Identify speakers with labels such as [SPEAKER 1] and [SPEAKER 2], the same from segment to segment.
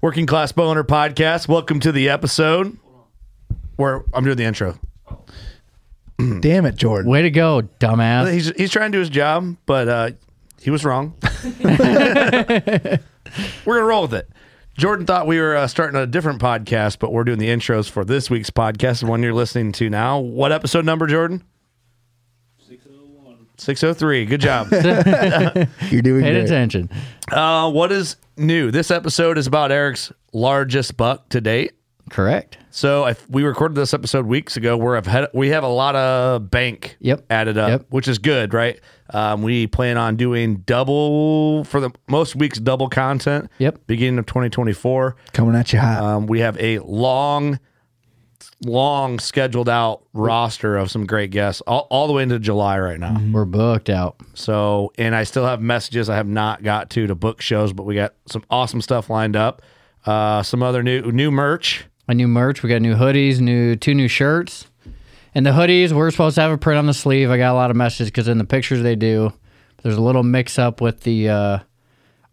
[SPEAKER 1] Working Class Bowhunter Podcast. Welcome to the episode where I'm doing the intro.
[SPEAKER 2] Damn it, Jordan.
[SPEAKER 3] Way to go, dumbass.
[SPEAKER 1] Mm. He's he's trying to do his job, but uh, he was wrong. we're gonna roll with it. Jordan thought we were uh, starting a different podcast, but we're doing the intros for this week's podcast, the one you're listening to now. What episode number, Jordan? 603. Good job.
[SPEAKER 2] You're doing
[SPEAKER 3] Paid
[SPEAKER 2] great.
[SPEAKER 3] attention.
[SPEAKER 1] uh, what is new? This episode is about Eric's largest buck to date.
[SPEAKER 3] Correct.
[SPEAKER 1] So if we recorded this episode weeks ago where I've had, we have a lot of bank
[SPEAKER 3] Yep.
[SPEAKER 1] added up,
[SPEAKER 3] Yep.
[SPEAKER 1] which is good, right? Um, we plan on doing double for the most weeks, double content.
[SPEAKER 3] Yep.
[SPEAKER 1] Beginning of 2024.
[SPEAKER 2] Coming at you hot.
[SPEAKER 1] Um, we have a long, long scheduled out roster of some great guests all, all the way into July right now.
[SPEAKER 3] We're booked out.
[SPEAKER 1] So, and I still have messages I have not got to to book shows, but we got some awesome stuff lined up. Uh, some other new, new merch.
[SPEAKER 3] A new merch. We got new hoodies, new two new shirts. And the hoodies, we're supposed to have a print on the sleeve. I got a lot of messages because in the pictures they do, there's a little mix up with the uh,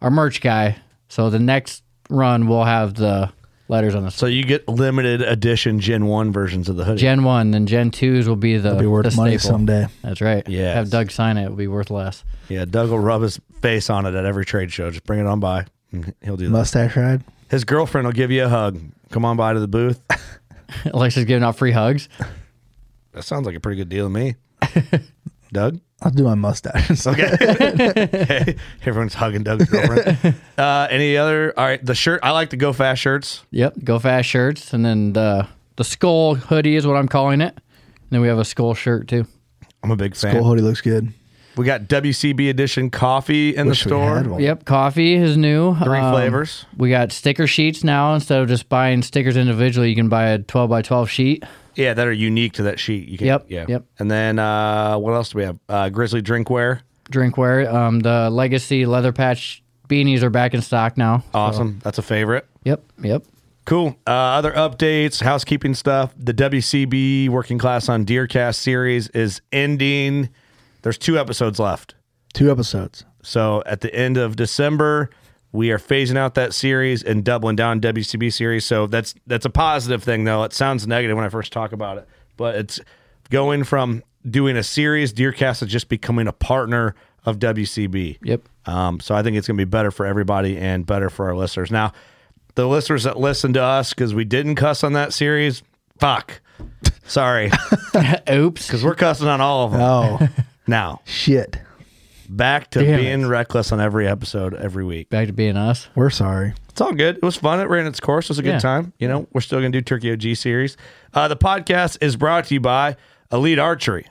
[SPEAKER 3] our merch guy. So the next run we'll have the letters on the sleeve.
[SPEAKER 1] So you get limited edition Gen One versions of the hoodie.
[SPEAKER 3] Gen one, then Gen twos will be the
[SPEAKER 2] Be
[SPEAKER 3] the
[SPEAKER 2] worth money
[SPEAKER 3] staple.
[SPEAKER 2] someday.
[SPEAKER 3] That's right.
[SPEAKER 1] Yes.
[SPEAKER 3] Have Doug sign it. It'll be worth less.
[SPEAKER 1] yeah, Doug will rub his face on it at every trade show. Just bring it on by. He'll do that.
[SPEAKER 2] Mustache ride.
[SPEAKER 1] His girlfriend will give you a hug. Come on by to the booth.
[SPEAKER 3] Alexa's giving out free hugs.
[SPEAKER 1] That sounds like a pretty good deal to me. Doug.
[SPEAKER 2] I'll do my mustache.
[SPEAKER 1] Okay. Okay. Everyone's hugging Doug's girlfriend. Uh, any other? All right. The shirt. I like the Go Fast shirts.
[SPEAKER 3] Yep, go fast shirts, and then the the skull hoodie is what I'm calling it. And then we have a skull shirt too.
[SPEAKER 1] I'm a big fan.
[SPEAKER 2] Cool hoodie looks good.
[SPEAKER 1] We got WCB edition coffee in
[SPEAKER 2] Wish
[SPEAKER 1] the
[SPEAKER 2] we had
[SPEAKER 1] store.
[SPEAKER 2] one.
[SPEAKER 3] Yep, coffee is new.
[SPEAKER 1] Three
[SPEAKER 3] Um,
[SPEAKER 1] flavors.
[SPEAKER 3] We got sticker sheets now. Instead of just buying stickers individually, you can buy a 12 by 12 sheet.
[SPEAKER 1] Yeah, that are unique to that sheet. You can,
[SPEAKER 3] Yep,
[SPEAKER 1] Yeah.
[SPEAKER 3] yep.
[SPEAKER 1] And then uh, what else do we have? Uh, Grizzly drinkware.
[SPEAKER 3] Drinkware. Um, the legacy leather patch beanies are back in stock now.
[SPEAKER 1] Awesome. That's a favorite.
[SPEAKER 3] Yep, yep.
[SPEAKER 1] Cool. Uh, other updates, housekeeping stuff. The WCB Working Class on Deercast series is ending. There's two episodes left.
[SPEAKER 2] Two episodes.
[SPEAKER 1] So at the end of December, we are phasing out that series and doubling down WCB series. So that's that's a positive thing, though. It sounds negative when I first talk about it, but it's going from doing a series. Deercast is just becoming a partner of WCB.
[SPEAKER 3] Yep.
[SPEAKER 1] Um, so I think it's going to be better for everybody and better for our listeners. Now, the listeners that listen to us because we didn't cuss on that series, fuck. Sorry,
[SPEAKER 3] Oops.
[SPEAKER 1] because we're cussing on all of them
[SPEAKER 2] Oh,
[SPEAKER 1] now.
[SPEAKER 2] shit.
[SPEAKER 1] Back to
[SPEAKER 3] Damn it.
[SPEAKER 1] being reckless on every episode every week.
[SPEAKER 3] Back to being us.
[SPEAKER 2] We're sorry.
[SPEAKER 1] It's all good. It was fun. It ran its course. It was a good
[SPEAKER 3] Yeah.
[SPEAKER 1] time. You know, we're still going to do Turkey OG series. Uh, the podcast is brought to you by Elite Archery.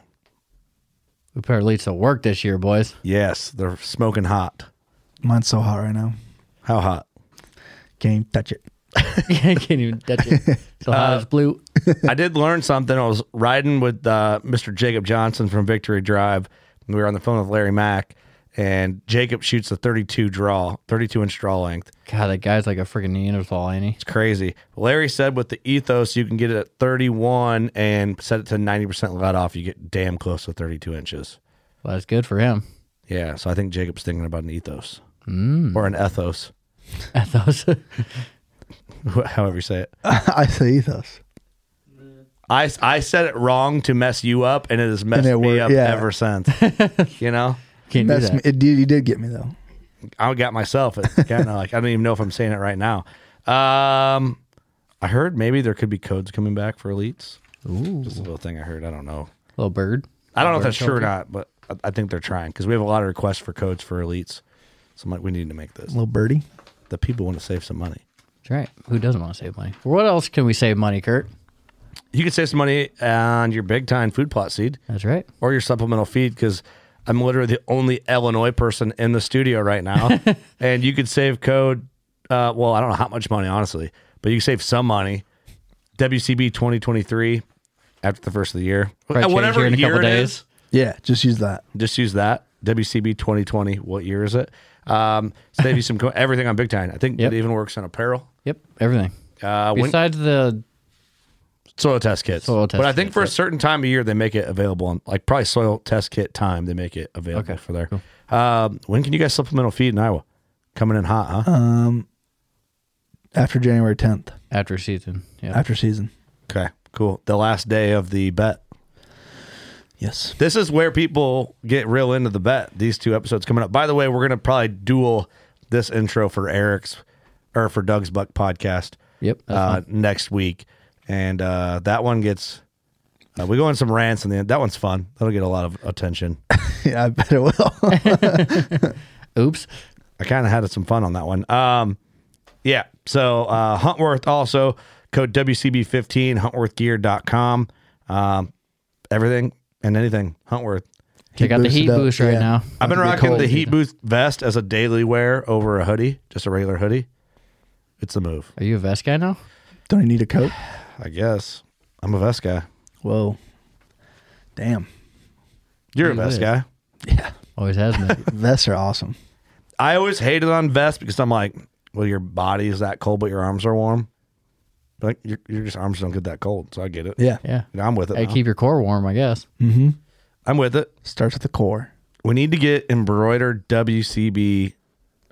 [SPEAKER 3] We put our leads to work this year, boys.
[SPEAKER 1] Yes, they're smoking hot.
[SPEAKER 2] Mine's so hot right now.
[SPEAKER 1] How hot?
[SPEAKER 2] Can't even touch it.
[SPEAKER 3] Can't even touch it. So hot
[SPEAKER 1] Uh,
[SPEAKER 3] it's blue.
[SPEAKER 1] I did learn something. I was riding with uh, Mr. Jacob Johnson from Victory Drive. We were on the phone with Larry Mack, and Jacob shoots a 32 draw, 32 inch draw length.
[SPEAKER 3] God, that guy's like a freaking Neanderthal, ain't he?
[SPEAKER 1] It's crazy. Larry said with the ethos, you can get it at 31 and set it to 90% let off. You get damn close to 32 inches.
[SPEAKER 3] Well, that's good for him.
[SPEAKER 1] Yeah, so I think Jacob's thinking about an ethos or an ethos,
[SPEAKER 3] Mm. Ethos.
[SPEAKER 1] wh- however you say it.
[SPEAKER 2] I say ethos.
[SPEAKER 1] I, I said it wrong to mess you up, and it has messed
[SPEAKER 2] And it
[SPEAKER 1] me
[SPEAKER 2] worked,
[SPEAKER 1] up
[SPEAKER 2] yeah.
[SPEAKER 1] ever since. you know,
[SPEAKER 3] Can't do
[SPEAKER 2] That's
[SPEAKER 3] that.
[SPEAKER 2] me. It, did- you did get me though.
[SPEAKER 1] I got myself kind of like I don't even know if I'm saying it right now. Um, I heard maybe there could be codes coming back for elites.
[SPEAKER 3] Ooh,
[SPEAKER 1] Just a little thing I heard. I don't know.
[SPEAKER 3] little bird.
[SPEAKER 1] I don't know if
[SPEAKER 3] Bird
[SPEAKER 1] that's true or
[SPEAKER 3] shelter.
[SPEAKER 1] not, but I, I think they're trying because we have a lot of requests for codes for elites. So I'm like, we need to make this.
[SPEAKER 2] Little birdie.
[SPEAKER 1] The people want to save some money.
[SPEAKER 3] That's right. Who doesn't want to save money? What else can we save money, Kurt?
[SPEAKER 1] You could save some money on your big time food plot seed.
[SPEAKER 3] That's right.
[SPEAKER 1] or your supplemental feed because I'm literally the only Illinois person in the studio right now. and you could save code, uh, well, I don't know how much money, honestly, but you can save some money. WCB 2023 after the first of the year.
[SPEAKER 3] Probably change
[SPEAKER 1] Whatever
[SPEAKER 3] here in a
[SPEAKER 1] year
[SPEAKER 3] couple
[SPEAKER 1] it
[SPEAKER 3] days.
[SPEAKER 1] is,
[SPEAKER 2] Yeah, just use that.
[SPEAKER 1] just use that. WCB 2020, what year is it? Um, save you some, co- everything on Big Time. I think
[SPEAKER 3] Yep.
[SPEAKER 1] it even works on apparel.
[SPEAKER 3] Yep. Everything.
[SPEAKER 1] Uh, when-
[SPEAKER 3] Besides the
[SPEAKER 1] soil test kits.
[SPEAKER 3] Soil test
[SPEAKER 1] but I think
[SPEAKER 3] kits,
[SPEAKER 1] for a
[SPEAKER 3] yep.
[SPEAKER 1] certain time of year they make it available on like probably soil test kit time they make it available
[SPEAKER 3] Okay,
[SPEAKER 1] for there. Um, when can you guys supplemental feed in Iowa? Coming in hot, huh?
[SPEAKER 2] Um, after January 10th,
[SPEAKER 3] after season. Yeah.
[SPEAKER 2] after season.
[SPEAKER 1] Okay, cool. The last day of the bet.
[SPEAKER 2] Yes.
[SPEAKER 1] This is where people get real into the bet. These two episodes coming up. By the way, we're gonna probably duel this intro for Eric's or for Doug's Buck podcast
[SPEAKER 3] Yep. that's
[SPEAKER 1] uh,
[SPEAKER 3] fine.
[SPEAKER 1] next week, and uh, that one gets. Uh, we go on some rants in the end. That one's fun. That'll get a lot of attention.
[SPEAKER 2] yeah, I bet it will.
[SPEAKER 3] Oops.
[SPEAKER 1] I kind of had some fun on that one. Um, yeah. So uh, Huntworth also code WCB15 huntworthgear.com. Um, everything and anything Huntworth.
[SPEAKER 3] Check out the
[SPEAKER 2] boost it
[SPEAKER 3] heat
[SPEAKER 2] up,
[SPEAKER 3] boost right
[SPEAKER 2] yeah.
[SPEAKER 3] now.
[SPEAKER 1] I've been
[SPEAKER 2] Not to get
[SPEAKER 1] rocking the
[SPEAKER 2] cold.
[SPEAKER 1] heat booth vest as a daily wear over a hoodie, just a regular hoodie. It's the move,
[SPEAKER 3] Are you a vest guy now?
[SPEAKER 2] Don't you need a coat?
[SPEAKER 1] I guess. I'm a vest guy.
[SPEAKER 2] Whoa. Damn.
[SPEAKER 1] You're a
[SPEAKER 3] He
[SPEAKER 1] vest
[SPEAKER 3] is.
[SPEAKER 1] guy.
[SPEAKER 2] Yeah.
[SPEAKER 3] Always has been.
[SPEAKER 2] Vests are awesome.
[SPEAKER 1] I always hated on vests because I'm like, well, your body is that cold, but your arms are warm. Like your, your just arms don't get that cold, so I get it.
[SPEAKER 2] Yeah.
[SPEAKER 3] Yeah.
[SPEAKER 1] And I'm with it.
[SPEAKER 3] Hey,
[SPEAKER 1] now.
[SPEAKER 3] keep your core warm, I guess.
[SPEAKER 2] Mm-hmm.
[SPEAKER 1] I'm with it.
[SPEAKER 2] Starts at the core.
[SPEAKER 1] We need to get embroidered WCB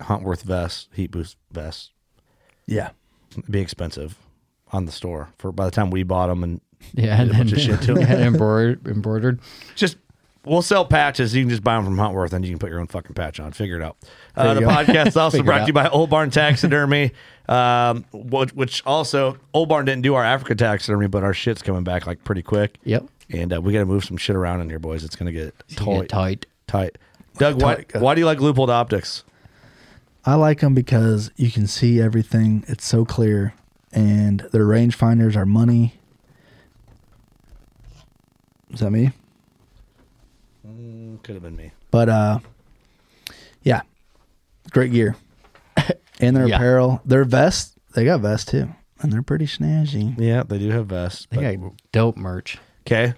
[SPEAKER 1] Huntworth vests, heat boost vests.
[SPEAKER 2] Yeah.
[SPEAKER 1] It'd be expensive on the store for by the time we bought them, and
[SPEAKER 3] Yeah, and
[SPEAKER 1] a bunch
[SPEAKER 3] then
[SPEAKER 1] of shit to 'em.
[SPEAKER 3] yeah, embroidered, embroidered.
[SPEAKER 1] just we'll sell patches. You can just buy them from Huntworth, and you can put your own fucking patch on. Figure it out. Uh, the
[SPEAKER 3] you go.
[SPEAKER 1] podcast is also
[SPEAKER 3] Figure it
[SPEAKER 1] brought to
[SPEAKER 3] out.
[SPEAKER 1] you by Old Barn Taxidermy, um, which, which also Old Barn didn't do our Africa taxidermy, but our shit's coming back like pretty quick.
[SPEAKER 3] Yep.
[SPEAKER 1] and uh, we got to move some shit around in here, boys. It's gonna get tight,
[SPEAKER 3] Tight. tight.
[SPEAKER 1] tight. Doug, why,
[SPEAKER 2] Tight, uh,
[SPEAKER 1] why do you like loophole optics?
[SPEAKER 2] I like them because you can see everything. It's so clear, and their rangefinders are money. Is that me?
[SPEAKER 1] Could have Mm, been me.
[SPEAKER 2] But uh, yeah, great gear. and their
[SPEAKER 3] Yeah.
[SPEAKER 2] apparel, their vests, they got vests too, and they're pretty snazzy.
[SPEAKER 1] Yeah, they do have vests. but-
[SPEAKER 3] They got dope merch.
[SPEAKER 1] Okay.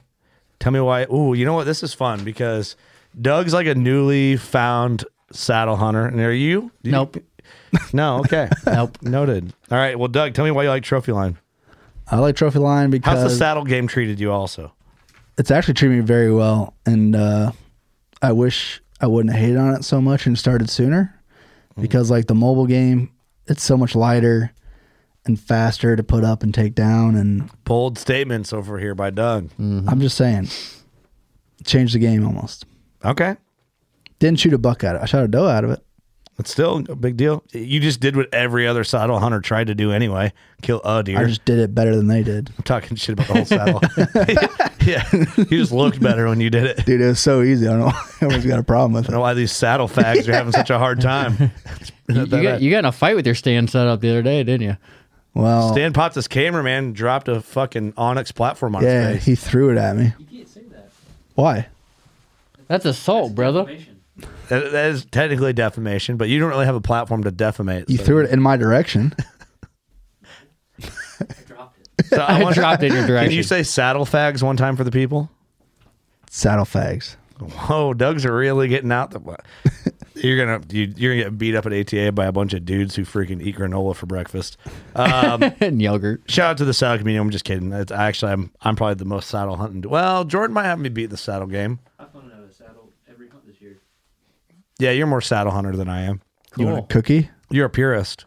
[SPEAKER 1] Tell me why. Ooh, you know what? This is fun because Doug's like a newly found saddle hunter. And are you? Do you-
[SPEAKER 3] Nope.
[SPEAKER 1] No. Okay.
[SPEAKER 3] Nope.
[SPEAKER 1] Noted. All right. Well, Doug, tell me why you like trophy line.
[SPEAKER 2] I like Trophy Line
[SPEAKER 1] How's the
[SPEAKER 2] because
[SPEAKER 1] saddle game treated you? Also,
[SPEAKER 2] it's actually treated me very well, and uh, I wish I wouldn't have hated on it so much and started sooner,
[SPEAKER 1] Mm.
[SPEAKER 2] because like the mobile game, it's so much lighter and faster to put up and take down, and
[SPEAKER 1] bold statements over here by Doug.
[SPEAKER 2] I'm just saying, changed the game almost.
[SPEAKER 1] Okay.
[SPEAKER 2] Didn't shoot a buck at it. I shot a doe out of it.
[SPEAKER 1] That's still a big deal. You just did what every other saddle hunter tried to do anyway: kill a deer.
[SPEAKER 2] I just did it better than they did,
[SPEAKER 1] I'm talking shit about the whole saddle. yeah, you just looked better when you did it.
[SPEAKER 2] dude. It was so easy. I don't know why everyone's got a problem with
[SPEAKER 1] I
[SPEAKER 2] it.
[SPEAKER 1] don't know why these saddle fags are having such a hard time.
[SPEAKER 3] You, you got, you got in a fight with your stand set up the other day, didn't you?
[SPEAKER 2] Well,
[SPEAKER 1] Dan Potts' cameraman dropped a fucking onyx platform on
[SPEAKER 2] yeah,
[SPEAKER 1] his face.
[SPEAKER 2] he threw it at me.
[SPEAKER 4] You can't say that.
[SPEAKER 2] Why?
[SPEAKER 3] That's assault, brother.
[SPEAKER 4] Information.
[SPEAKER 1] That, that is technically defamation, but you don't really have a platform to defamate.
[SPEAKER 2] You
[SPEAKER 1] so-
[SPEAKER 2] threw it in my direction.
[SPEAKER 4] I dropped it.
[SPEAKER 1] So I
[SPEAKER 3] I
[SPEAKER 1] want-
[SPEAKER 3] dropped it in your
[SPEAKER 1] Can
[SPEAKER 3] direction.
[SPEAKER 1] you say saddle fags one time for the people?
[SPEAKER 2] Saddle fags.
[SPEAKER 1] Whoa, Doug's really getting out the. You're gonna you, you're gonna get beat up at ATA by a bunch of dudes who freaking eat granola for breakfast. Um,
[SPEAKER 3] and yogurt.
[SPEAKER 1] Shout out to the saddle community. I'm just kidding. It's actually I'm I'm probably the most saddle hunting. Well, Jordan might have me beat the saddle game.
[SPEAKER 4] I've gone out of the saddle every hunt this year.
[SPEAKER 1] Yeah, you're more saddle hunter than I am.
[SPEAKER 2] You want a cookie?
[SPEAKER 1] You're a purist.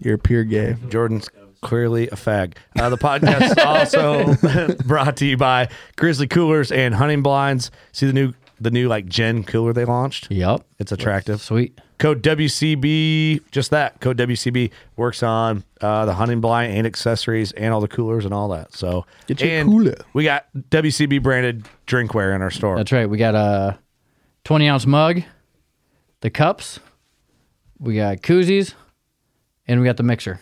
[SPEAKER 2] You're a pure gay.
[SPEAKER 1] Jordan's clearly a fag. Uh, the podcast is also brought to you by Grizzly Coolers and Hunting Blinds. See the new the new like Gen cooler they launched.
[SPEAKER 3] Yep.
[SPEAKER 1] It's attractive.
[SPEAKER 3] Sweet.
[SPEAKER 1] Code WCB, just that. Code WCB works on uh, the hunting blind and accessories and all the coolers and all that. So
[SPEAKER 2] Get your
[SPEAKER 1] and
[SPEAKER 2] cooler.
[SPEAKER 1] We got WCB branded drinkware in our store.
[SPEAKER 3] That's right. We got a 20 ounce mug, the cups, we got koozies, and we got the mixer.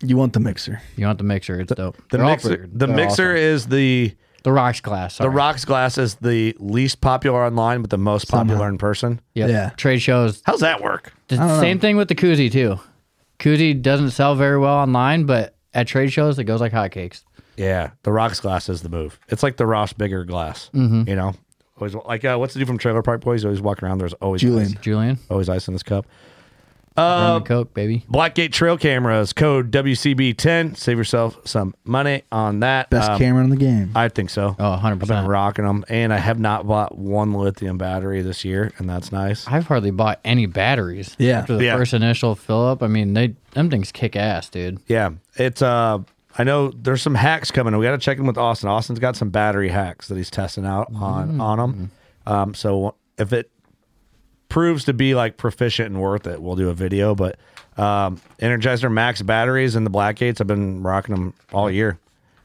[SPEAKER 2] You want the mixer.
[SPEAKER 3] You want the mixer? It's dope.
[SPEAKER 1] the
[SPEAKER 3] They're all
[SPEAKER 1] mixer,
[SPEAKER 3] pretty-
[SPEAKER 1] the
[SPEAKER 3] they're
[SPEAKER 1] mixer
[SPEAKER 3] awesome.
[SPEAKER 1] is the
[SPEAKER 3] the rocks glass.
[SPEAKER 1] the
[SPEAKER 3] sorry.
[SPEAKER 1] rocks glass is the least popular online, but the most popular in person.
[SPEAKER 3] Yep.
[SPEAKER 2] Yeah.
[SPEAKER 3] Trade shows.
[SPEAKER 1] How's that work?
[SPEAKER 3] The
[SPEAKER 2] don't know.
[SPEAKER 3] same thing with the koozie too. Koozie doesn't sell very well online, but at trade shows it goes like hotcakes.
[SPEAKER 1] Yeah, the rocks glass is the move. It's like the Ross Bigger glass.
[SPEAKER 2] Mm-hmm.
[SPEAKER 1] You know, always like uh, what's the dude from Trailer Park Boys? Always walking around. There's always
[SPEAKER 2] Julian.
[SPEAKER 1] ice.
[SPEAKER 3] Julian,
[SPEAKER 1] always ice in this cup. Uh,
[SPEAKER 3] Rum and Coke, baby.
[SPEAKER 1] Blackgate Trail cameras, code WCB10. Save yourself some money on that.
[SPEAKER 2] Best
[SPEAKER 1] Um,
[SPEAKER 2] camera in the game.
[SPEAKER 1] I think so.
[SPEAKER 3] Oh, 100%.
[SPEAKER 1] I've been rocking them, and I have not bought one lithium battery this year, and that's nice.
[SPEAKER 3] I've hardly bought any batteries.
[SPEAKER 2] Yeah.
[SPEAKER 3] After the
[SPEAKER 1] Yeah.
[SPEAKER 3] first initial fill up, I mean, they them things kick ass, dude.
[SPEAKER 1] Yeah, it's uh, I know there's some hacks coming. We got to check in with Austin. Austin's got some battery hacks that he's testing out on on them. Um, so if it proves to be like proficient and worth it, we'll do a video. But um, Energizer Max batteries and the Blackgates, I've been rocking them all year.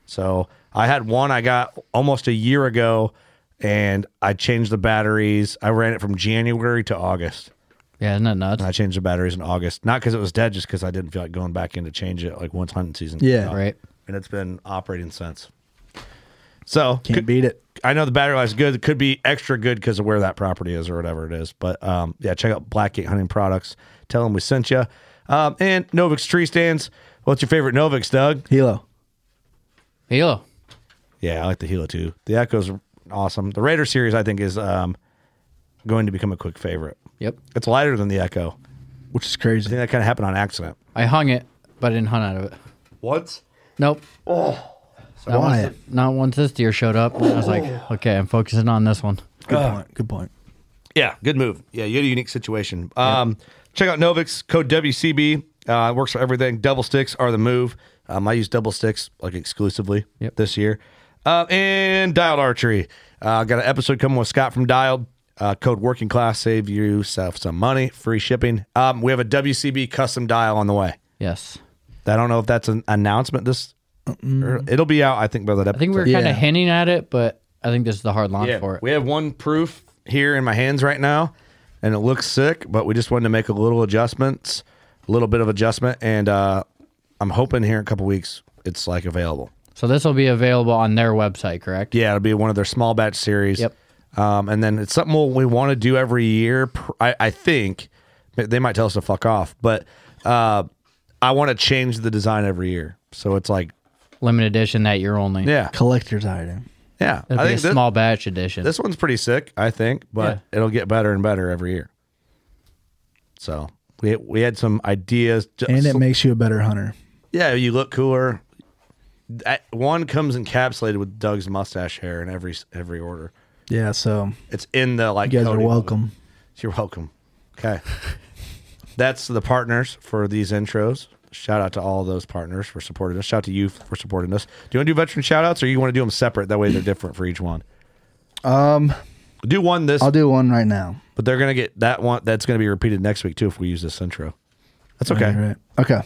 [SPEAKER 1] So I had one I got almost a year ago, and I changed the batteries. I ran it from January to August.
[SPEAKER 3] Yeah, isn't that nuts?
[SPEAKER 1] I changed the batteries in August, not because it was dead, just because I didn't feel like going back in to change it like once hunting season. came
[SPEAKER 2] Yeah.
[SPEAKER 1] up.
[SPEAKER 3] Right.
[SPEAKER 1] And it's been operating since. So
[SPEAKER 2] Can't
[SPEAKER 1] could-
[SPEAKER 2] beat it.
[SPEAKER 1] I know the battery life's good. It could be extra good because of where that property is or whatever it is. But um, yeah, check out Blackgate Hunting Products. Tell them we sent you. Um, and Novix tree stands. What's your favorite Novix, Doug?
[SPEAKER 2] Hilo.
[SPEAKER 3] Hilo.
[SPEAKER 1] Yeah, I like the Gila too. The Echo's are awesome. The Raider series, I think, is um, going to become a quick favorite.
[SPEAKER 3] Yep.
[SPEAKER 1] It's lighter than the Echo.
[SPEAKER 2] Which is
[SPEAKER 1] I
[SPEAKER 2] crazy.
[SPEAKER 1] think that kind of happened on accident.
[SPEAKER 3] I hung it, but I didn't hunt out of it.
[SPEAKER 1] What?
[SPEAKER 3] Nope. Oh. Not
[SPEAKER 2] Why?
[SPEAKER 3] once, not once this deer showed up. I was like, okay, I'm focusing on this one.
[SPEAKER 2] Good point. Good point.
[SPEAKER 1] Yeah, good move. Yeah, you had a unique situation. Um, Check out Novix code WCB. Uh, it works for everything. Double sticks are the move. Um, I use double sticks like exclusively
[SPEAKER 3] Yep.
[SPEAKER 1] this year. Uh, and Dialed Archery. Uh, got an episode coming with Scott from Dialed. Uh, code Working Class save yourself some money. Free shipping. Um, we have a WCB custom dial on the way.
[SPEAKER 3] Yes.
[SPEAKER 1] I don't know if that's an announcement. This or- it'll be out. I think by that episode.
[SPEAKER 3] I think we were
[SPEAKER 2] Yeah.
[SPEAKER 3] kind of hinting at it, but I think this is the hard line for it.
[SPEAKER 1] We have one proof here in my hands right now, and it looks sick, but we just wanted to make a little adjustments, a little bit of adjustment, and uh, I'm hoping here in a couple weeks it's like available.
[SPEAKER 3] So this will be available on their website, correct?
[SPEAKER 1] Yeah, it'll be one of their small batch series.
[SPEAKER 3] Yep.
[SPEAKER 1] Um, and then it's something we'll, we want to do every year. pr- I, I think But they might tell us to fuck off, but uh, I want to change the design every year. So it's like,
[SPEAKER 3] Limited edition that year only.
[SPEAKER 1] yeah,
[SPEAKER 2] Collector's item.
[SPEAKER 1] yeah.
[SPEAKER 3] It'll
[SPEAKER 1] I
[SPEAKER 3] be a
[SPEAKER 1] think this,
[SPEAKER 3] small batch edition.
[SPEAKER 1] this one's pretty sick, I think, but it'll get better and better every year. So we we had some ideas. Just,
[SPEAKER 2] And it makes you a better hunter.
[SPEAKER 1] yeah, you look cooler. That one comes encapsulated with Doug's mustache hair in every every order.
[SPEAKER 2] Yeah, so
[SPEAKER 1] It's in the like.
[SPEAKER 2] you guys are
[SPEAKER 1] coating of it.
[SPEAKER 2] welcome.
[SPEAKER 1] You're welcome. Okay, that's the partners for these intros. Shout out to all those partners for supporting us. Shout out to you for supporting us. Do you want to do veteran shout outs or you want to do them separate? That way they're different for each one.
[SPEAKER 2] Um,
[SPEAKER 1] Do one this
[SPEAKER 2] I'll do one right now.
[SPEAKER 1] But they're gonna get that one. That's gonna be repeated next week too if we use this intro. That's okay.
[SPEAKER 2] All right. Okay.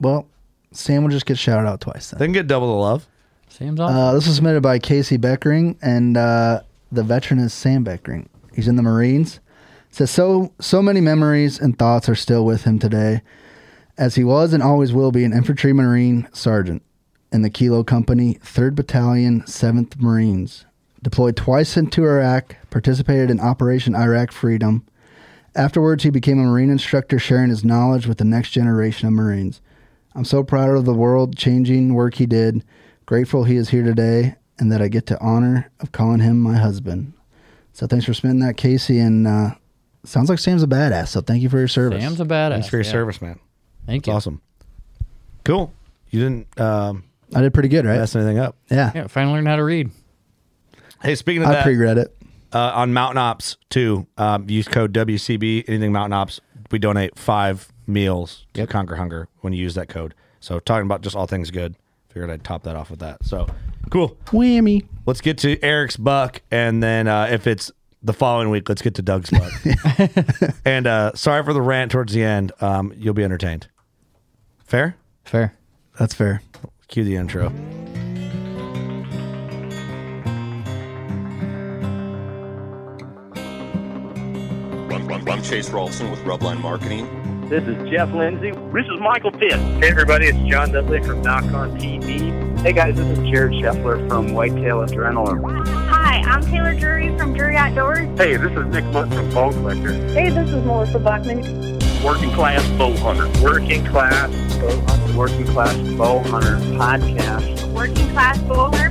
[SPEAKER 2] Well, Sam will just get shouted out twice
[SPEAKER 1] They
[SPEAKER 2] then.
[SPEAKER 1] can get double the love.
[SPEAKER 3] Sam's awesome.
[SPEAKER 2] Uh, this was submitted by Casey Beckering, and uh, the veteran is Sam Beckering. He's in the Marines. Says so. So many memories and thoughts are still with him today, as he was and always will be an infantry Marine sergeant in the Kilo Company, Third Battalion, Seventh Marines. Deployed twice into Iraq, participated in Operation Iraq Freedom. Afterwards, he became a Marine instructor, sharing his knowledge with the next generation of Marines. I'm so proud of the world changing work he did, grateful he is here today, and that I get to honor of calling him my husband. So thanks for spending that, Casey. And uh, sounds like Sam's a badass, so thank you for your service.
[SPEAKER 3] Sam's a badass.
[SPEAKER 1] Thanks for your
[SPEAKER 3] yeah.
[SPEAKER 1] service, man.
[SPEAKER 3] Thank
[SPEAKER 1] It's
[SPEAKER 3] you.
[SPEAKER 1] awesome. Cool. You didn't um,
[SPEAKER 2] I did pretty good, right?
[SPEAKER 1] mess anything up.
[SPEAKER 2] yeah.
[SPEAKER 3] Yeah, finally learned how to read.
[SPEAKER 1] Hey, speaking of
[SPEAKER 2] I
[SPEAKER 1] that,
[SPEAKER 2] pre read it.
[SPEAKER 1] uh, on Mountain Ops too, um, use code WCB. Anything Mountain Ops, we donate five meals to Conquer Hunger when you use that code. So talking about just all things good. Figured I'd top that off with that. So cool.
[SPEAKER 2] Whammy.
[SPEAKER 1] Let's get to Eric's buck, and then uh, if it's the following week, let's get to Doug's buck. and uh, sorry for the rant towards the end. Um, you'll be entertained. Fair?
[SPEAKER 3] Fair.
[SPEAKER 2] That's fair.
[SPEAKER 1] Cue the intro.
[SPEAKER 5] I'm, I'm Chase Rolfson with Rubline Marketing.
[SPEAKER 6] This is Jeff Lindsay. This is Michael Pitt. Hey, everybody, it's John Dudley from Knock on TV. Hey, guys, this is Jared Scheffler from Whitetail Adrenaline.
[SPEAKER 7] Hi, I'm Taylor Drury from Drury Outdoors.
[SPEAKER 6] Hey, this is Nick Munt from Bone Collector.
[SPEAKER 7] Hey, this is Melissa Buckman.
[SPEAKER 6] Working Class Bow Hunter. Working Class Bow Hunter. Working Class Bow Hunter podcast.
[SPEAKER 7] Working Class Bull Hunter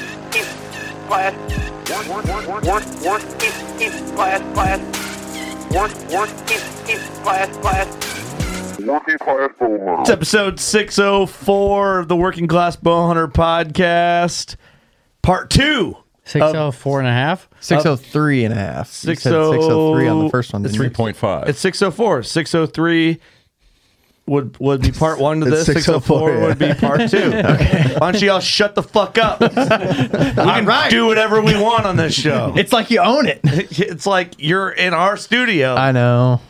[SPEAKER 6] Class. Working Class. Class. Working Class. Class.
[SPEAKER 1] It's episode 604 of the Working Class Bowhunter podcast, part two.
[SPEAKER 3] 604 and a half.
[SPEAKER 8] 603 and a half. You said
[SPEAKER 1] 60
[SPEAKER 8] 603 on the first one.
[SPEAKER 9] It's
[SPEAKER 8] didn't you?
[SPEAKER 9] 3.5.
[SPEAKER 1] It's 604. 603 would would be part one to
[SPEAKER 8] It's
[SPEAKER 1] this.
[SPEAKER 8] 604,
[SPEAKER 1] 604, would be part two. Why don't you all shut the fuck up? we can do whatever we want on this show.
[SPEAKER 8] It's like you own it.
[SPEAKER 1] It's like you're in our studio.
[SPEAKER 8] I know.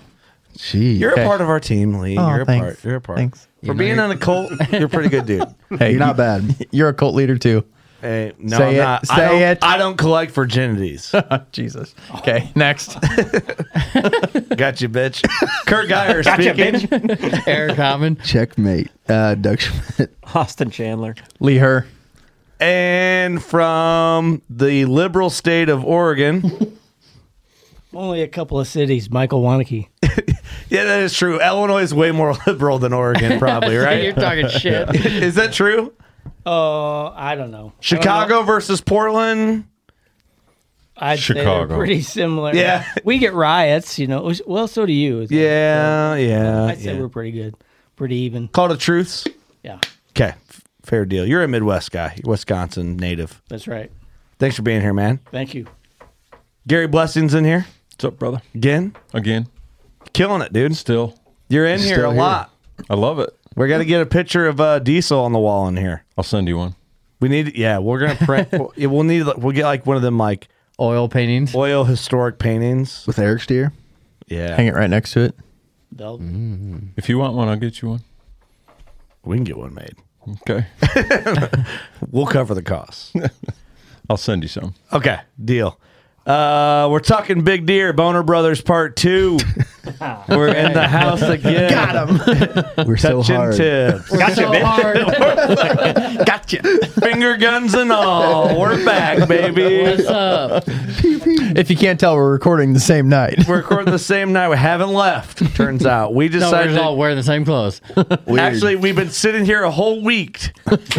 [SPEAKER 8] Gee.
[SPEAKER 1] you're
[SPEAKER 8] Okay.
[SPEAKER 1] a part of our team, Lee.
[SPEAKER 8] Oh,
[SPEAKER 1] you're a
[SPEAKER 8] thanks.
[SPEAKER 1] part. You're a part.
[SPEAKER 8] Thanks.
[SPEAKER 1] For being on a cult, you're a pretty good dude.
[SPEAKER 8] Hey,
[SPEAKER 2] You're not bad.
[SPEAKER 8] You're a cult leader too.
[SPEAKER 1] Hey, no,
[SPEAKER 8] Say
[SPEAKER 1] I'm
[SPEAKER 8] it.
[SPEAKER 1] not. I
[SPEAKER 8] Say
[SPEAKER 1] don't,
[SPEAKER 8] it.
[SPEAKER 1] I don't collect virginities. Oh.
[SPEAKER 8] Jesus. Okay, next.
[SPEAKER 1] Got you, bitch. Kurt Geyer speaking.
[SPEAKER 3] Eric Hoffman.
[SPEAKER 2] Checkmate. Uh, Doug Schmidt.
[SPEAKER 10] Austin Chandler.
[SPEAKER 8] Lee Her.
[SPEAKER 1] and from the liberal state of Oregon.
[SPEAKER 10] Only a couple of cities. Michael Wanacke.
[SPEAKER 1] Yeah, that is true. Illinois is way more liberal than Oregon, probably,
[SPEAKER 3] You're
[SPEAKER 1] right?
[SPEAKER 3] talking shit.
[SPEAKER 1] is that true?
[SPEAKER 10] Oh, I don't know. Uh,
[SPEAKER 1] Chicago versus Portland.
[SPEAKER 10] I'd Chicago. Say
[SPEAKER 9] Chicago.
[SPEAKER 10] they're pretty similar.
[SPEAKER 1] Yeah.
[SPEAKER 10] we get riots. You know. Well, so do you.
[SPEAKER 1] Yeah, yeah.
[SPEAKER 10] I'd say
[SPEAKER 1] yeah.
[SPEAKER 10] we're pretty good, pretty even.
[SPEAKER 1] Call to truths.
[SPEAKER 10] Yeah,
[SPEAKER 1] Okay, f- fair deal. You're a Midwest guy, You're Wisconsin native.
[SPEAKER 10] that's right.
[SPEAKER 1] Thanks for being here, man.
[SPEAKER 10] Thank you.
[SPEAKER 1] Gary Blessings in here
[SPEAKER 9] What's up, brother?
[SPEAKER 1] again,
[SPEAKER 9] Again,
[SPEAKER 1] killing it, dude.
[SPEAKER 9] still.
[SPEAKER 1] You're in here
[SPEAKER 8] Still
[SPEAKER 1] a
[SPEAKER 8] here.
[SPEAKER 1] lot.
[SPEAKER 9] I love it.
[SPEAKER 1] We're gonna get a picture of uh, Diesel on the wall in here.
[SPEAKER 9] I'll send you one.
[SPEAKER 1] We need, yeah, we're gonna print. we'll, yeah, we'll need, like- we'll get like one of them like
[SPEAKER 3] Oil paintings.
[SPEAKER 1] oil historic paintings.
[SPEAKER 2] With Eric Steer.
[SPEAKER 1] Yeah,
[SPEAKER 8] Hang it right next to it.
[SPEAKER 10] Del-
[SPEAKER 9] If you want one, I'll get you one.
[SPEAKER 1] Mm-hmm. we can get one made.
[SPEAKER 9] Okay.
[SPEAKER 1] We'll cover the costs.
[SPEAKER 9] I'll send you some.
[SPEAKER 1] okay, deal. Uh, we're talking Big Deer Boner Brothers Part Two. we're in the house again. Got him.
[SPEAKER 2] We're so
[SPEAKER 1] Touching
[SPEAKER 2] hard.
[SPEAKER 1] tips,
[SPEAKER 3] Gotcha, bitch.
[SPEAKER 1] finger guns and all. We're back, baby.
[SPEAKER 3] What's up?
[SPEAKER 8] If you can't tell, we're recording the same night.
[SPEAKER 1] We're recording the same night. We haven't left. Turns out we
[SPEAKER 3] No, we're
[SPEAKER 1] decided.
[SPEAKER 3] just all wearing the same clothes.
[SPEAKER 1] Actually, we've been sitting here a whole week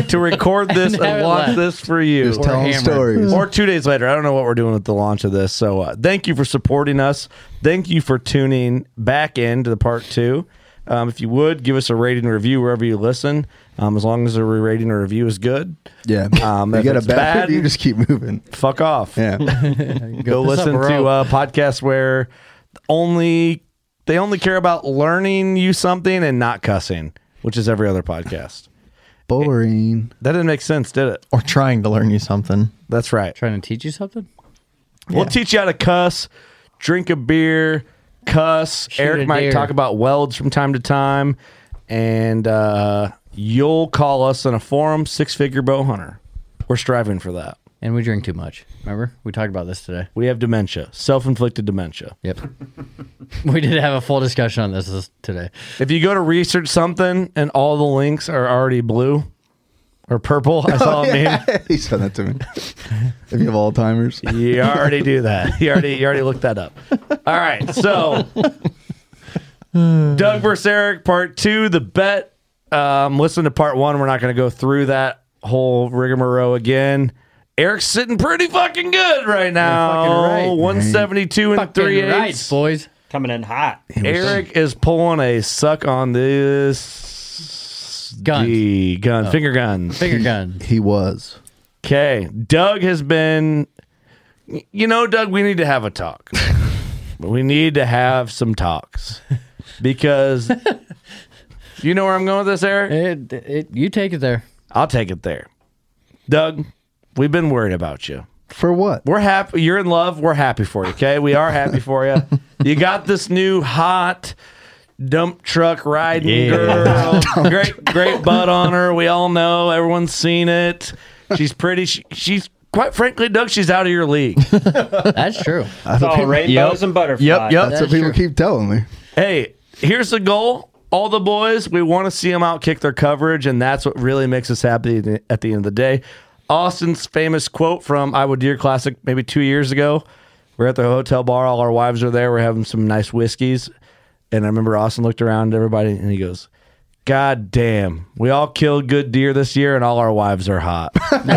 [SPEAKER 1] to record this and,
[SPEAKER 3] haven't
[SPEAKER 1] launch
[SPEAKER 3] left.
[SPEAKER 1] this for you.
[SPEAKER 2] Just telling
[SPEAKER 3] hammered.
[SPEAKER 2] stories.
[SPEAKER 1] or two days later. I don't know what we're doing with the launch of this. So uh, thank you for supporting us. Thank you for tuning back in to the part two. Um, if you would give us a rating and review wherever you listen, um, as long as the rating or review is good,
[SPEAKER 2] Yeah.
[SPEAKER 1] Um,
[SPEAKER 2] you
[SPEAKER 1] if
[SPEAKER 2] get a
[SPEAKER 1] it's
[SPEAKER 2] bad,
[SPEAKER 1] bad-
[SPEAKER 2] review, just keep moving.
[SPEAKER 1] fuck off.
[SPEAKER 2] Yeah.
[SPEAKER 1] Go listen
[SPEAKER 2] oh.
[SPEAKER 1] to uh, a podcast where only they only care about learning you something and not cussing, which is every other podcast.
[SPEAKER 2] Boring.
[SPEAKER 1] That didn't make sense, did it?
[SPEAKER 8] or trying to learn you something.
[SPEAKER 1] That's right.
[SPEAKER 3] Trying to teach you something?
[SPEAKER 1] We'll teach you how to cuss, drink a beer, cuss.
[SPEAKER 3] Shoot
[SPEAKER 1] Eric
[SPEAKER 3] a
[SPEAKER 1] might
[SPEAKER 3] deer.
[SPEAKER 1] talk about welds from time to time. And uh, you'll call us in a forum, six figure bow hunter. We're striving for that.
[SPEAKER 3] And we drink too much. Remember? We talked about this today.
[SPEAKER 1] We have dementia, self inflicted dementia.
[SPEAKER 3] Yep. we did have a full discussion on this this- today.
[SPEAKER 1] If you go to research something and all the links are already blue or purple, I
[SPEAKER 3] Oh,
[SPEAKER 1] saw a meme.
[SPEAKER 2] Oh, he said that to me. if you have Alzheimer's.
[SPEAKER 1] You already do that. You already you already looked that up. All right, so Doug versus Eric, part two, the bet. Um, listen to part one. We're not going to go through that whole rigmarole again. Eric's sitting pretty fucking good right now.
[SPEAKER 3] fucking right.
[SPEAKER 1] One seventy two and
[SPEAKER 3] Fucking
[SPEAKER 1] three
[SPEAKER 3] right,
[SPEAKER 1] eighths.
[SPEAKER 3] boys.
[SPEAKER 10] Coming in hot.
[SPEAKER 1] Eric is pulling a suck on this
[SPEAKER 3] Guns.
[SPEAKER 1] D- gun, finger guns.
[SPEAKER 3] Oh. Finger gun.
[SPEAKER 2] He was.
[SPEAKER 1] Okay. Doug has been, you know, Doug, we need to have a talk. we need to have some talks because you know where I'm going with this, Eric?
[SPEAKER 3] It, it, you take it there.
[SPEAKER 1] I'll take it there. Doug, we've been worried about you.
[SPEAKER 2] For what?
[SPEAKER 1] We're happy. You're in love. We're happy for you. Okay. We are happy for you. You got this new hot dump truck riding girl. great, great butt on her. We all know. Everyone's seen it. She's pretty. She, she's quite frankly, Doug, she's out of your league.
[SPEAKER 3] That's true.
[SPEAKER 2] That's what
[SPEAKER 11] all
[SPEAKER 2] people-
[SPEAKER 11] rainbows and butterflies.
[SPEAKER 2] Yep, yep. That's what people keep telling me.
[SPEAKER 1] hey, here's the goal. All the boys, we want to see them outkick their coverage, and that's what really makes us happy at the- at the end of the day. Austin's famous quote from Iowa Deer Classic maybe two years ago. We're at the hotel bar, all our wives are there, we're having some nice whiskeys. And I remember Austin looked around at everybody and he goes, God damn, we all killed good deer this year, and all our wives are hot.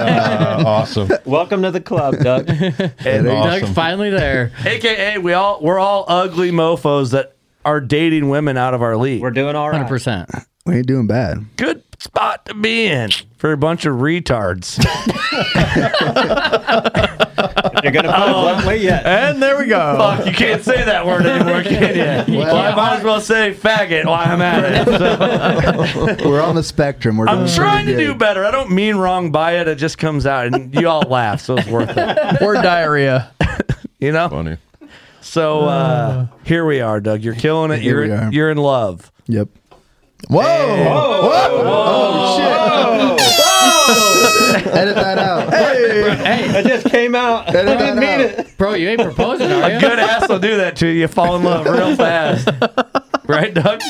[SPEAKER 9] awesome.
[SPEAKER 11] Welcome to the club, Doug.
[SPEAKER 1] And
[SPEAKER 3] Doug's finally there.
[SPEAKER 1] AKA, we all we're all ugly mofo's that are dating women out of our league. We're
[SPEAKER 11] doing all right.
[SPEAKER 3] 100%.
[SPEAKER 2] We ain't doing bad.
[SPEAKER 1] Good spot to be in for a bunch of retards.
[SPEAKER 11] You're gonna put it
[SPEAKER 1] Oh.
[SPEAKER 11] bluntly, yes.
[SPEAKER 8] And there we go.
[SPEAKER 1] Fuck, you can't say that word anymore, can you? Well, I might as well say faggot while I'm at it. So,
[SPEAKER 2] We're on the spectrum. We're
[SPEAKER 1] I'm
[SPEAKER 2] doing
[SPEAKER 1] trying to
[SPEAKER 2] pretty
[SPEAKER 1] do
[SPEAKER 2] good.
[SPEAKER 1] better. I don't mean wrong by it. It just comes out, and you all laugh, so it's worth it.
[SPEAKER 8] or diarrhea.
[SPEAKER 1] You know.
[SPEAKER 9] Funny.
[SPEAKER 1] So uh, here we are, Doug. You're killing it.
[SPEAKER 2] Here we
[SPEAKER 1] You're
[SPEAKER 2] are.
[SPEAKER 1] you're in love.
[SPEAKER 2] Yep.
[SPEAKER 8] Whoa. Oh,
[SPEAKER 2] Edit that out. Hey.
[SPEAKER 11] Hey, it just came out.
[SPEAKER 2] Edit that
[SPEAKER 11] didn't mean
[SPEAKER 2] out.
[SPEAKER 11] it.
[SPEAKER 3] Bro, you ain't proposing, are you?
[SPEAKER 1] Good ass will do that to you. You fall in love real fast, right, Doug?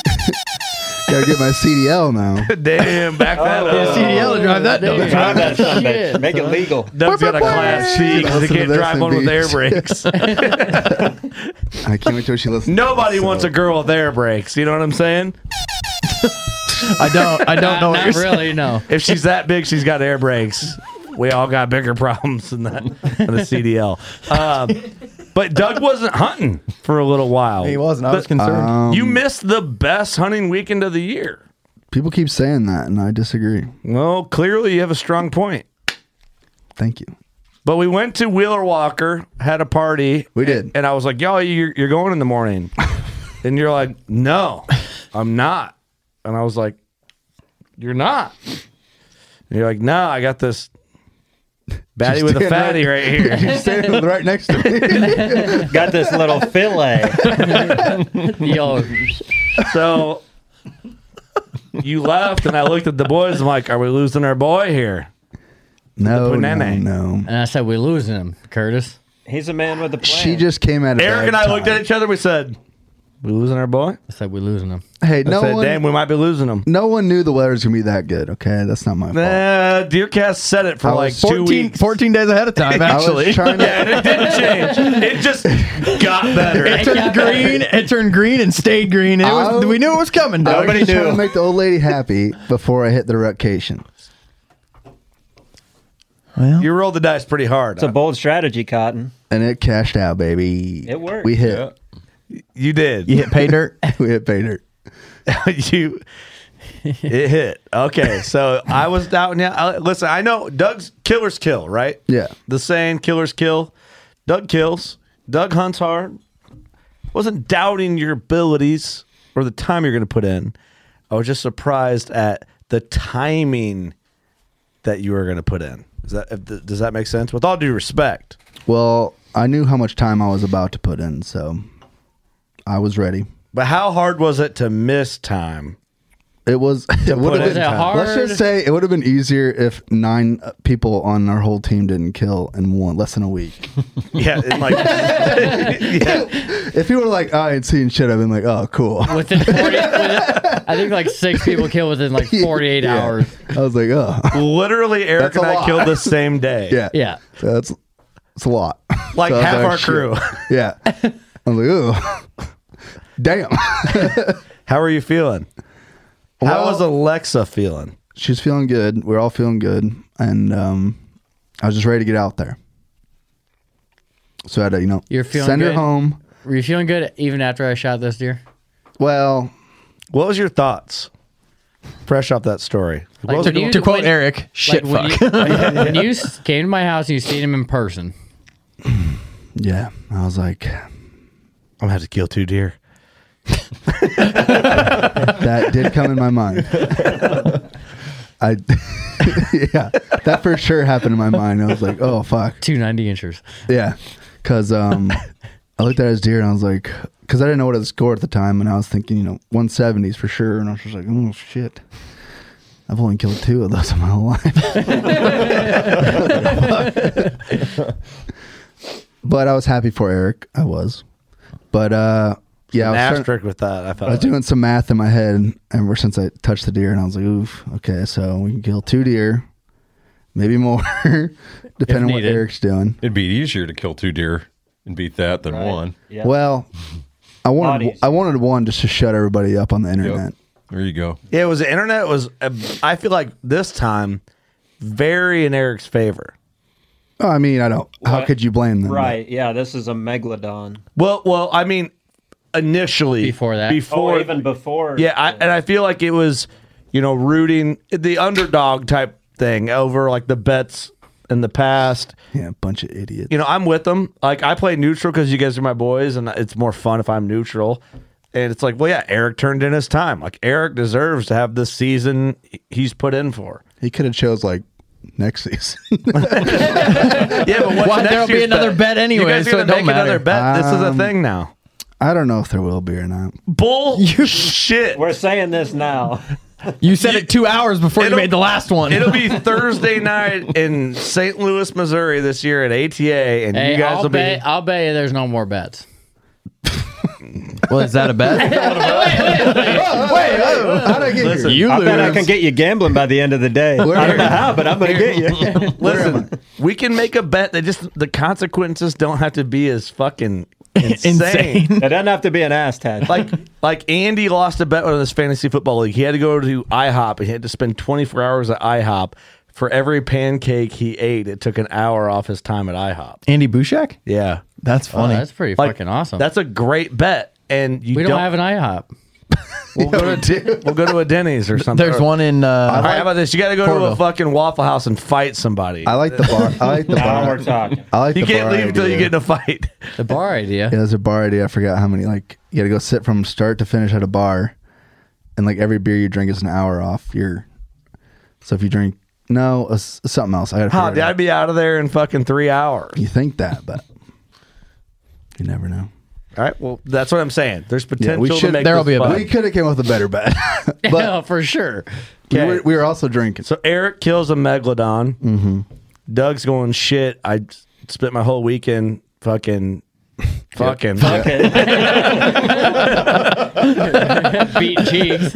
[SPEAKER 2] Gotta get my CDL now.
[SPEAKER 1] Damn, back that
[SPEAKER 11] Oh,
[SPEAKER 1] up.
[SPEAKER 11] yeah, see,
[SPEAKER 8] CDL to drive that dog.
[SPEAKER 11] Drive that son of a bitch.
[SPEAKER 3] Shit,
[SPEAKER 11] Make it legal.
[SPEAKER 1] Doug's got a class C because he
[SPEAKER 2] Listen to
[SPEAKER 1] can't
[SPEAKER 2] this
[SPEAKER 1] drive
[SPEAKER 2] and
[SPEAKER 1] one with
[SPEAKER 2] be-
[SPEAKER 1] air brakes.
[SPEAKER 2] I can't wait till she listens.
[SPEAKER 1] Nobody wants a girl with air brakes. You know what I'm saying?
[SPEAKER 8] I don't. I don't know what
[SPEAKER 3] Not
[SPEAKER 8] you're saying.
[SPEAKER 3] really, no.
[SPEAKER 1] If she's that big, she's got air brakes. We all got bigger problems than that than the CDL. Um, but Doug wasn't hunting for a little while.
[SPEAKER 8] He wasn't. I was
[SPEAKER 1] But um,
[SPEAKER 8] concerned.
[SPEAKER 1] you missed the best hunting weekend of the year.
[SPEAKER 2] People keep saying that, and I disagree.
[SPEAKER 1] Well, clearly you have a strong point.
[SPEAKER 2] Thank you.
[SPEAKER 1] But we went to Wheeler Walker, had a party.
[SPEAKER 2] We did.
[SPEAKER 1] And I was like, yo, you're, you're going in the morning. and you're like, no, I'm not. And I was like, you're not. And you're like, no, I got this baddie with a
[SPEAKER 2] standing
[SPEAKER 1] fatty
[SPEAKER 2] right-
[SPEAKER 1] right here.
[SPEAKER 2] You're standing right next to me.
[SPEAKER 11] Got this little fillet.
[SPEAKER 3] Yo,
[SPEAKER 1] so you left, and I looked at the boys. I'm like, are we losing our boy here?
[SPEAKER 2] No, no,
[SPEAKER 1] The banana.
[SPEAKER 2] no.
[SPEAKER 3] and I said, we losing him, Curtis.
[SPEAKER 11] He's a man with a plan.
[SPEAKER 2] She just came out of
[SPEAKER 1] Eric and I looked at each other. We said, we losing our boy?
[SPEAKER 3] I said, we losing him.
[SPEAKER 2] Hey,
[SPEAKER 1] I
[SPEAKER 2] no
[SPEAKER 1] said,
[SPEAKER 2] one,
[SPEAKER 1] damn, we might be losing him.
[SPEAKER 2] no one knew the weather's gonna be that good. Okay, that's not my fault.
[SPEAKER 1] Uh, Deercast said it for
[SPEAKER 2] I
[SPEAKER 1] like
[SPEAKER 2] was
[SPEAKER 1] two
[SPEAKER 8] 14,
[SPEAKER 1] weeks.
[SPEAKER 8] 14 days ahead of time,
[SPEAKER 2] I
[SPEAKER 8] actually.
[SPEAKER 2] was trying to.
[SPEAKER 1] it didn't change. It just got better.
[SPEAKER 8] It turned green. It turned green and stayed green. It was,
[SPEAKER 2] Oh.
[SPEAKER 8] we knew it was coming.
[SPEAKER 2] I
[SPEAKER 8] Doug.
[SPEAKER 2] was just trying to make the old lady happy before I hit the recation.
[SPEAKER 8] Well,
[SPEAKER 1] you rolled the dice pretty hard.
[SPEAKER 11] It's a bold strategy, Cotton.
[SPEAKER 2] and it cashed out, baby.
[SPEAKER 11] It worked.
[SPEAKER 2] We hit.
[SPEAKER 1] you did.
[SPEAKER 8] you hit pay dirt.
[SPEAKER 2] We hit pay dirt.
[SPEAKER 1] you. It hit. Okay, so I was doubting. Yeah, I- listen, I know Doug's killers kill, right?
[SPEAKER 2] Yeah.
[SPEAKER 1] The saying "killers kill," Doug kills. Doug hunts hard. Wasn't doubting your abilities or the time you're going to put in. I was just surprised at the timing that you were going to put in. Is that if th- does that make sense? With all due respect,
[SPEAKER 2] Well, I knew how much time I was about to put in, so I was ready.
[SPEAKER 1] But how hard was it to miss time?
[SPEAKER 2] It was. It would
[SPEAKER 1] put
[SPEAKER 2] have
[SPEAKER 1] in
[SPEAKER 2] been.
[SPEAKER 1] time.
[SPEAKER 2] Let's just say it would have been easier if nine uh, people on our whole team didn't kill in one less than a week.
[SPEAKER 1] Yeah, in like yeah.
[SPEAKER 2] if you were like, I ain't seen shit, I've been like, oh, cool.
[SPEAKER 3] Within 40, within- I think like six people killed within like 48
[SPEAKER 2] Yeah.
[SPEAKER 3] hours.
[SPEAKER 2] I was like, oh,
[SPEAKER 1] literally Eric
[SPEAKER 2] That's a
[SPEAKER 1] and I
[SPEAKER 2] lot.
[SPEAKER 1] killed the same day.
[SPEAKER 2] yeah,
[SPEAKER 3] Yeah.
[SPEAKER 2] So that's it's a lot.
[SPEAKER 1] Like
[SPEAKER 2] So I was
[SPEAKER 1] half our
[SPEAKER 2] shit.
[SPEAKER 1] crew.
[SPEAKER 2] Yeah, I'm like, ooh, damn.
[SPEAKER 1] How are you feeling? How
[SPEAKER 2] Well-
[SPEAKER 1] was Alexa feeling?
[SPEAKER 2] She's feeling good. We're all feeling good, and um, I was just ready to get out there. So I had to, you know,
[SPEAKER 3] You're feeling
[SPEAKER 2] send her
[SPEAKER 3] good?
[SPEAKER 2] home.
[SPEAKER 3] Were you feeling good even after I shot this deer?
[SPEAKER 2] Well,
[SPEAKER 1] What was your thoughts? Fresh off that story.
[SPEAKER 3] Like,
[SPEAKER 8] To,
[SPEAKER 3] when you-
[SPEAKER 8] to quote
[SPEAKER 3] when-
[SPEAKER 8] Eric, shit
[SPEAKER 3] like, when
[SPEAKER 8] fuck.
[SPEAKER 3] You, when you s- came to my house and you seen him in person,
[SPEAKER 2] yeah, I was like,
[SPEAKER 1] I'm gonna have to kill two deer.
[SPEAKER 2] that did come in my mind. I, yeah, that for sure happened in my mind. I was like, oh fuck,
[SPEAKER 3] 290 inches.
[SPEAKER 2] yeah, because um, I looked at his deer and I was like, because I didn't know what his score at the time, and I was thinking, you know, 170s for sure, and I was just like, oh shit, I've only killed two of those in my whole life. but I was happy for Eric. I was. But uh yeah, I
[SPEAKER 1] An
[SPEAKER 2] was starting-
[SPEAKER 1] asterisk with that. I
[SPEAKER 2] I
[SPEAKER 1] felt
[SPEAKER 2] was doing some math in my head ever since I touched the deer, and I was like, "Oof, okay, so we can kill two deer, maybe more, depending on what
[SPEAKER 9] needed.
[SPEAKER 2] Eric's doing."
[SPEAKER 9] It'd be easier to kill two deer and beat that than one.
[SPEAKER 2] Well, I wanted
[SPEAKER 9] Bodies.
[SPEAKER 2] I wanted one just to shut everybody up on the internet.
[SPEAKER 9] There you go.
[SPEAKER 1] Yeah, it was the internet was. uh, I feel like this time, very in Eric's favor.
[SPEAKER 2] Oh, I mean, I don't. How
[SPEAKER 11] What?
[SPEAKER 2] could you blame them?
[SPEAKER 11] Right. Yeah. This is a megalodon.
[SPEAKER 1] Well, well, I mean, initially before that, before
[SPEAKER 11] oh, even before.
[SPEAKER 1] yeah, I, and I feel like it was, you know, rooting the underdog type thing over like the bets in the past.
[SPEAKER 2] Yeah, a bunch of idiots.
[SPEAKER 1] You know, I'm with them. Like I play neutral because you guys are my boys, and it's more fun if I'm neutral. And it's like, well, yeah, Eric turned in his time. Like Eric deserves to have this season he's put in for.
[SPEAKER 2] He could have chose like next season.
[SPEAKER 1] Yeah, but what's
[SPEAKER 8] Why,
[SPEAKER 1] next
[SPEAKER 8] there'll be
[SPEAKER 1] year's
[SPEAKER 8] another bet
[SPEAKER 1] You
[SPEAKER 8] anyway,
[SPEAKER 1] guys are
[SPEAKER 8] so it
[SPEAKER 1] gonna
[SPEAKER 8] don't
[SPEAKER 1] make
[SPEAKER 8] matter.
[SPEAKER 1] another bet. This is a
[SPEAKER 2] Um,
[SPEAKER 1] thing now.
[SPEAKER 2] I don't know if there will be or not.
[SPEAKER 1] Bull shit.
[SPEAKER 11] We're saying this now.
[SPEAKER 8] You said it two hours before you made the last one.
[SPEAKER 1] It'll be Thursday night in St. Louis, Missouri this year at ATA, and
[SPEAKER 3] Hey,
[SPEAKER 1] you guys
[SPEAKER 3] I'll
[SPEAKER 1] will
[SPEAKER 3] bet. I'll bet you there's no more bets.
[SPEAKER 8] well, is that a bet?
[SPEAKER 2] Wait, how did I get
[SPEAKER 1] Listen,
[SPEAKER 2] here?
[SPEAKER 8] You
[SPEAKER 11] I bet I
[SPEAKER 8] lose.
[SPEAKER 11] can get you gambling by the end of the day.
[SPEAKER 2] Where
[SPEAKER 11] I don't
[SPEAKER 2] are
[SPEAKER 11] know
[SPEAKER 2] you?
[SPEAKER 11] how, but I'm going to get you.
[SPEAKER 1] be. Listen, we can make a bet that just the consequences don't have to be as fucking insane.
[SPEAKER 8] Insane.
[SPEAKER 11] It doesn't have to be an ass tag.
[SPEAKER 1] Like, like Andy lost a bet on this fantasy football league. He had to go to IHOP and he had to spend 24 hours at IHOP. For every pancake he ate, it took an hour off his time at IHOP.
[SPEAKER 8] Andy Bushak?
[SPEAKER 1] Yeah,
[SPEAKER 8] That's
[SPEAKER 3] Oh,
[SPEAKER 8] funny.
[SPEAKER 3] that's pretty
[SPEAKER 1] Like,
[SPEAKER 3] fucking awesome.
[SPEAKER 1] That's a great bet, and you
[SPEAKER 3] we
[SPEAKER 1] don't,
[SPEAKER 3] don't have an IHOP.
[SPEAKER 1] We'll go, to, we'll go to a Denny's or something.
[SPEAKER 8] There's one in.
[SPEAKER 1] All
[SPEAKER 8] Uh,
[SPEAKER 1] right, how about this? You got to go to a
[SPEAKER 8] Cornville.
[SPEAKER 1] fucking Waffle House and fight somebody.
[SPEAKER 2] I like the bar. I like the
[SPEAKER 11] Now
[SPEAKER 2] bar.
[SPEAKER 11] we're talking.
[SPEAKER 2] I like
[SPEAKER 1] you
[SPEAKER 2] the
[SPEAKER 1] can't
[SPEAKER 2] bar
[SPEAKER 1] leave until you
[SPEAKER 2] idea.
[SPEAKER 1] get in a fight.
[SPEAKER 3] The bar idea.
[SPEAKER 2] Yeah, there's a bar idea. I forgot how many. Like, you gotta go sit from start to finish at a bar, and like every beer you drink is an hour off your. So if you drink no uh, something else, I gotta.
[SPEAKER 1] Huh,
[SPEAKER 2] figure it
[SPEAKER 1] I'd
[SPEAKER 2] out.
[SPEAKER 1] be out of there in fucking three hours.
[SPEAKER 2] You think that, but you never know.
[SPEAKER 1] All right. Well, that's what I'm saying. There's potential.
[SPEAKER 2] we
[SPEAKER 1] to
[SPEAKER 2] should-
[SPEAKER 1] make
[SPEAKER 8] there'll
[SPEAKER 1] this
[SPEAKER 8] be a
[SPEAKER 1] fun.
[SPEAKER 8] bet.
[SPEAKER 2] We could have came up with a better bet,
[SPEAKER 3] Yeah,
[SPEAKER 2] but
[SPEAKER 3] for sure.
[SPEAKER 2] we,
[SPEAKER 1] Okay.
[SPEAKER 2] were, we were also drinking.
[SPEAKER 1] So Eric kills a megalodon. Mm-hmm. Doug's going shit. I spent my whole weekend fucking, fucking.
[SPEAKER 3] Beat cheeks.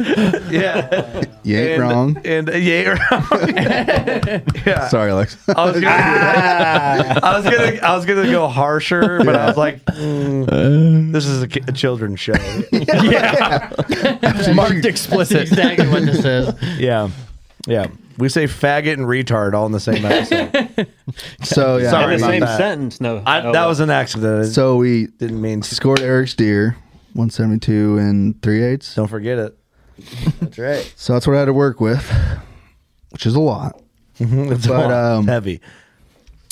[SPEAKER 1] Yeah.
[SPEAKER 2] You ain't
[SPEAKER 1] And-
[SPEAKER 2] wrong.
[SPEAKER 1] And yeah, yeah.
[SPEAKER 2] Sorry, Alex.
[SPEAKER 1] I was gonna, I was gonna, I was gonna go harsher, but I was like, mm, this is a, ki- a children's show.
[SPEAKER 8] marked explicit.
[SPEAKER 3] exactly what this is.
[SPEAKER 1] yeah, yeah. We say faggot and retard all in the same episode.
[SPEAKER 2] So Oh, yeah,
[SPEAKER 1] Sorry
[SPEAKER 11] In the
[SPEAKER 2] we-
[SPEAKER 1] about that.
[SPEAKER 11] same sentence. No. Oh,
[SPEAKER 1] I,
[SPEAKER 11] no
[SPEAKER 1] that
[SPEAKER 11] way.
[SPEAKER 1] was an accident. So
[SPEAKER 2] so we
[SPEAKER 1] didn't mean. To,
[SPEAKER 2] scored Eric's deer, one seventy two and three eighths.
[SPEAKER 1] don't forget it. That's right.
[SPEAKER 2] So that's what I had to work with, which is a lot.
[SPEAKER 1] It's
[SPEAKER 2] But,
[SPEAKER 1] but,
[SPEAKER 2] um,
[SPEAKER 1] heavy.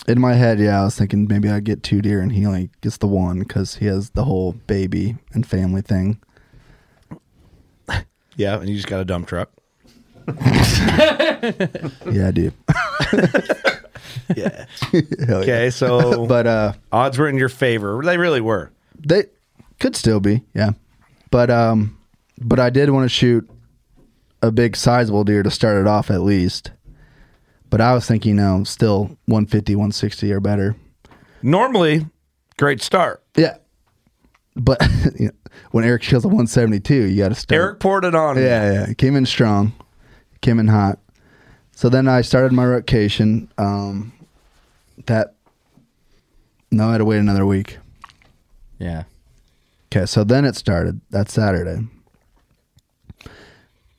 [SPEAKER 2] In my head, yeah, I was thinking maybe I'd get two deer and he only gets the one because he has the whole baby and family thing.
[SPEAKER 1] Yeah, and you just got a dump truck.
[SPEAKER 2] Yeah, I do.
[SPEAKER 1] Yeah.
[SPEAKER 2] Hell yeah.
[SPEAKER 1] Okay, so
[SPEAKER 2] But uh,
[SPEAKER 1] odds were in your favor. They really were.
[SPEAKER 2] they could still be, yeah. But um, but I did want to shoot a big sizable deer to start it off at least. But I was thinking, you know, still 150, 160 or better.
[SPEAKER 1] Normally, great start.
[SPEAKER 2] Yeah. But you know, when Eric kills a 172, you got to start.
[SPEAKER 1] Eric poured it on.
[SPEAKER 2] Yeah, yeah. It Came in strong. Came in hot. So then I started my rotation. Um, that no, I had to wait another week.
[SPEAKER 3] Yeah.
[SPEAKER 2] Okay, so then it started that Saturday,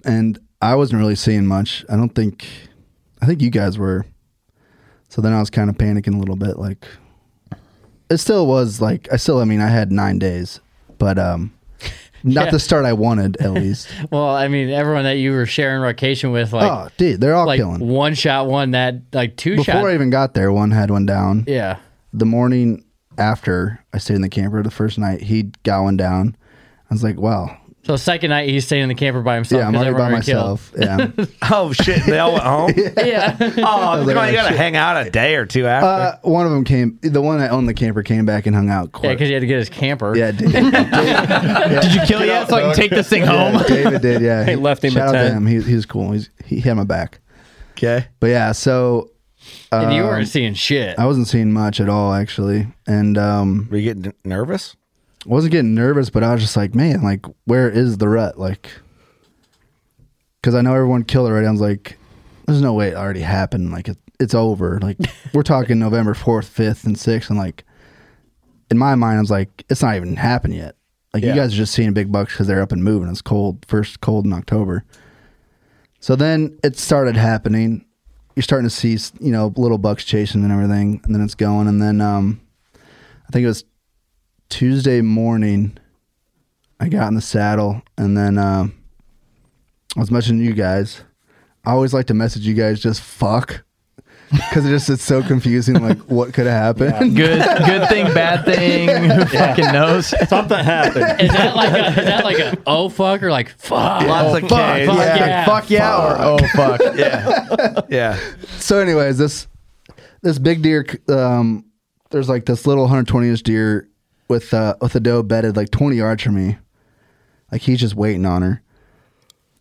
[SPEAKER 2] and I wasn't really seeing much. I don't think, I think you guys were. So then I was kind of panicking a little bit. Like, it still was like I still. I mean, I had nine days, but um, not the start I wanted at least.
[SPEAKER 3] Well, I mean, everyone that you were sharing vacation with, like,
[SPEAKER 2] oh, dude, they're all
[SPEAKER 3] like
[SPEAKER 2] killing.
[SPEAKER 3] one shot, one that, like two
[SPEAKER 2] Before
[SPEAKER 3] shot.
[SPEAKER 2] I even got there, one had one down.
[SPEAKER 3] yeah.
[SPEAKER 2] The morning after I stayed in the camper the first night, he got one down. I was like, wow.
[SPEAKER 3] So second night he's staying in the camper by himself.
[SPEAKER 2] Yeah, I'm
[SPEAKER 3] 'cause
[SPEAKER 2] already by
[SPEAKER 3] everyone already killed.
[SPEAKER 2] myself. Yeah.
[SPEAKER 1] Oh shit! They all went home.
[SPEAKER 3] Yeah.
[SPEAKER 1] Oh, come
[SPEAKER 2] like,
[SPEAKER 1] on, you
[SPEAKER 2] oh,
[SPEAKER 1] gotta
[SPEAKER 2] shit.
[SPEAKER 1] hang out a day or two after.
[SPEAKER 2] uh, one of them came, the one that owned the camper came back and hung out
[SPEAKER 3] yeah,
[SPEAKER 2] quick.
[SPEAKER 3] because he had to get his camper.
[SPEAKER 2] Yeah, David,
[SPEAKER 8] Did you kill yet? So I can take this thing home.
[SPEAKER 2] David did. Yeah,
[SPEAKER 11] He left him
[SPEAKER 2] Shout
[SPEAKER 11] a
[SPEAKER 2] out to
[SPEAKER 11] tent.
[SPEAKER 2] him. He, he was cool. He's, he had my back.
[SPEAKER 1] okay.
[SPEAKER 2] But yeah, so
[SPEAKER 3] And you
[SPEAKER 2] Um,
[SPEAKER 3] weren't seeing shit.
[SPEAKER 2] I wasn't seeing much at all, actually. And um,
[SPEAKER 1] were you getting nervous?
[SPEAKER 2] I wasn't getting nervous, but I was just like, man, like, where is the rut? Like, because I know everyone killed already. I was like, there's no way it already happened. Like, it, it's over. Like, we're talking November 4th, 5th, and 6th. And like, in my mind, I was like, it's not even happened yet. Like,
[SPEAKER 12] Yeah.
[SPEAKER 2] you guys are just seeing big bucks because they're up and moving. It's cold, first cold in October. So then it started happening. You're starting to see, you know, little bucks chasing and everything, and then it's going. And then um, I think it was Tuesday morning. I got in the saddle, and then um, I was messaging you guys. I always like to message you guys just fuck because it just it's so confusing. Like what could have happened?
[SPEAKER 8] Good, good thing, bad thing. Who fucking knows? Something happened.
[SPEAKER 3] Is that like a, is that like a oh fuck or like fuck?
[SPEAKER 8] Lots
[SPEAKER 3] oh,
[SPEAKER 8] of Ks.
[SPEAKER 3] fuck, fuck
[SPEAKER 8] Yeah.
[SPEAKER 3] yeah.
[SPEAKER 8] Fuck yeah,
[SPEAKER 2] or oh
[SPEAKER 8] fuck.
[SPEAKER 2] yeah.
[SPEAKER 1] Yeah.
[SPEAKER 2] So, anyways, this this big deer, um, there's like this little 120 inch deer with uh, with a doe bedded like 20 yards from me, like he's just waiting on her,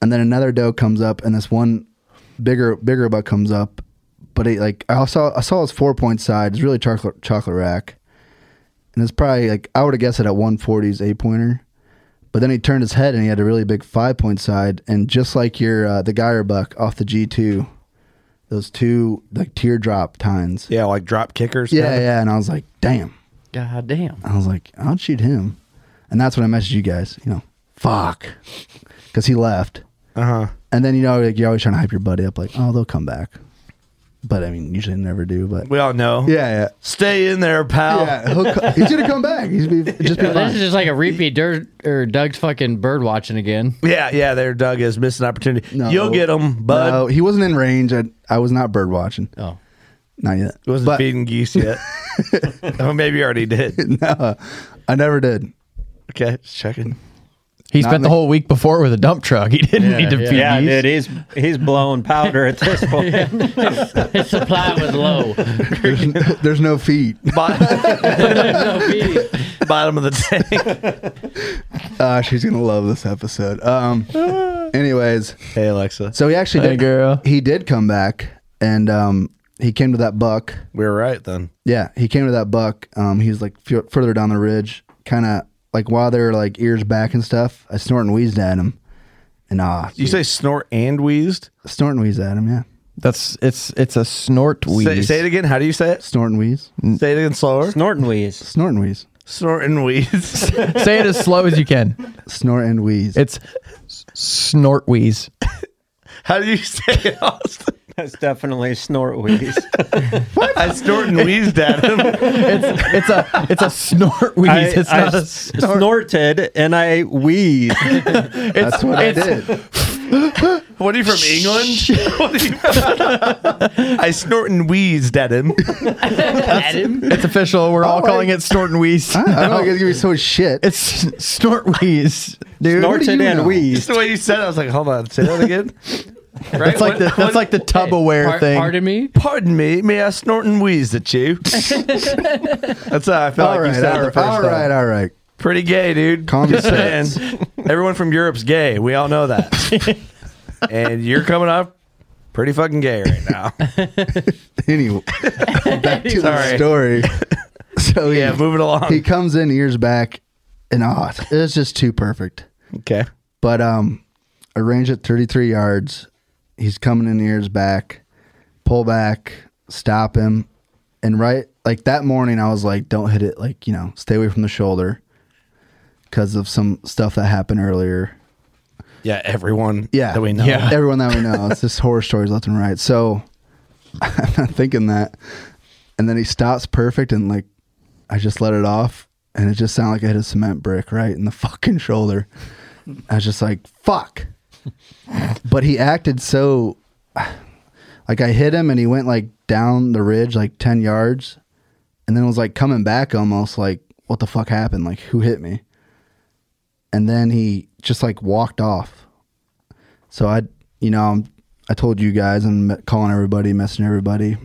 [SPEAKER 2] and then another doe comes up, and this one bigger bigger buck comes up, but he like I saw I saw his four point side, it's really chocolate chocolate rack, and it's probably like I would have guessed it at 140s eight pointer. But then he turned his head and he had a really big five point side, and just like your uh, the Geyer buck off the G two, those two like teardrop tines.
[SPEAKER 1] Yeah, like drop kickers.
[SPEAKER 2] Yeah,
[SPEAKER 1] kinda?
[SPEAKER 2] yeah. And I was like, damn.
[SPEAKER 8] God damn.
[SPEAKER 2] I was like, I'll shoot him, and that's when I messaged you guys. You know, fuck, because he left.
[SPEAKER 1] Uh huh.
[SPEAKER 2] And then you know, like you're always trying to hype your buddy up, like, oh, they'll come back. But I mean, usually they never do. But
[SPEAKER 1] We all know.
[SPEAKER 2] Yeah, yeah.
[SPEAKER 1] Stay in there, pal.
[SPEAKER 2] Yeah, he'll co- he's gonna come back. He's be, just
[SPEAKER 3] So
[SPEAKER 2] be
[SPEAKER 3] this
[SPEAKER 2] fine.
[SPEAKER 3] is just like a repeat dirt or Doug's fucking bird watching again.
[SPEAKER 1] Yeah, yeah. There, Doug has missed an opportunity. You'll get him, bud.
[SPEAKER 2] No, he wasn't in range. I, I was not bird watching.
[SPEAKER 3] Oh,
[SPEAKER 2] not yet.
[SPEAKER 1] He wasn't feeding geese yet. oh, maybe you already did.
[SPEAKER 2] no, I never did.
[SPEAKER 1] Okay, just checking.
[SPEAKER 8] He
[SPEAKER 2] Not
[SPEAKER 8] spent the
[SPEAKER 2] me.
[SPEAKER 8] whole week before with a dump truck. He didn't need to
[SPEAKER 11] yeah.
[SPEAKER 8] feed
[SPEAKER 11] Yeah,
[SPEAKER 8] these.
[SPEAKER 11] dude, he's he's blowing powder at this point.
[SPEAKER 3] His supply was low.
[SPEAKER 2] There's, there's no feet.
[SPEAKER 1] Bottom of the
[SPEAKER 2] tank. uh, she's gonna love this episode. Um, anyways,
[SPEAKER 1] hey Alexa.
[SPEAKER 2] So he actually
[SPEAKER 1] Hey,
[SPEAKER 2] did. girl. He did come back, and um, he came to that buck.
[SPEAKER 1] We were right then.
[SPEAKER 2] Yeah, he came to that buck. Um, he was like fu- further down the ridge, kind of like while they were like ears back and stuff. I snort and wheezed at him, and ah,
[SPEAKER 1] You say snort and wheezed?
[SPEAKER 2] snort and wheezed at him. Yeah,
[SPEAKER 8] That's it's it's a snort wheeze.
[SPEAKER 1] Say, say it again. How do you say it?
[SPEAKER 2] Snort and wheeze.
[SPEAKER 1] Say it again slower.
[SPEAKER 11] Snort and wheeze.
[SPEAKER 2] Snort and wheeze.
[SPEAKER 1] Snort and wheeze.
[SPEAKER 8] Say it as slow as you can.
[SPEAKER 2] Snort and wheeze.
[SPEAKER 8] It's s- snort wheeze.
[SPEAKER 1] How do you say it, Austin?
[SPEAKER 11] That's definitely snort wheeze.
[SPEAKER 1] I snort and wheezed at him.
[SPEAKER 8] it's it's a it's a snort wheeze.
[SPEAKER 11] I,
[SPEAKER 8] it's
[SPEAKER 11] I
[SPEAKER 8] not a
[SPEAKER 11] s- snorted and I wheezed.
[SPEAKER 2] That's what I did.
[SPEAKER 1] What are you from England? What are you- I snort and wheezed at him.
[SPEAKER 3] at him.
[SPEAKER 8] It's official. We're all calling it snort and wheeze.
[SPEAKER 2] Oh I, I don't
[SPEAKER 8] now.
[SPEAKER 2] know. You guys give me so much shit.
[SPEAKER 8] It's s- snort wheeze, dude.
[SPEAKER 2] What do you know?
[SPEAKER 1] Just the way you said it, I was like, hold on, say that again. Right?
[SPEAKER 8] That's like the that's like the Tupperware
[SPEAKER 3] Par-
[SPEAKER 8] thing.
[SPEAKER 3] Pardon me.
[SPEAKER 1] Pardon me, may I snort and wheeze at you? That's how I felt
[SPEAKER 2] All
[SPEAKER 1] like
[SPEAKER 2] right,
[SPEAKER 1] you said
[SPEAKER 2] all
[SPEAKER 1] it the
[SPEAKER 2] right,
[SPEAKER 1] first
[SPEAKER 2] all
[SPEAKER 1] time.
[SPEAKER 2] right, all right.
[SPEAKER 1] Pretty gay, dude.
[SPEAKER 2] Calm your
[SPEAKER 1] Just saying. Everyone from Europe's gay. We all know that. and you're coming up pretty fucking gay right now.
[SPEAKER 2] Anyway, back to the
[SPEAKER 1] Sorry.
[SPEAKER 2] story. So
[SPEAKER 1] Yeah,
[SPEAKER 2] he-
[SPEAKER 1] moving along.
[SPEAKER 2] He comes in years back, and ah, it was just too perfect.
[SPEAKER 1] Okay.
[SPEAKER 2] But um, I range at 33 yards. He's coming in years back, pull back, stop him, and right like that morning, I was like, don't hit it. Like you know, stay away from the shoulder because of some stuff that happened earlier.
[SPEAKER 1] Yeah, everyone
[SPEAKER 2] Yeah.
[SPEAKER 1] that we know.
[SPEAKER 2] Everyone that we know. It's just horror stories left and right. So I'm not thinking that. And then he stops perfect and like I just let it off and it just sounded like I hit a cement brick right in the fucking shoulder. I was just like, fuck. But he acted so like I hit him and he went like down the ridge like ten yards and then was like coming back almost like what the fuck happened? Like who hit me? And then he just like walked off. So I, you know, I'm, I told you guys and me- calling everybody, messaging everybody,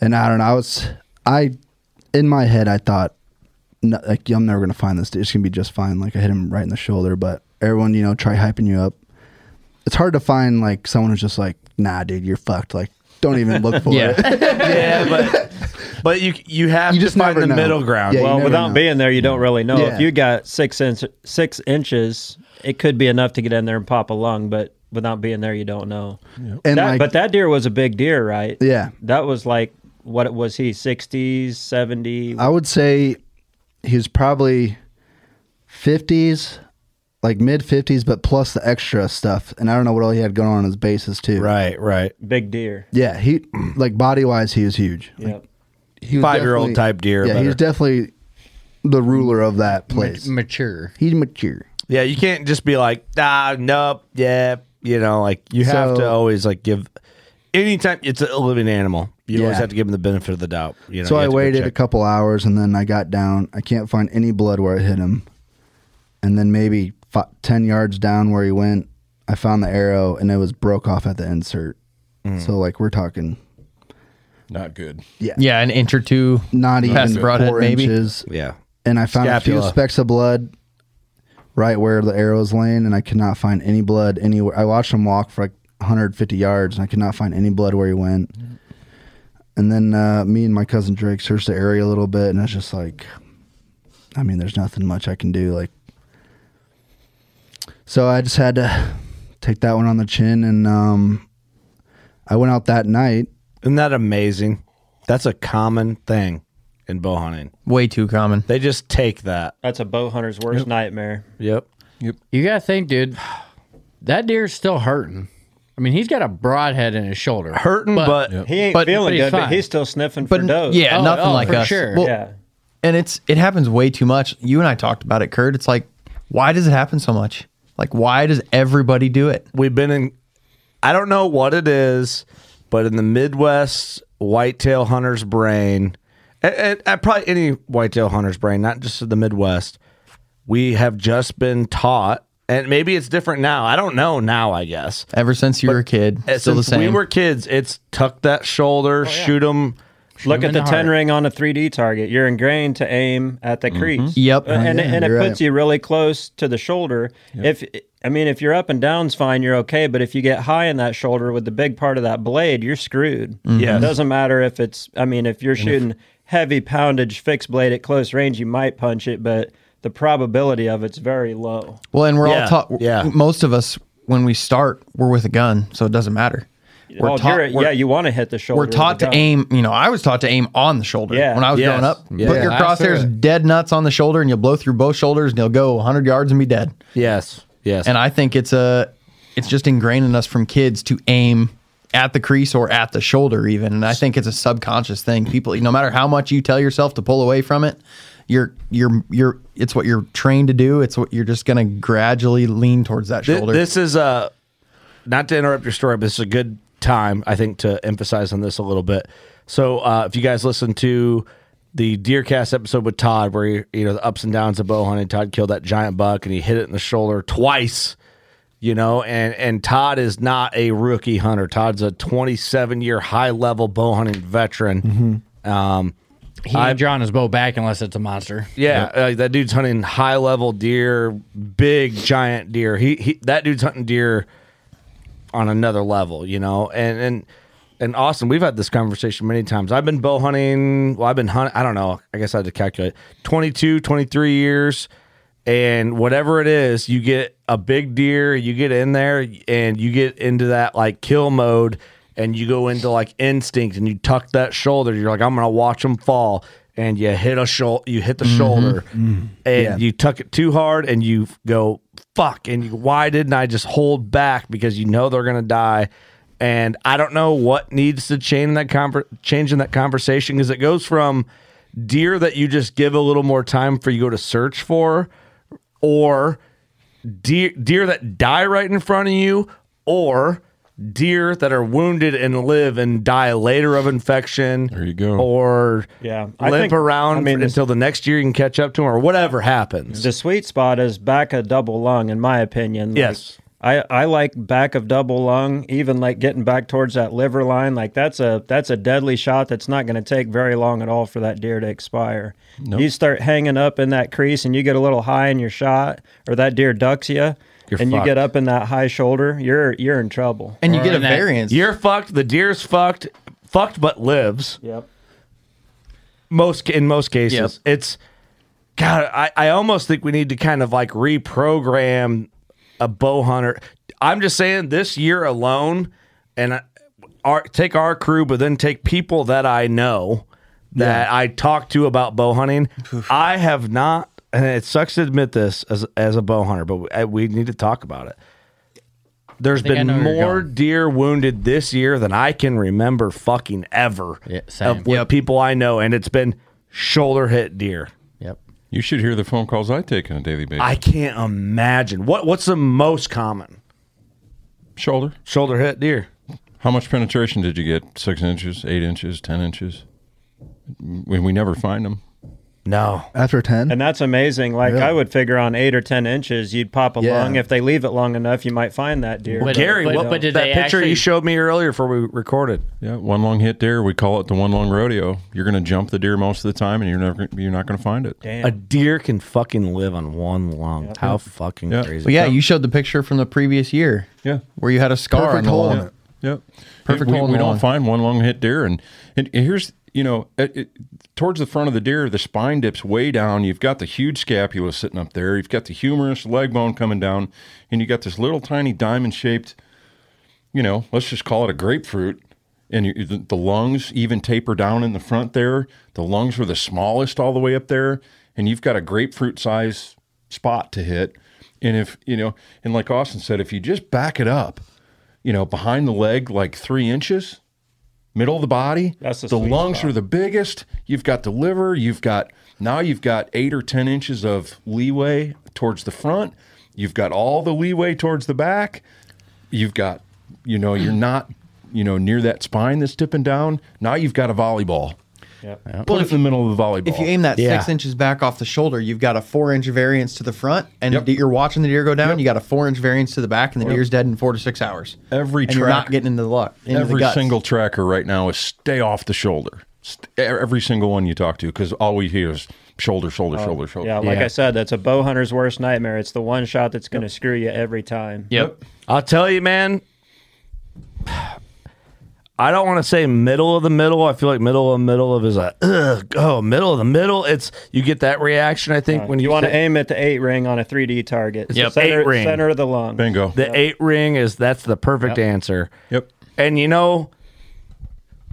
[SPEAKER 2] and I don't know. I was, I, in my head, I thought, no, like I'm never gonna find this. dude. It's gonna be just fine. Like I hit him right in the shoulder, but everyone, you know, try hyping you up. It's hard to find like someone who's just like, nah, dude, you're fucked. Like don't even look for
[SPEAKER 3] Yeah.
[SPEAKER 2] it.
[SPEAKER 1] yeah, but but you you have
[SPEAKER 2] You
[SPEAKER 1] to
[SPEAKER 2] just
[SPEAKER 1] find
[SPEAKER 2] never
[SPEAKER 1] the
[SPEAKER 2] know.
[SPEAKER 1] middle ground.
[SPEAKER 2] Yeah, you
[SPEAKER 11] well,
[SPEAKER 2] never
[SPEAKER 11] without
[SPEAKER 2] know.
[SPEAKER 11] being there, you don't really know.
[SPEAKER 2] Yeah.
[SPEAKER 11] If you got six inch, six inches, it could be enough to get in there and pop a lung, but without being there, you don't know.
[SPEAKER 2] And,
[SPEAKER 11] That-
[SPEAKER 2] like-
[SPEAKER 11] but that deer was a big deer, right?
[SPEAKER 2] Yeah.
[SPEAKER 11] that was like what was he? Sixties, seventy?
[SPEAKER 2] I would say he was probably 50s, like mid 50s, but plus the extra stuff. And I don't know what all he had going on in his bases, too.
[SPEAKER 1] Right, right.
[SPEAKER 11] Big deer.
[SPEAKER 2] Yeah, he, like body wise, he was huge. Like,
[SPEAKER 11] Yep.
[SPEAKER 2] he was
[SPEAKER 1] Five-year-old
[SPEAKER 2] definitely-
[SPEAKER 1] type deer or
[SPEAKER 2] Yeah, he was definitely the ruler of that place.
[SPEAKER 3] mature.
[SPEAKER 2] He's mature.
[SPEAKER 1] Yeah, you can't just be like, ah, nope, yeah, you know, like you have
[SPEAKER 2] So-
[SPEAKER 1] to always like give. Anytime it's a living animal, you always
[SPEAKER 2] Yeah.
[SPEAKER 1] have to give them the benefit of the doubt. You know,
[SPEAKER 2] so
[SPEAKER 1] you
[SPEAKER 2] I
[SPEAKER 1] have to go
[SPEAKER 2] waited a
[SPEAKER 1] check.
[SPEAKER 2] couple hours and then I got down. I can't find any blood where it hit him. And then maybe fi 10 yards down where he went, I found the arrow and it was broke off at the insert.
[SPEAKER 1] Mm.
[SPEAKER 2] So, like, we're talking
[SPEAKER 9] Not good.
[SPEAKER 8] Yeah, an inch or two.
[SPEAKER 2] not
[SPEAKER 8] Past
[SPEAKER 2] even
[SPEAKER 8] the broadhead,
[SPEAKER 2] four
[SPEAKER 8] maybe?
[SPEAKER 2] inches.
[SPEAKER 1] Yeah,
[SPEAKER 2] And I found a few
[SPEAKER 1] Scapula.
[SPEAKER 2] specks of blood right where the arrow's laying, and I could not find any blood anywhere. I watched him walk for like 150 yards, and I could not find any blood where he went. And then uh, me and my cousin Drake searched the area a little bit, and I was just like, I mean, there's nothing much I can do. Like, so I just had to take that one on the chin, and um, I went out that night.
[SPEAKER 1] isn't that amazing? That's a common thing in bow hunting.
[SPEAKER 8] Way too common.
[SPEAKER 1] They just take that.
[SPEAKER 11] That's a bow hunter's worst nightmare.
[SPEAKER 1] Yep.
[SPEAKER 3] You gotta think, dude. That deer's still hurting. I mean, he's got a broadhead in his shoulder.
[SPEAKER 1] Hurting, Mm, but,
[SPEAKER 11] He ain't
[SPEAKER 8] But-
[SPEAKER 11] feeling
[SPEAKER 3] but he's
[SPEAKER 11] good,
[SPEAKER 3] fine.
[SPEAKER 11] but he's still sniffing
[SPEAKER 8] But
[SPEAKER 11] for does.
[SPEAKER 8] yeah,
[SPEAKER 3] Oh,
[SPEAKER 8] nothing
[SPEAKER 3] oh,
[SPEAKER 8] like
[SPEAKER 3] for
[SPEAKER 8] us.
[SPEAKER 3] sure.
[SPEAKER 8] Well,
[SPEAKER 11] yeah.
[SPEAKER 8] and it's it happens way too much. You and I talked about it, Kurt. It's like, why does it happen so much? Like, why does everybody do it?
[SPEAKER 1] we've been in I don't know what it is, but in the Midwest whitetail hunter's brain, and, and, and probably any whitetail hunter's brain, not just in the Midwest, we have just been taught, and maybe it's different now. I don't know now, I guess.
[SPEAKER 8] Ever since you were a kid,
[SPEAKER 1] Uh,
[SPEAKER 8] still the
[SPEAKER 1] Since
[SPEAKER 8] same.
[SPEAKER 1] we were kids, it's tuck that shoulder, shoot 'em.
[SPEAKER 11] Oh, Look
[SPEAKER 3] him
[SPEAKER 11] at
[SPEAKER 3] in
[SPEAKER 11] the
[SPEAKER 3] the
[SPEAKER 11] ten
[SPEAKER 3] heart.
[SPEAKER 11] ring on a 3D target. You're ingrained to aim at
[SPEAKER 1] Mm-hmm.
[SPEAKER 11] the crease.
[SPEAKER 8] Yep.
[SPEAKER 11] Uh, and
[SPEAKER 2] yeah,
[SPEAKER 11] and it
[SPEAKER 2] you're
[SPEAKER 11] puts
[SPEAKER 2] right.
[SPEAKER 11] you really close to the shoulder. If I mean, if you're up and down's fine, you're okay. But if you get high in that shoulder with the big part of that blade, you're screwed.
[SPEAKER 8] Mm-hmm.
[SPEAKER 11] Yeah, it doesn't matter if it's. I mean, if you're shooting heavy poundage fixed blade at close range, you might punch it, but the probability of it's very low.
[SPEAKER 8] well, and we're
[SPEAKER 1] Yeah,
[SPEAKER 8] all taught.
[SPEAKER 1] yeah.
[SPEAKER 8] Most of us, when we start, we're with a gun, so it doesn't matter. We're
[SPEAKER 11] Well,
[SPEAKER 8] taught.
[SPEAKER 11] Oh, you're-
[SPEAKER 8] we're-
[SPEAKER 11] yeah, you want to hit the shoulder.
[SPEAKER 8] we're
[SPEAKER 11] with
[SPEAKER 8] taught
[SPEAKER 11] the
[SPEAKER 8] to
[SPEAKER 11] gun.
[SPEAKER 8] aim. You know, I was taught to aim on the shoulder
[SPEAKER 11] Yeah.
[SPEAKER 8] when I was
[SPEAKER 1] Yes.
[SPEAKER 8] growing up.
[SPEAKER 1] Yeah.
[SPEAKER 8] Put your
[SPEAKER 1] Yeah,
[SPEAKER 8] crosshairs dead nuts on the shoulder, and you'll blow through both shoulders, and you'll go 100 yards and be dead.
[SPEAKER 1] Yes. Yes.
[SPEAKER 8] And I think it's a, it's just ingrained in us from kids to aim at the crease or at the shoulder even. And I think it's a subconscious thing. People, no matter how much you tell yourself to pull away from it, you're you're you're it's what you're trained to do. It's what you're just gonna gradually lean towards that
[SPEAKER 1] Th-
[SPEAKER 8] shoulder.
[SPEAKER 1] This is a not to interrupt your story, but this is a good time I think to emphasize on this a little bit. So uh, if you guys listen to the DeerCast episode with Todd, where he, you know the ups and downs of bow hunting, Todd killed that giant buck and he hit it in the shoulder twice. You know, and and Todd is not a rookie hunter. Todd's a 27 year high level bow hunting veteran. Um,
[SPEAKER 3] He ain't drawing his bow back unless it's a monster.
[SPEAKER 1] yeah, uh, that dude's hunting high level deer, big giant deer. He, he that dude's hunting deer on another level, you know. And and and Austin, we've had this conversation many times. I've been bow hunting. Well, I've been hunting. I don't know. I guess I had to calculate 22, 23 years, and whatever it is, you get a big deer. You get in there and you get into that like kill mode, and you go into like instinct, and you tuck that shoulder. You're like, I'm gonna watch them fall. And you hit a shoulder, you hit the
[SPEAKER 8] Mm-hmm.
[SPEAKER 1] shoulder, and you tuck it too hard, and you go fuck and you, why didn't i just hold back because you know they're going to die and i don't know what needs to change in that conver- change in that conversation because it goes from deer that you just give a little more time for you go to search for or deer, deer that die right in front of you or deer that are wounded and live and die later of infection there
[SPEAKER 9] you go.
[SPEAKER 1] or
[SPEAKER 11] Yeah, I
[SPEAKER 1] limp
[SPEAKER 11] think-
[SPEAKER 1] around
[SPEAKER 11] I mean, this-
[SPEAKER 1] until the next year you can catch up to them or whatever happens
[SPEAKER 11] The sweet spot is back of double lung, in my opinion. Like,
[SPEAKER 1] Yes.
[SPEAKER 11] I, I like back of double lung, even like getting back towards that liver line. Like that's a that's a deadly shot that's not going to take very long at all for that deer to expire. You start hanging up in that crease and you get a little high in your shot, or that deer ducks you.
[SPEAKER 1] You're
[SPEAKER 11] and you
[SPEAKER 1] fucked.
[SPEAKER 11] get up in that high shoulder, you're you're in trouble.
[SPEAKER 1] Or in that- You're fucked. The deer's fucked. Fucked but lives.
[SPEAKER 11] Yep.
[SPEAKER 1] Most in most cases, it's God. I I almost think we need to kind of like reprogram a bow hunter. I'm just saying this year alone, and I, our, take our crew, but then take people that I know that I talk to about bow hunting. I have not, and it sucks to admit this as as a bow hunter, but we, I- we need to talk about it. There's
[SPEAKER 3] think I
[SPEAKER 1] been
[SPEAKER 3] know where you're
[SPEAKER 1] more deer wounded this year than I can remember fucking ever
[SPEAKER 3] same.
[SPEAKER 1] of what people I know, and it's been shoulder hit deer.
[SPEAKER 3] Yep.
[SPEAKER 9] You should hear the phone calls I take on a daily basis.
[SPEAKER 1] I can't imagine what what's the most common
[SPEAKER 9] shoulder
[SPEAKER 1] shoulder hit deer.
[SPEAKER 9] How much penetration did you get? Six inches, eight inches, ten inches? We, we never find them.
[SPEAKER 1] No.
[SPEAKER 2] After 10?
[SPEAKER 11] And that's amazing. Like
[SPEAKER 2] Yeah.
[SPEAKER 11] I would figure on eight or ten inches, you'd pop a
[SPEAKER 2] Yeah.
[SPEAKER 11] lung. If they leave it long enough, you might find that deer.
[SPEAKER 1] Well, Gary, what, that picture you showed me earlier before we recorded?
[SPEAKER 9] Yeah, one long hit deer. We call it the one long rodeo. You're going to jump the deer most of the time, and you're never you're not going to find it.
[SPEAKER 11] Damn.
[SPEAKER 1] A deer can fucking live on one lung. How fucking
[SPEAKER 9] Yeah.
[SPEAKER 1] crazy!
[SPEAKER 8] Well, yeah, you showed the picture from the previous year.
[SPEAKER 9] Yeah.
[SPEAKER 8] Where you had a scar
[SPEAKER 9] Perfect
[SPEAKER 8] on the
[SPEAKER 9] hole
[SPEAKER 8] lung.
[SPEAKER 9] in it. Yep.
[SPEAKER 8] Perfect
[SPEAKER 9] We,
[SPEAKER 8] hole in
[SPEAKER 9] we
[SPEAKER 8] the
[SPEAKER 9] don't
[SPEAKER 8] lung.
[SPEAKER 9] find one long hit deer, and and here's you know it, it, towards the front of the deer, the spine dips way down. You've got the huge scapula sitting up there. You've got the humerus, leg bone coming down, and you got this little tiny diamond shaped, you know, let's just call it a grapefruit. And you, the, the lungs even taper down in the front there. The lungs were the smallest all the way up there, and you've got a grapefruit size spot to hit. And if you know, and like Austin said, if you just back it up, you know, behind the leg, like three inches, middle of the body.
[SPEAKER 11] That's the
[SPEAKER 9] the
[SPEAKER 11] sweet
[SPEAKER 9] lungs
[SPEAKER 11] spot.
[SPEAKER 9] are the biggest. You've got the liver. You've got now you've got eight or ten inches of leeway towards the front. You've got all the leeway towards the back. You've got, you know, you're not, you know, near that spine that's dipping down. Now you've got a volleyball.
[SPEAKER 11] Yep.
[SPEAKER 9] Put it in the middle of the volleyball.
[SPEAKER 8] If you aim that
[SPEAKER 9] Yeah.
[SPEAKER 8] six inches back off the shoulder, you've got a four inch variance to the front, and you're watching the deer go down. You got a four inch variance to the back, and the
[SPEAKER 9] Yep.
[SPEAKER 8] deer's dead in four to six hours.
[SPEAKER 9] Every
[SPEAKER 8] and you're not
[SPEAKER 9] track-
[SPEAKER 8] getting into the luck. Into
[SPEAKER 9] every
[SPEAKER 8] the guts.
[SPEAKER 9] single tracker right now is stay off the shoulder. St- e, Every single one you talk to, because all we hear is shoulder, shoulder, shoulder, shoulder.
[SPEAKER 11] Oh, Yeah, like I said, that's a bow hunter's worst nightmare. It's the one shot that's going to screw you every time.
[SPEAKER 1] Yep. I'll tell you, man. I don't want to say middle of the middle. I feel like middle of the middle of is a ugh, oh middle of the middle. It's you get that reaction. I
[SPEAKER 3] Uh,
[SPEAKER 1] think when
[SPEAKER 11] Uh, you,
[SPEAKER 1] you,
[SPEAKER 11] want to
[SPEAKER 1] say-
[SPEAKER 11] aim at the eight ring on a 3D target.
[SPEAKER 1] Yep.
[SPEAKER 11] Center,
[SPEAKER 1] Eight ring.
[SPEAKER 11] center of the lung.
[SPEAKER 9] Bingo.
[SPEAKER 1] The eight ring is that's the perfect
[SPEAKER 11] Yep.
[SPEAKER 1] answer.
[SPEAKER 9] Yep.
[SPEAKER 1] And you know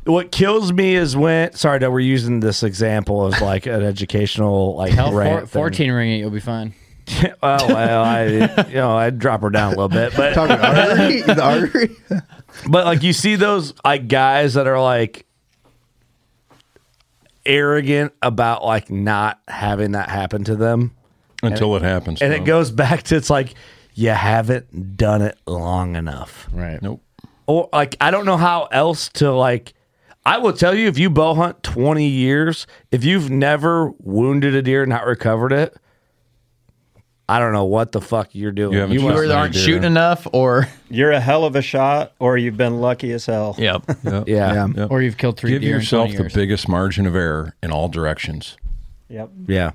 [SPEAKER 1] what kills me is when sorry that we're using this example as like an educational like
[SPEAKER 3] Hell,
[SPEAKER 1] rant
[SPEAKER 3] four,
[SPEAKER 1] thing.
[SPEAKER 3] 14 ring it, you'll be fine.
[SPEAKER 1] well, well, I, you know, I'd drop her down a little bit, but
[SPEAKER 3] Talking
[SPEAKER 2] artery? The artery?
[SPEAKER 1] but like you see those like guys that are like arrogant about like not having that happen to them
[SPEAKER 9] Until
[SPEAKER 1] And
[SPEAKER 9] it happens
[SPEAKER 1] and
[SPEAKER 9] to
[SPEAKER 1] it
[SPEAKER 9] them.
[SPEAKER 1] goes back to it's like you haven't done it long enough,
[SPEAKER 3] right?
[SPEAKER 9] Nope.
[SPEAKER 1] Or like I don't know how else to like. I will tell you if you bow hunt twenty years, if you've never wounded a deer and not recovered it, I don't know what the fuck you're doing.
[SPEAKER 8] you
[SPEAKER 1] must-
[SPEAKER 8] either aren't shooting enough, or
[SPEAKER 11] You're a hell of a shot, or you've been lucky as hell.
[SPEAKER 8] Yep.
[SPEAKER 9] Yep.
[SPEAKER 1] Yeah.
[SPEAKER 9] Yep.
[SPEAKER 3] Or you've killed three
[SPEAKER 9] Give
[SPEAKER 3] deer in
[SPEAKER 9] yourself
[SPEAKER 3] 20
[SPEAKER 9] the
[SPEAKER 3] years.
[SPEAKER 9] biggest margin of error in all directions.
[SPEAKER 11] Yep.
[SPEAKER 1] Yeah.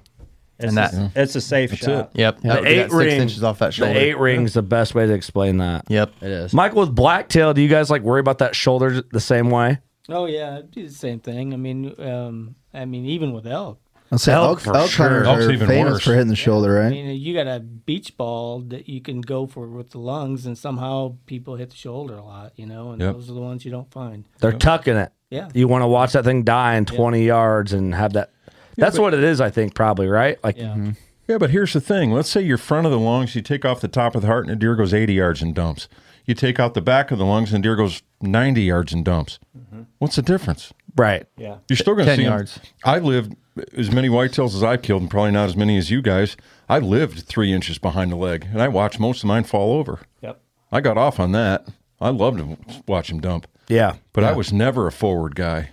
[SPEAKER 8] And
[SPEAKER 11] It's, a,
[SPEAKER 8] that-
[SPEAKER 11] it's a safe
[SPEAKER 9] That's
[SPEAKER 11] shot.
[SPEAKER 9] it. Yep.
[SPEAKER 1] The eight ring, The eight ring's the best way to explain that.
[SPEAKER 8] Yep,
[SPEAKER 3] it is.
[SPEAKER 1] Michael with blacktail. Do you guys like worry about that shoulder the same way?
[SPEAKER 10] Oh yeah, I'd do the same thing. I mean, um, I mean, even with elk.
[SPEAKER 2] I'll say elk, elk hunters are famous for hitting the shoulder,
[SPEAKER 10] I
[SPEAKER 2] right?
[SPEAKER 10] mean, you got a beach ball that you can go for with the lungs, and somehow people hit the shoulder a lot, you know, and
[SPEAKER 1] Yep.
[SPEAKER 10] those are the ones you don't find.
[SPEAKER 1] They're tucking it.
[SPEAKER 10] Yeah.
[SPEAKER 1] You want to watch that thing die in 20 yards and have that. That's what it is, I think, probably, right? Like, mm-hmm.
[SPEAKER 9] Yeah, but here's the thing. Let's say your front of the lungs, you take off the top of the heart, and a deer goes 80 yards and dumps. You take out the back of the lungs, and deer goes 90 yards and dumps.
[SPEAKER 11] Mm-hmm.
[SPEAKER 9] What's the difference?
[SPEAKER 1] Right.
[SPEAKER 11] Yeah.
[SPEAKER 9] You're still going to
[SPEAKER 8] 10
[SPEAKER 9] see 'em.
[SPEAKER 8] yards.
[SPEAKER 9] I lived as many whitetails as I've killed, and probably not as many as you guys. I lived three inches behind the leg, and I watched most of mine fall over.
[SPEAKER 11] Yep.
[SPEAKER 9] I got off on that. I loved to watch him dump.
[SPEAKER 1] Yeah.
[SPEAKER 9] But I was never a forward guy.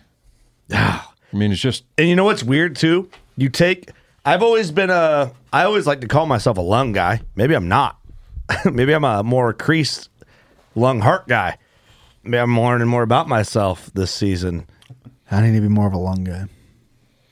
[SPEAKER 9] I mean, it's just
[SPEAKER 1] And you know what's weird too? You take. I've always been a. I always like to call myself a lung guy. Maybe I'm not. Maybe I'm a more creased lung heart guy. Maybe I'm learning more about myself this season.
[SPEAKER 2] I need to be more of a lung guy.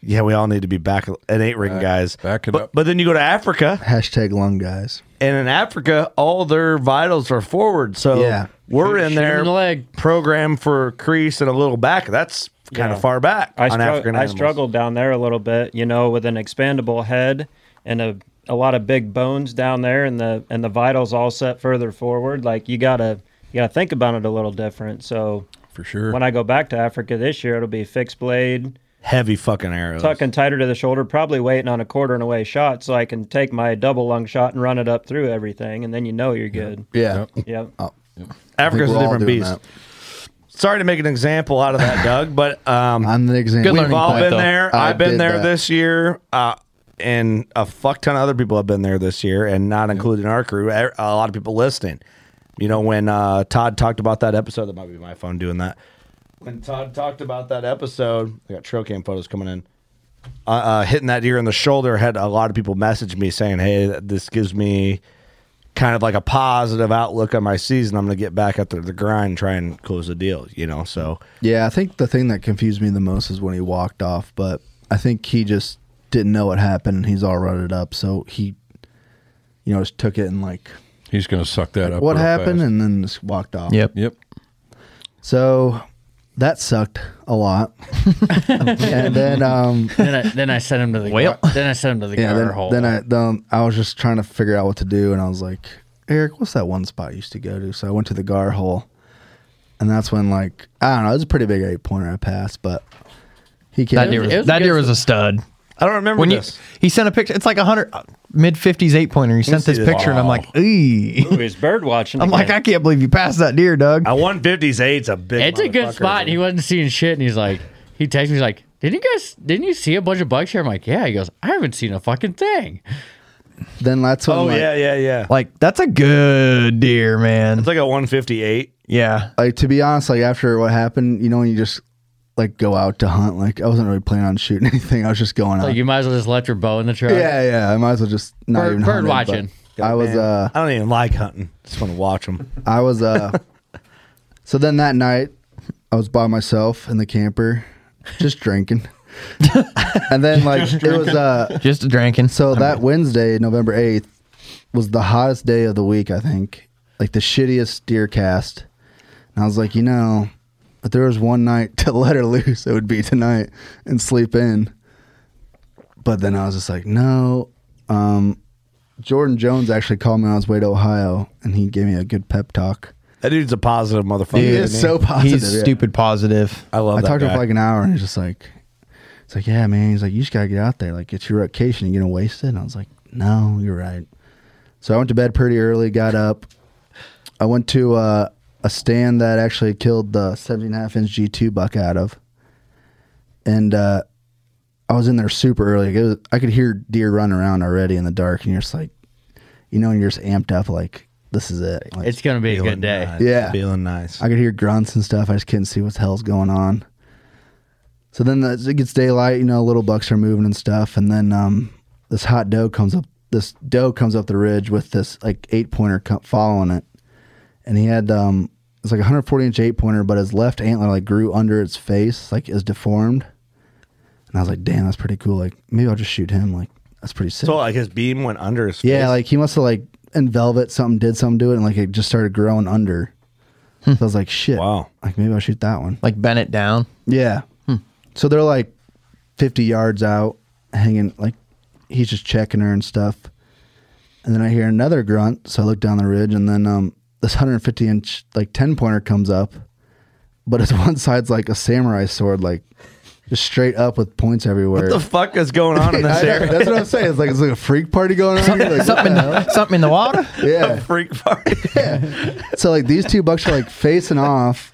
[SPEAKER 1] Yeah, we all need to be back at eight ring guys. Back it but, up. But then you go to Africa
[SPEAKER 2] Hashtag lung guys.
[SPEAKER 1] and in Africa, all their vitals are forward. So
[SPEAKER 2] Yeah.
[SPEAKER 1] we're
[SPEAKER 3] Shoot
[SPEAKER 1] in
[SPEAKER 3] him
[SPEAKER 1] there
[SPEAKER 3] in the
[SPEAKER 1] leg. programmed for crease and a little back. That's kind
[SPEAKER 11] Yeah.
[SPEAKER 1] of far back
[SPEAKER 11] I,
[SPEAKER 1] on
[SPEAKER 11] strugg-
[SPEAKER 1] African
[SPEAKER 11] I
[SPEAKER 1] animals.
[SPEAKER 11] struggled down there a little bit, you know, with an expandable head and a, a lot of big bones down there, and the and the vitals all set further forward. Like you gotta you gotta think about it a little different. So
[SPEAKER 9] for sure,
[SPEAKER 11] when I go back to Africa this year, it'll be fixed blade,
[SPEAKER 1] Heavy fucking arrows.
[SPEAKER 11] tucking tighter to the shoulder, probably waiting on a quarter and away shot, so I can take my double lung shot and run it up through everything, and then you know you're good.
[SPEAKER 2] Yeah. Oh.
[SPEAKER 11] Yep.
[SPEAKER 1] Africa's a
[SPEAKER 2] we're all
[SPEAKER 1] different
[SPEAKER 2] doing
[SPEAKER 1] beast.
[SPEAKER 2] that.
[SPEAKER 1] Sorry to make an example out of that, Doug, but um,
[SPEAKER 2] I'm the example.
[SPEAKER 1] We've all been there.
[SPEAKER 2] I
[SPEAKER 1] I've been
[SPEAKER 2] did
[SPEAKER 1] there
[SPEAKER 2] that.
[SPEAKER 1] this year, uh, and a fuck ton of other people have been there this year, and not including our crew. A a lot of people listening. You know, when uh, Todd talked about that episode, that might be my phone doing that. When Todd talked about that episode, I got trail cam photos coming in. Uh, uh, hitting that deer in the shoulder had a lot of people message me saying, "Hey, this gives me kind of like a positive outlook on my season. I'm going to get back at the, the grind, and try and close the deal." You know, so
[SPEAKER 2] Yeah, I think the thing that confused me the most is when he walked off, but I think he just didn't know what happened and he's all rutted up, so he you know, just took it and like
[SPEAKER 9] He's going to suck that up.
[SPEAKER 2] what
[SPEAKER 9] real
[SPEAKER 2] happened
[SPEAKER 9] fast.
[SPEAKER 2] and then just walked off.
[SPEAKER 8] Yep.
[SPEAKER 9] Yep.
[SPEAKER 2] So that sucked a lot. and then um
[SPEAKER 3] then I then I sent him to the well, then I sent him to the
[SPEAKER 2] yeah,
[SPEAKER 3] garter
[SPEAKER 2] then,
[SPEAKER 3] hole.
[SPEAKER 2] then I then I was just trying to figure out what to do and I was like, Eric, what's that one spot you used to go to? So I went to the gar hole. And that's when like I don't know, it was a pretty big eight pointer I passed, but he came
[SPEAKER 8] That deer was, that deer was a stud.
[SPEAKER 1] I don't remember
[SPEAKER 8] when
[SPEAKER 1] this.
[SPEAKER 8] You, he sent a picture. It's like a hundred uh, mid fifties eight pointer. He sent
[SPEAKER 1] see
[SPEAKER 8] this
[SPEAKER 1] this.
[SPEAKER 8] picture, and I'm
[SPEAKER 1] Wow.
[SPEAKER 8] like, ee.
[SPEAKER 11] Ooh, he's bird watching.
[SPEAKER 8] I'm like,
[SPEAKER 11] again.
[SPEAKER 8] I can't believe you passed that deer, Doug.
[SPEAKER 1] A 158's a big.
[SPEAKER 3] it's a good
[SPEAKER 1] motherfucker.
[SPEAKER 3] spot. And he wasn't seeing shit, and he's like, he texts me he's like, didn't you guys didn't you see a bunch of bugs here? I'm like, yeah. He goes, I haven't seen a fucking thing.
[SPEAKER 2] then that's when
[SPEAKER 1] Oh
[SPEAKER 2] like,
[SPEAKER 1] yeah, yeah, yeah.
[SPEAKER 8] Like that's a good deer, man.
[SPEAKER 1] It's like a 158.
[SPEAKER 8] Yeah,
[SPEAKER 2] like to be honest, like after what happened, you know, when you just like go out to hunt, like I wasn't really planning on shooting anything. I was just going out.
[SPEAKER 3] Like you might as well just left your bow in the truck.
[SPEAKER 2] Uh-huh. yeah, yeah. I might as well just not
[SPEAKER 3] Bird-
[SPEAKER 2] even
[SPEAKER 3] bird
[SPEAKER 2] hunting,
[SPEAKER 3] watching.
[SPEAKER 2] but I was uh,
[SPEAKER 1] I don't even like hunting. Just want to watch them.
[SPEAKER 2] I was uh. so then that night, I was by myself in the camper, just drinking, and then like it was uh.
[SPEAKER 8] just a drinking.
[SPEAKER 2] So that Wednesday, November eighth, was the hottest day of the week. I think, like the shittiest deer cast. And I was like, you know, if there was one night to let her loose, it would be tonight and sleep in. But then I was just like, no. Um, Jordan Jones actually called me on his way to Ohio, and he gave me a good pep talk.
[SPEAKER 1] That dude's a positive motherfucker.
[SPEAKER 2] He
[SPEAKER 1] isn't
[SPEAKER 2] is so positive.
[SPEAKER 8] he's
[SPEAKER 2] yeah.
[SPEAKER 8] stupid positive.
[SPEAKER 1] I love.
[SPEAKER 2] I
[SPEAKER 1] that
[SPEAKER 2] talked to him
[SPEAKER 1] guy.
[SPEAKER 2] for like an hour, and he's just like, "It's like, yeah, man." He's like, "You just gotta get out there. Like, it's your vacation. You're gonna waste it." And I was like, "No, you're right." So I went to bed pretty early. Got up. I went to uh, a stand that actually killed the 70 and a half inch G2 buck out of, and uh, I was in there super early. Like, it was, I could hear deer run around already in the dark, and you're just like, you know, and you're just amped up. Like, this is it. Like,
[SPEAKER 3] It's gonna be a
[SPEAKER 1] Feeling
[SPEAKER 3] good day.
[SPEAKER 1] nice.
[SPEAKER 2] uh, Yeah.
[SPEAKER 1] feeling nice.
[SPEAKER 2] I could hear grunts and stuff. I just couldn't see what the hell's going on. So then the, it gets daylight, you know, little bucks are moving and stuff. And then um, this hot doe comes up. This doe comes up the ridge with this like eight pointer co- following it, and he had um, it's like a 140 inch eight pointer, but his left antler like grew under its face, like is deformed. And I was like, damn, that's pretty cool. Like maybe I'll just shoot him. Like that's pretty sick.
[SPEAKER 1] so like his beam went under his.
[SPEAKER 2] Yeah,
[SPEAKER 1] face.
[SPEAKER 2] like he must have like enveloped it, something did something to it, and like it just started growing under. so I was like, shit.
[SPEAKER 1] Wow.
[SPEAKER 2] Like maybe I'll shoot that one.
[SPEAKER 8] Hmm. Like bent it down. Hmm.
[SPEAKER 2] Yeah. So they're like 50 yards out, hanging, like he's just checking her and stuff. And then I hear another grunt. So I look down the ridge, and then um, this 150 inch, like 10 pointer comes up, but it's one side's like a samurai sword, like just straight up with points everywhere.
[SPEAKER 1] what the fuck is going on in
[SPEAKER 2] I
[SPEAKER 1] this
[SPEAKER 2] know,
[SPEAKER 1] area?
[SPEAKER 2] that's what I'm saying. It's like it's like a freak party going on. Here. Like,
[SPEAKER 8] Something, something in the water.
[SPEAKER 2] yeah.
[SPEAKER 1] Freak party.
[SPEAKER 2] So like these two bucks are like facing off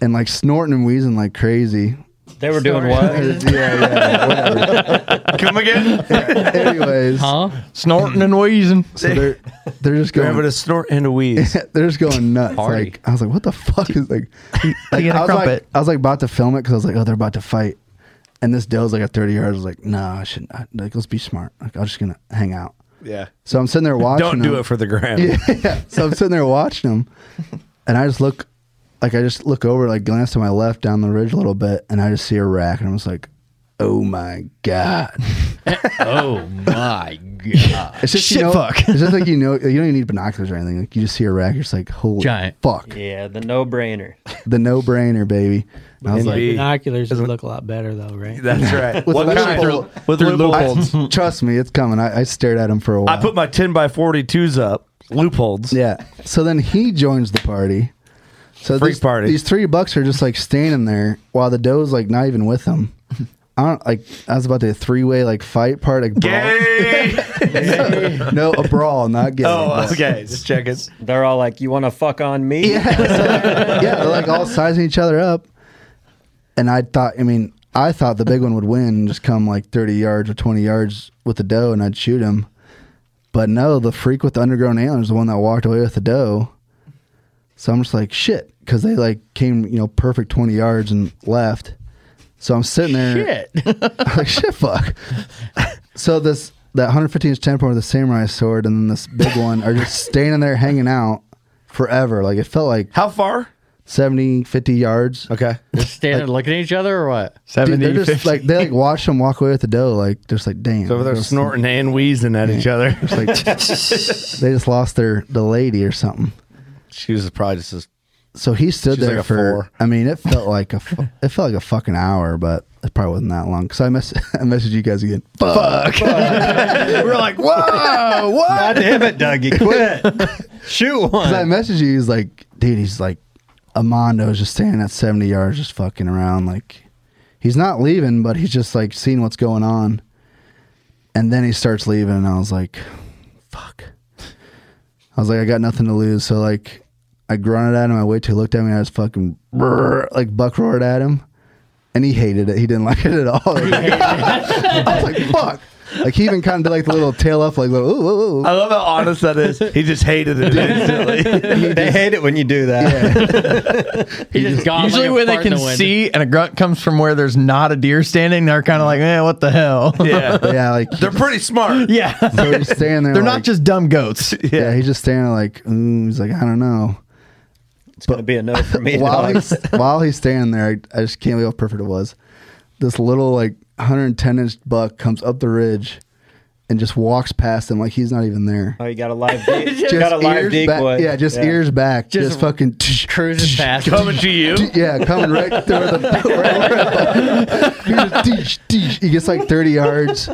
[SPEAKER 2] and like snorting and wheezing like crazy.
[SPEAKER 11] they were doing what?
[SPEAKER 2] yeah, yeah. Whatever.
[SPEAKER 1] Come again.
[SPEAKER 2] Anyways,
[SPEAKER 3] Huh?
[SPEAKER 8] Snorting and wheezing.
[SPEAKER 2] so they're they're just
[SPEAKER 1] You're having
[SPEAKER 2] going
[SPEAKER 1] a snort and a wheeze.
[SPEAKER 2] they're just going nuts.
[SPEAKER 3] Party.
[SPEAKER 2] Like I was like, what the fuck is like? like,
[SPEAKER 8] get a
[SPEAKER 2] I, was like
[SPEAKER 8] crumpet.
[SPEAKER 2] I was like about to film it because I was like, oh, they're about to fight. And this doe's like at 30 yards. I was like, nah, I shouldn't. I, like, let's be smart. Like, I'm just gonna hang out.
[SPEAKER 1] yeah.
[SPEAKER 2] So I'm sitting there watching.
[SPEAKER 1] Don't do
[SPEAKER 2] them.
[SPEAKER 1] it for the gram.
[SPEAKER 2] yeah. So I'm sitting there watching them, and I just look, like I just look over, like glance to my left down the ridge a little bit, and I just see a rack, and I'm just like, oh my god.
[SPEAKER 3] oh my
[SPEAKER 1] god.
[SPEAKER 2] It's just you know, It's just like you know you don't even need binoculars or anything. Like you just see a rack, you're just like holy fuck.
[SPEAKER 11] Yeah, the no brainer.
[SPEAKER 2] the no brainer, baby. And I was like,
[SPEAKER 10] binoculars would look a lot better though, right?
[SPEAKER 1] That's right.
[SPEAKER 10] With
[SPEAKER 1] What
[SPEAKER 10] a
[SPEAKER 1] kind?
[SPEAKER 10] loophole.
[SPEAKER 1] Through- with Through loopholes.
[SPEAKER 2] I- trust me, it's coming. I, I stared at him for a while.
[SPEAKER 1] I put my 10 by 42s up, loopholes.
[SPEAKER 2] Yeah. So then he joins the party. So
[SPEAKER 1] Freak
[SPEAKER 2] these,
[SPEAKER 1] party.
[SPEAKER 2] These three bucks are just like standing there while the doe's like not even with them. I don't like. I was about to three way like fight part like brawl. no, a brawl, not gay.
[SPEAKER 1] Oh,
[SPEAKER 2] but-
[SPEAKER 1] Just check it.
[SPEAKER 11] They're all like, "You want to fuck on me?"
[SPEAKER 2] yeah, they're like all sizing each other up. And I thought, I mean, I thought the big one would win and just come like 30 yards or 20 yards with the doe and I'd shoot him. But no, the freak with the underground antler is the one that walked away with the doe. So I'm just like, shit, because they like came, you know, perfect 20 yards and left. So I'm sitting there. I'm like, shit, fuck. So this that 115 inch 10 point with the samurai sword and then this big one are just standing there hanging out forever. Like it felt like
[SPEAKER 1] how far?
[SPEAKER 2] 70, 50 yards.
[SPEAKER 1] Okay,
[SPEAKER 3] just standing looking at each other or what?
[SPEAKER 2] Dude, they're just like they like watch them walk away with the dough. Like just like damn.
[SPEAKER 1] So they're
[SPEAKER 2] They're
[SPEAKER 1] snorting and wheezing at each other.
[SPEAKER 2] just- They just lost their the lady or something.
[SPEAKER 1] She was probably just.
[SPEAKER 2] So he stood
[SPEAKER 1] She's
[SPEAKER 2] there
[SPEAKER 1] like a
[SPEAKER 2] for.
[SPEAKER 1] four.
[SPEAKER 2] I mean, it felt like a fu- it felt like a fucking hour, but it probably wasn't that long. Because I mess I messaged you guys again. Fuck.
[SPEAKER 1] We're like,
[SPEAKER 2] whoa, what? God
[SPEAKER 11] damn it, Dougie, quit. Shoot one.
[SPEAKER 2] Because I messaged you, he's like, dude, he's like, Amondo's just standing at 70 yards, just fucking around. Like, he's not leaving, but he's just like seeing what's going on. And then he starts leaving, and I was like, fuck. I was like, I got nothing to lose. So, like, I grunted at him. I waited till he looked at me. I was fucking, brrr, like, buck roared at him. And he hated it. He didn't like it at all. I was like, fuck. Like, he even kind of did like the little tail up, like, little, ooh, ooh, ooh.
[SPEAKER 1] I love how honest that is. He just hated it.
[SPEAKER 11] they hate it when you do that.
[SPEAKER 3] He just gone
[SPEAKER 8] Usually,
[SPEAKER 3] like a
[SPEAKER 8] when they
[SPEAKER 3] fart in
[SPEAKER 8] can
[SPEAKER 3] the wind.
[SPEAKER 8] see and a grunt comes from where there's not a deer standing, they're kind of like, eh, what the hell?
[SPEAKER 2] yeah, like,
[SPEAKER 1] they're pretty smart.
[SPEAKER 8] Yeah.
[SPEAKER 2] So he's standing there.
[SPEAKER 8] They're
[SPEAKER 2] like,
[SPEAKER 8] not just dumb goats.
[SPEAKER 2] Yeah. he's just standing there like, ooh, he's like, I don't know.
[SPEAKER 11] It's gonna be a no for me.
[SPEAKER 2] while
[SPEAKER 11] dog.
[SPEAKER 2] he's while he's standing there, I, I just can't believe how perfect it was. This little like 110 inch buck comes up the ridge and just walks past him like he's not even there.
[SPEAKER 11] Oh, you got a live. De-
[SPEAKER 2] Just
[SPEAKER 11] you got a live
[SPEAKER 2] ears
[SPEAKER 11] decoy.
[SPEAKER 2] back, yeah, just ears back, just, fucking
[SPEAKER 3] cruises past.
[SPEAKER 1] Coming to you.
[SPEAKER 2] Yeah, coming right through the. Right, he, just, deesh, deesh. he gets like 30 yards,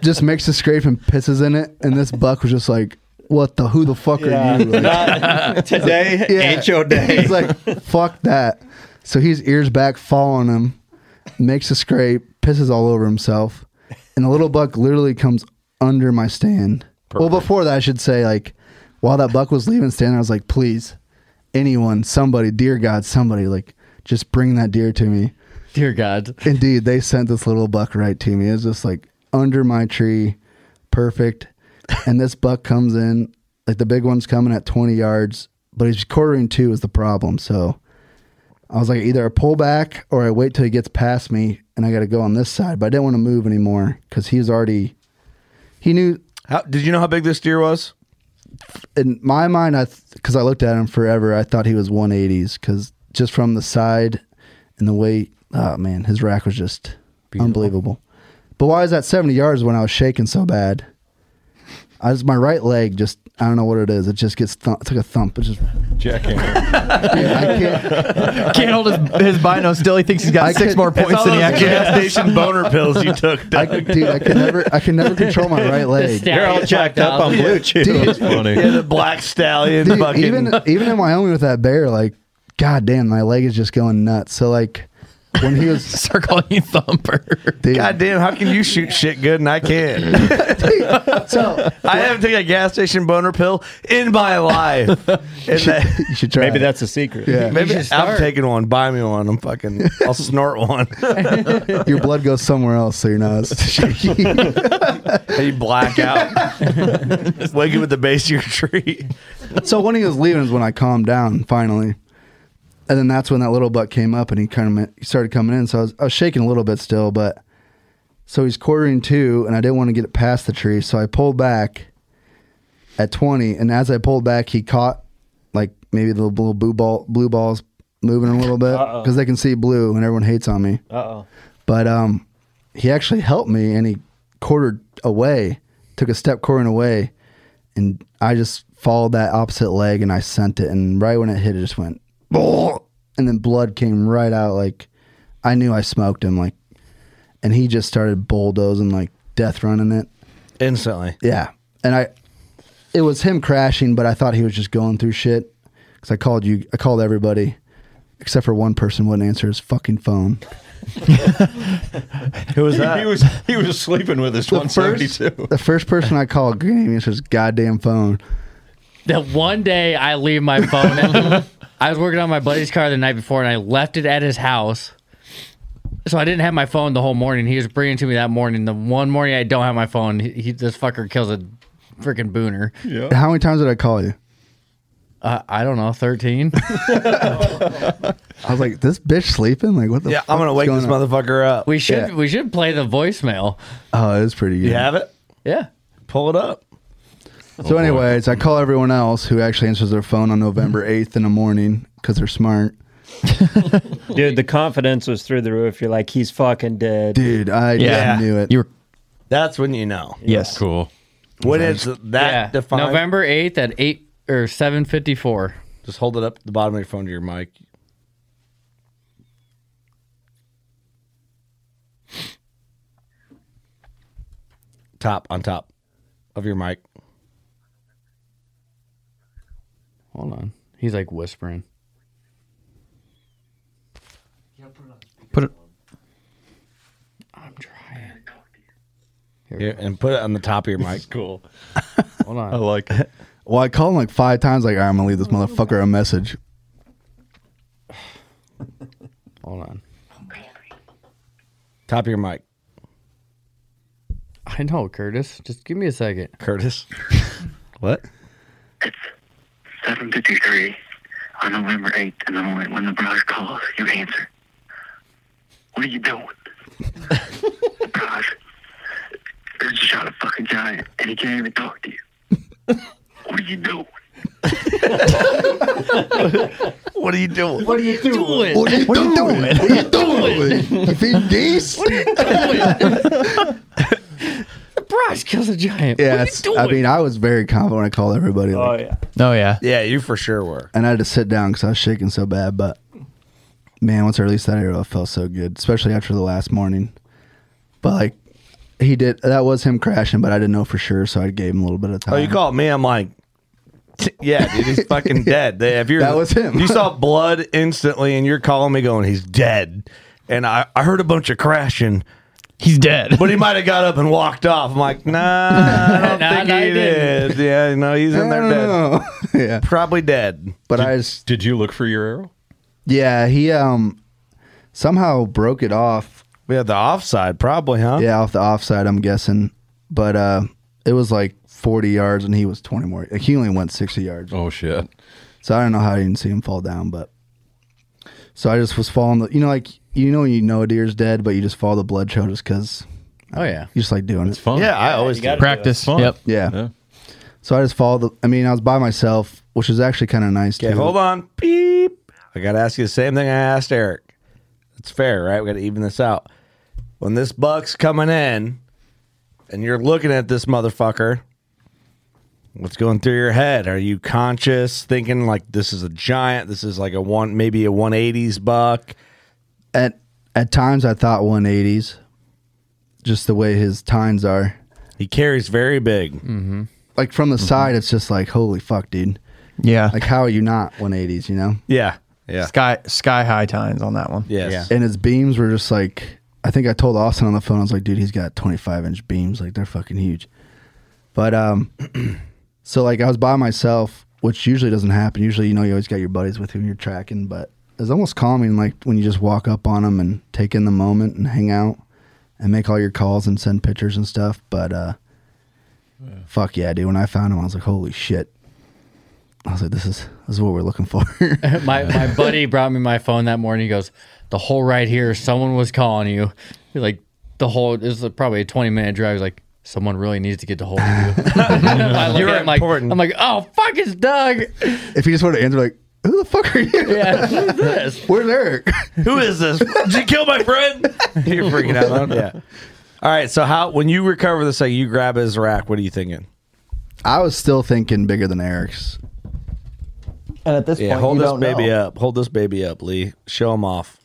[SPEAKER 2] just makes a scrape and pisses in it, and this buck was just like, "What the? Who the fuck
[SPEAKER 11] Yeah.
[SPEAKER 2] are you?" Like,
[SPEAKER 11] Not today.
[SPEAKER 2] Yeah.
[SPEAKER 11] Ain't your day.
[SPEAKER 2] He's like, fuck that. So he's ears back, following him, makes a scrape, pisses all over himself, and the little buck literally comes under my stand. Well, before that, I should say, like, while that buck was leaving stand, I was like, please, anyone, somebody, dear God, somebody, like, just bring that deer to me.
[SPEAKER 3] Dear God.
[SPEAKER 2] Indeed, they sent this little buck right to me. It was just like under my tree, perfect. And this buck comes in, like the big one's coming at 20 yards, but he's quartering two is the problem. So I was like, either I pull back or I wait till he gets past me and I got to go on this side. But I didn't want to move anymore because he was already, he knew
[SPEAKER 1] How, did you know how big this deer was?
[SPEAKER 2] in my mind, I because I looked at him forever, I thought he was 180s because just from the side and the weight, oh man, his rack was just unbelievable. But why is that 70 yards when I was shaking so bad? I just, my right leg just, I don't know what it is. It just gets, thump, took a thump. It just,
[SPEAKER 9] Jack in.
[SPEAKER 8] Can't hold his, his bino still. He thinks he's got
[SPEAKER 2] I
[SPEAKER 8] six
[SPEAKER 2] could-
[SPEAKER 8] more points than he actually
[SPEAKER 1] gas
[SPEAKER 8] has.
[SPEAKER 1] station boner pills you took.
[SPEAKER 2] I, dude, I can never, I can never control my right leg.
[SPEAKER 11] You're all jacked up on blue chew.
[SPEAKER 2] Dude,
[SPEAKER 9] Funny.
[SPEAKER 1] Yeah, the black stallion
[SPEAKER 2] Dude,
[SPEAKER 1] fucking.
[SPEAKER 2] even even in Wyoming with that bear, like, god damn, my leg is just going nuts. So like, when he was,
[SPEAKER 8] Start calling you Thumper.
[SPEAKER 2] dude,
[SPEAKER 1] God damn, how can you shoot shit good and I can't?
[SPEAKER 2] so
[SPEAKER 1] I haven't taken a gas station boner pill in my life. And that-
[SPEAKER 2] you should try. it.
[SPEAKER 11] Maybe that's a secret.
[SPEAKER 2] Yeah.
[SPEAKER 1] maybe
[SPEAKER 3] should
[SPEAKER 1] I'm
[SPEAKER 3] start.
[SPEAKER 1] taking one. Buy me one. I'm fucking. I'll snort one.
[SPEAKER 2] your blood goes somewhere else, so you're not as shaky.
[SPEAKER 1] you black out. Wake up at the base of your tree.
[SPEAKER 2] so when he was leaving is when I calmed down finally, and then that's when that little buck came up and he kind of he started coming in. So I was, I was shaking a little bit still, but so he's quartering two, and I didn't want to get it past the tree, so I pulled back at twenty, and as I pulled back, he caught like maybe the little blue ball blue balls moving a little bit because they can see blue, and everyone hates on me.
[SPEAKER 11] Uh oh.
[SPEAKER 2] but um, he actually helped me and he quartered away took a step corner away, and I just followed that opposite leg and I sent it. And right when it hit, it just went, "Blah!" and then blood came right out. Like I knew I smoked him. Like, and he just started bulldozing, like death running it
[SPEAKER 1] instantly.
[SPEAKER 2] Yeah, and I, it was him crashing, but I thought he was just going through shit because I called you. I called everybody except for one person wouldn't answer his fucking phone.
[SPEAKER 1] Who was
[SPEAKER 9] He-
[SPEAKER 1] that?
[SPEAKER 9] He was he was sleeping with us
[SPEAKER 2] The
[SPEAKER 9] 172.
[SPEAKER 2] first, the first person I called couldn't even answer his goddamn phone.
[SPEAKER 3] That one day I leave my phone. in- I was working on my buddy's car the night before, and I left it at his house. So I didn't have my phone the whole morning. He was bringing it to me that morning. The one morning I don't have my phone, he, he this fucker kills a freaking booner.
[SPEAKER 2] How many times did I call you?
[SPEAKER 3] Uh, I don't know, thirteen.
[SPEAKER 2] I was like, this bitch sleeping? Like, what the fuck is going on?
[SPEAKER 1] motherfucker up.
[SPEAKER 3] We should we should play the voicemail.
[SPEAKER 2] Oh, it was pretty good.
[SPEAKER 3] You have
[SPEAKER 1] it?
[SPEAKER 3] Yeah.
[SPEAKER 1] Pull it up.
[SPEAKER 2] So, anyways, I call everyone else who actually answers their phone on November 8th in the morning because they're smart.
[SPEAKER 11] Dude, the confidence was through the roof. You're like, he's fucking dead.
[SPEAKER 2] Dude, I just
[SPEAKER 11] Yeah.
[SPEAKER 2] knew it.
[SPEAKER 8] You were
[SPEAKER 1] That's when you know.
[SPEAKER 8] Yes.
[SPEAKER 9] Cool.
[SPEAKER 1] When it's that defined.
[SPEAKER 3] November eighth at eight or seven fifty four.
[SPEAKER 1] Just hold it up at the bottom of your phone to your mic. Top on top of your mic.
[SPEAKER 3] Hold on. He's like whispering.
[SPEAKER 8] Put it.
[SPEAKER 1] Yeah, and put it on the top of your mic.
[SPEAKER 9] cool.
[SPEAKER 3] Hold on.
[SPEAKER 9] I like it.
[SPEAKER 2] Well, I called him like five times, like, "All right, I'm going to leave this motherfucker a message.
[SPEAKER 3] Hold on.
[SPEAKER 1] Top of your mic.
[SPEAKER 3] I know, Curtis. Just give me a second.
[SPEAKER 1] Curtis. what?
[SPEAKER 12] 753 on November 8th in the morning when the brother calls, you answer. What are you doing? Gosh, there's a shot of fucking giant and he can't even talk to you. What are you doing?
[SPEAKER 1] What are you doing?
[SPEAKER 12] What are you doing?
[SPEAKER 2] What are you doing? What are you doing? you feeding geese?
[SPEAKER 3] Brosh kills a giant.
[SPEAKER 2] Yeah, it's- I mean, I was very confident when I called everybody. Like,
[SPEAKER 1] yeah.
[SPEAKER 8] Oh, yeah.
[SPEAKER 1] Yeah, you for sure were.
[SPEAKER 2] And I had to sit down because I was shaking so bad. But man, once I released that arrow, it felt so good, especially after the last morning. But like, he did. That was him crashing, but I didn't know for sure, so I gave him a little bit of time.
[SPEAKER 1] Oh, you called me. I'm like, yeah, dude, he's fucking dead. They- If you're,
[SPEAKER 2] That was him.
[SPEAKER 1] you saw blood instantly, and you're calling me going, he's dead. And I, I heard a bunch of crashing.
[SPEAKER 8] He's dead.
[SPEAKER 1] But he might have got up and walked off. I'm like, nah, I don't think he did. Yeah, no, he's in there dead.
[SPEAKER 2] yeah,
[SPEAKER 1] probably dead.
[SPEAKER 2] But I just
[SPEAKER 9] did you look for your arrow?
[SPEAKER 2] Yeah, he um somehow broke it off.
[SPEAKER 1] We had the offside, probably, huh?
[SPEAKER 2] Yeah, off the offside, I'm guessing. But uh it was like 40 yards, and he was 20 more. Like, he only went 60 yards.
[SPEAKER 9] Oh shit!
[SPEAKER 2] So I don't know how I didn't see him fall down, but so I just was following the. You know, like you know, when you know a deer's dead, but you just follow the blood trail just because.
[SPEAKER 3] Oh yeah,
[SPEAKER 2] you just like doing it.
[SPEAKER 9] fun.
[SPEAKER 1] Yeah, I always do.
[SPEAKER 8] Practice. Yep.
[SPEAKER 2] Yeah. So I just followed the. I mean, I was by myself, which is actually kind of nice.
[SPEAKER 1] Okay,
[SPEAKER 2] too.
[SPEAKER 1] hold on. Beep. I got to ask you the same thing I asked Eric. It's fair, right? We got to even this out. When this buck's coming in and you're looking at this motherfucker, what's going through your head? Are you conscious thinking like this is a giant? This is like a one, maybe a 180s buck?
[SPEAKER 2] At at times, I thought 180s, just the way his tines are.
[SPEAKER 1] He carries very big.
[SPEAKER 2] Mm-hmm. Like from the side, it's just like holy fuck, dude.
[SPEAKER 8] Yeah.
[SPEAKER 2] Like how are you not 180s? You know.
[SPEAKER 1] Yeah. Yeah.
[SPEAKER 8] Sky sky high tines on that one.
[SPEAKER 2] And his beams were just like I think I told Austin on the phone, I was like, dude, he's got twenty five inch beams, like they're fucking huge. But um so like I was by myself, which usually doesn't happen. Usually, you know, you always got your buddies with whom you're tracking, but it's almost calming like when you just walk up on them and take in the moment and hang out and make all your calls and send pictures and stuff. But uh fuck yeah, dude. When I found him, I was like, holy shit. I was like, this is this is what we're looking for.
[SPEAKER 3] my my buddy brought me my phone that morning. He goes, "The hole right here. Someone was calling you. He's like the hole is probably a twenty minute drive. He's like." Someone really needs to get the hold of you. I look
[SPEAKER 2] You're
[SPEAKER 3] at him like, I'm like, oh fuck, it's Doug.
[SPEAKER 2] if you just want to answer like, who the fuck are you?
[SPEAKER 3] Yeah, who's this?
[SPEAKER 2] Where's Eric?
[SPEAKER 1] Who is this? Did you kill my friend? You're freaking out. Yeah. All right. So how when you recover this, like you grab his rack. What are you thinking?
[SPEAKER 2] I was still thinking bigger than Eric's.
[SPEAKER 8] And at this
[SPEAKER 1] yeah, hold this baby up. Hold this baby up, Lee. Show him off.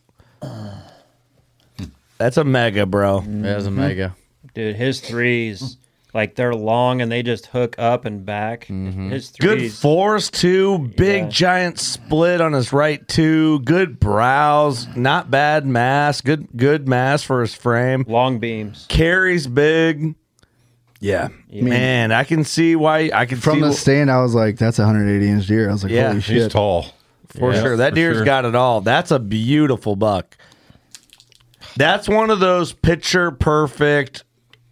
[SPEAKER 1] That's a mega, bro.
[SPEAKER 3] That's
[SPEAKER 11] Mm-hmm.
[SPEAKER 2] Mm-hmm.
[SPEAKER 3] a mega.
[SPEAKER 11] Dude, his threes, like they're long and they just hook up and back.
[SPEAKER 1] Mm-hmm.
[SPEAKER 11] His
[SPEAKER 1] Good
[SPEAKER 11] threes.
[SPEAKER 1] fours too. Big giant split on his right too. Good brows. Not bad mass. Good good mass for his frame.
[SPEAKER 11] Long beams.
[SPEAKER 1] Carries big. Yeah.
[SPEAKER 2] Yeah.
[SPEAKER 1] Man, I can see why I can
[SPEAKER 2] From
[SPEAKER 1] see
[SPEAKER 2] the stand, I was like, "That's a 180 inch deer." I was like,
[SPEAKER 1] yeah,
[SPEAKER 2] "Holy shit!"
[SPEAKER 1] For
[SPEAKER 2] Yeah,
[SPEAKER 1] sure. That
[SPEAKER 2] for
[SPEAKER 1] deer's
[SPEAKER 2] sure.
[SPEAKER 1] got it all. That's a beautiful buck. That's one of those picture perfect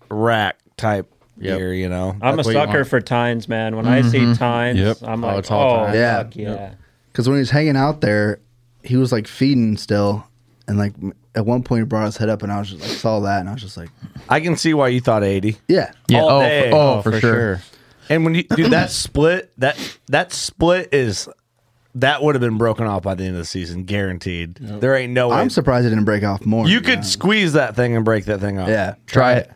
[SPEAKER 1] rack type deer, you know.
[SPEAKER 11] I'm a
[SPEAKER 1] That's what you
[SPEAKER 11] sucker
[SPEAKER 1] want.
[SPEAKER 11] for tines, man. When I
[SPEAKER 2] Mm-hmm.
[SPEAKER 11] see
[SPEAKER 1] Mhm.
[SPEAKER 11] tines,
[SPEAKER 1] Yep.
[SPEAKER 11] I'm
[SPEAKER 1] Oh,
[SPEAKER 11] like,
[SPEAKER 1] it's all
[SPEAKER 11] oh,
[SPEAKER 1] tines.
[SPEAKER 11] yeah.
[SPEAKER 1] Yeah.
[SPEAKER 11] Fuck yeah.
[SPEAKER 2] Because when he was hanging out there, he was like feeding still, and like m- at one point he brought his head up, and I was just like, saw that, and I was just like,
[SPEAKER 1] I can see why you thought 80.
[SPEAKER 2] Yeah.
[SPEAKER 1] Yeah.
[SPEAKER 2] Oh,
[SPEAKER 1] All
[SPEAKER 2] for-
[SPEAKER 1] day.
[SPEAKER 2] oh, Oh, for for sure. sure.
[SPEAKER 1] And when you do that split, that that split is that would have been broken off by the end of the season, guaranteed. There ain't no way.
[SPEAKER 2] "I'm surprised it didn't break off more."
[SPEAKER 1] you could squeeze that thing and break that thing off.
[SPEAKER 2] Yeah, try it.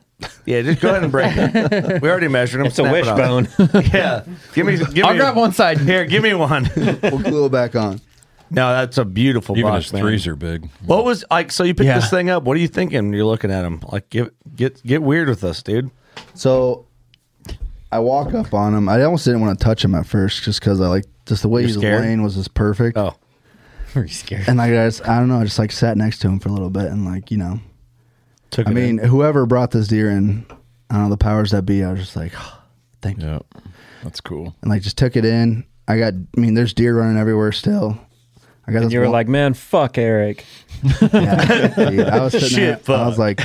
[SPEAKER 1] Yeah, just go ahead and break it. We already measured them.
[SPEAKER 2] It's a
[SPEAKER 1] Snap it off.
[SPEAKER 2] wishbone.
[SPEAKER 1] yeah. Give me give
[SPEAKER 2] I'll
[SPEAKER 1] me
[SPEAKER 2] grab
[SPEAKER 1] one side. Here, give me one.
[SPEAKER 2] we'll glue it back on.
[SPEAKER 1] No, that's a beautiful
[SPEAKER 9] Even
[SPEAKER 1] box,
[SPEAKER 9] his
[SPEAKER 1] man.
[SPEAKER 9] threes are big.
[SPEAKER 1] What was like? So you picked
[SPEAKER 9] Yeah.
[SPEAKER 1] this thing up. What are you thinking? when You're looking at him. Like, get get get weird with us, dude.
[SPEAKER 2] So I walk up on him. I almost didn't want to touch him at first, just because I like just the way
[SPEAKER 1] You're
[SPEAKER 2] his
[SPEAKER 1] scared?
[SPEAKER 2] lane was just perfect.
[SPEAKER 1] Oh,
[SPEAKER 3] Very scared.
[SPEAKER 2] and like I just, I don't know, I just like sat next to him for a little bit, and like you know,
[SPEAKER 1] Took
[SPEAKER 2] I
[SPEAKER 1] it
[SPEAKER 2] mean, whoever brought this deer in, I don't know the powers that be. I was just like, "Oh, thank you.
[SPEAKER 9] That's cool.
[SPEAKER 2] and like just took it in. I got, I mean, there's deer running everywhere still. I got.
[SPEAKER 11] And
[SPEAKER 2] this
[SPEAKER 11] you were
[SPEAKER 2] one-
[SPEAKER 11] like, man, fuck Eric.
[SPEAKER 2] dude, I was sitting there,
[SPEAKER 11] Shit,
[SPEAKER 2] I was like,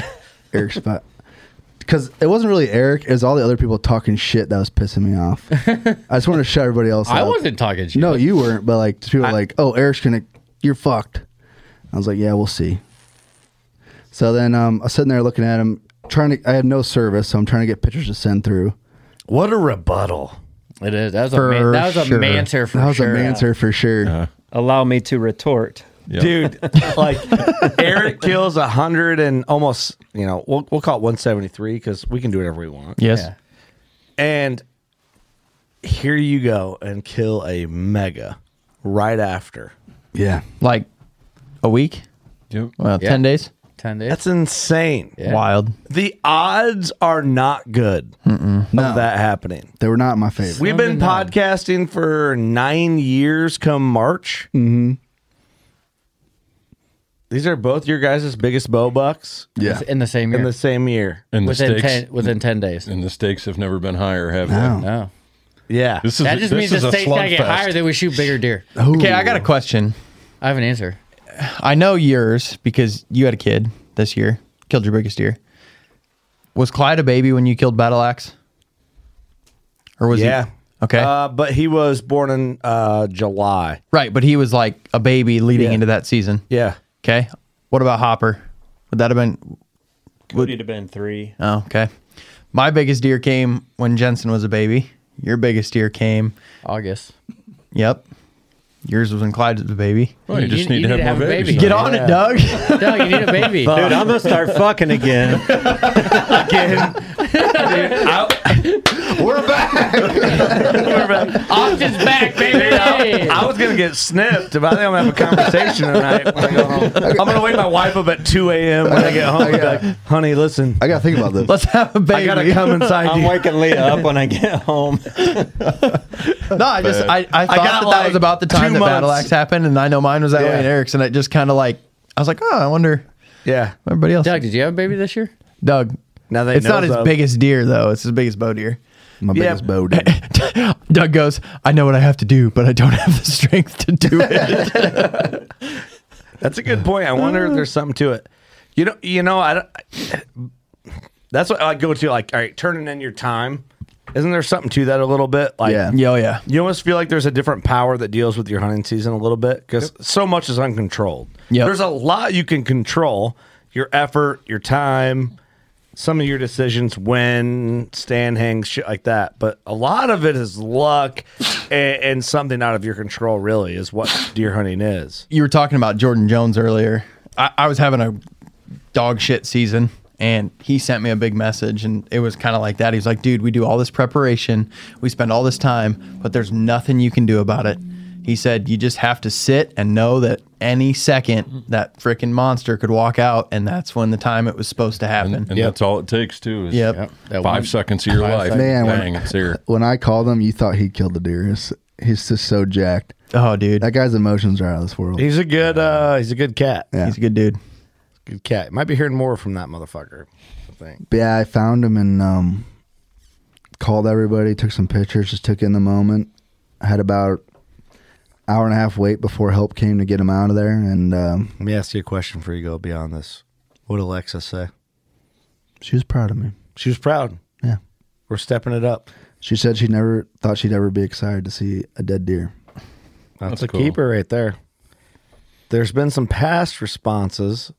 [SPEAKER 2] Eric's butt. Because it wasn't really Eric, it was all the other people talking shit that was pissing me off. I just wanted to shut everybody else
[SPEAKER 3] I
[SPEAKER 2] up.
[SPEAKER 3] wasn't talking shit.
[SPEAKER 2] No, you weren't, but like, just people were like, oh, Eric's gonna, you're fucked. I was like, yeah, we'll see. So then um, I was sitting there looking at him, trying to, I had no service, so I'm trying to get pictures to send through.
[SPEAKER 1] What a rebuttal.
[SPEAKER 3] It is. That was a man, that was a
[SPEAKER 2] sure.
[SPEAKER 3] manter for
[SPEAKER 2] That was
[SPEAKER 3] sure. Uh-huh.
[SPEAKER 2] a manter for sure.
[SPEAKER 11] Allow me to retort.
[SPEAKER 1] Dude, like Eric kills a hundred and almost, you know, we'll, we'll call it 173 because we can do whatever we want.
[SPEAKER 8] Yes.
[SPEAKER 1] And here you go and kill a mega right after.
[SPEAKER 2] Yeah.
[SPEAKER 8] Like a week?
[SPEAKER 9] Yep.
[SPEAKER 8] Well,
[SPEAKER 1] Yeah.
[SPEAKER 8] 10 days?
[SPEAKER 3] 10 days.
[SPEAKER 1] That's insane.
[SPEAKER 8] Yeah. Wild.
[SPEAKER 1] The odds are not good
[SPEAKER 2] Mm-mm.
[SPEAKER 1] of that happening.
[SPEAKER 2] They were not my favorite.
[SPEAKER 1] We've been podcasting for nine years come March.
[SPEAKER 2] Mm-hmm.
[SPEAKER 1] These are both your guys' biggest bow bucks.
[SPEAKER 2] Yeah.
[SPEAKER 3] In the same year.
[SPEAKER 1] In the same year.
[SPEAKER 9] And the
[SPEAKER 3] Within
[SPEAKER 9] stakes,
[SPEAKER 3] 10 within 10 days.
[SPEAKER 9] And the stakes have never been higher, have
[SPEAKER 3] No.
[SPEAKER 9] they?
[SPEAKER 3] No.
[SPEAKER 1] Yeah.
[SPEAKER 9] This is
[SPEAKER 3] that just
[SPEAKER 9] this
[SPEAKER 3] means
[SPEAKER 9] is
[SPEAKER 3] the
[SPEAKER 9] a
[SPEAKER 3] stakes gotta get
[SPEAKER 9] slugfest.
[SPEAKER 3] higher. Then we shoot bigger deer.
[SPEAKER 8] Okay, I got a question.
[SPEAKER 3] I have an answer.
[SPEAKER 8] I know yours because you had a kid this year, killed your biggest deer. Was Clyde a baby when you killed Battle Axe? Or was
[SPEAKER 1] yeah.
[SPEAKER 8] he? Okay.
[SPEAKER 1] Uh, but he was born in uh, July.
[SPEAKER 8] right, but he was like a baby leading
[SPEAKER 1] Yeah.
[SPEAKER 8] into that season.
[SPEAKER 1] Yeah.
[SPEAKER 8] Okay. What about Hopper? Would that have been?
[SPEAKER 11] Would have been three.
[SPEAKER 8] Oh, okay. My biggest deer came when Jensen was a baby. Your biggest deer came
[SPEAKER 3] August.
[SPEAKER 8] Yep. Yours was when Clyde was a baby.
[SPEAKER 9] Well, you, just need to have more babies.
[SPEAKER 8] Get on it, Doug.
[SPEAKER 3] Doug, you need a baby.
[SPEAKER 11] Dude, I'm gonna start fucking again.
[SPEAKER 8] We're back.
[SPEAKER 3] Austin's back, baby.
[SPEAKER 1] I was gonna get snipped, but I think I'm gonna have a conversation tonight when I go home. I'm gonna wake my wife up at 2 a.m. when I get home. and be like, Honey, listen.
[SPEAKER 2] I gotta think about this.
[SPEAKER 8] Let's have a baby.
[SPEAKER 1] I gotta come inside
[SPEAKER 11] I'm
[SPEAKER 1] you.
[SPEAKER 11] waking Leah up when I get home.
[SPEAKER 8] No, I just I, I
[SPEAKER 11] I
[SPEAKER 8] thought that
[SPEAKER 11] got,
[SPEAKER 8] that
[SPEAKER 11] like,
[SPEAKER 8] was about the time
[SPEAKER 11] two
[SPEAKER 8] that Battle
[SPEAKER 11] months.
[SPEAKER 8] Axe happened, and I know mine was that
[SPEAKER 11] Yeah.
[SPEAKER 8] way and Eric's, and it just kind of like I was like, oh, I wonder.
[SPEAKER 1] Yeah,
[SPEAKER 8] everybody else.
[SPEAKER 3] Doug, did you have a baby this year?
[SPEAKER 8] Doug.
[SPEAKER 1] Now
[SPEAKER 3] that he
[SPEAKER 8] it's not
[SPEAKER 3] knows
[SPEAKER 8] his
[SPEAKER 3] of.
[SPEAKER 8] biggest deer though; it's his biggest bow deer.
[SPEAKER 2] My
[SPEAKER 1] Yeah. biggest
[SPEAKER 2] bow deer.
[SPEAKER 8] Doug goes, I know what I have to do, but I don't have the strength to do it.
[SPEAKER 1] That's a good point. I wonder if there's something to it. You know, you know, I. don't- that's what I go to. Like, all right, turning in your time. Isn't there something to that a little bit? Like,
[SPEAKER 8] Yeah. Yeah, oh, yeah.
[SPEAKER 1] You almost feel like there's a different power that deals with your hunting season a little bit because so much is uncontrolled.
[SPEAKER 8] Yep.
[SPEAKER 1] There's a lot you can control: your effort, your time, some of your decisions, when stand hangs, shit like that. But a lot of it is luck and, and something out of your control. Really, is what deer hunting is.
[SPEAKER 8] you were talking about Jordan Jones earlier. I, I was having a dog shit season, And he sent me a big message, and it was kind of like that. He's like, dude, we do all this preparation, we spend all this time, but there's nothing you can do about it. He said, you just have to sit and know that any second that freaking monster could walk out, and that's when the time it was supposed to happen.
[SPEAKER 9] And that's all it takes, too, is
[SPEAKER 8] Yep. Yep.
[SPEAKER 9] five
[SPEAKER 8] That one-
[SPEAKER 9] seconds of your
[SPEAKER 8] five
[SPEAKER 9] life.
[SPEAKER 8] seconds.
[SPEAKER 2] Man,
[SPEAKER 9] Bang,
[SPEAKER 2] when,
[SPEAKER 9] it's here.
[SPEAKER 2] when I called him, you thought he killed the deer. He's, he's just so jacked.
[SPEAKER 8] Oh, dude,
[SPEAKER 2] that guy's emotions are out of this world.
[SPEAKER 1] He's a good. uh He's a good cat.
[SPEAKER 8] He's a good dude.
[SPEAKER 1] Good cat. Might be hearing more from that motherfucker. I think.
[SPEAKER 2] But yeah, I found him and um, called everybody, took some pictures, just took in the moment. Had about hour and a half wait before help came to get him out of there. And um,
[SPEAKER 1] Let me ask you a question before you go beyond this. What did Alexa say?
[SPEAKER 2] she was proud of me.
[SPEAKER 1] She was proud.
[SPEAKER 2] Yeah.
[SPEAKER 1] We're stepping it up.
[SPEAKER 2] She said she never thought she'd ever be excited to see a dead deer.
[SPEAKER 1] That's,
[SPEAKER 2] That's
[SPEAKER 1] a
[SPEAKER 2] cool.
[SPEAKER 1] keeper right there. There's been some past responses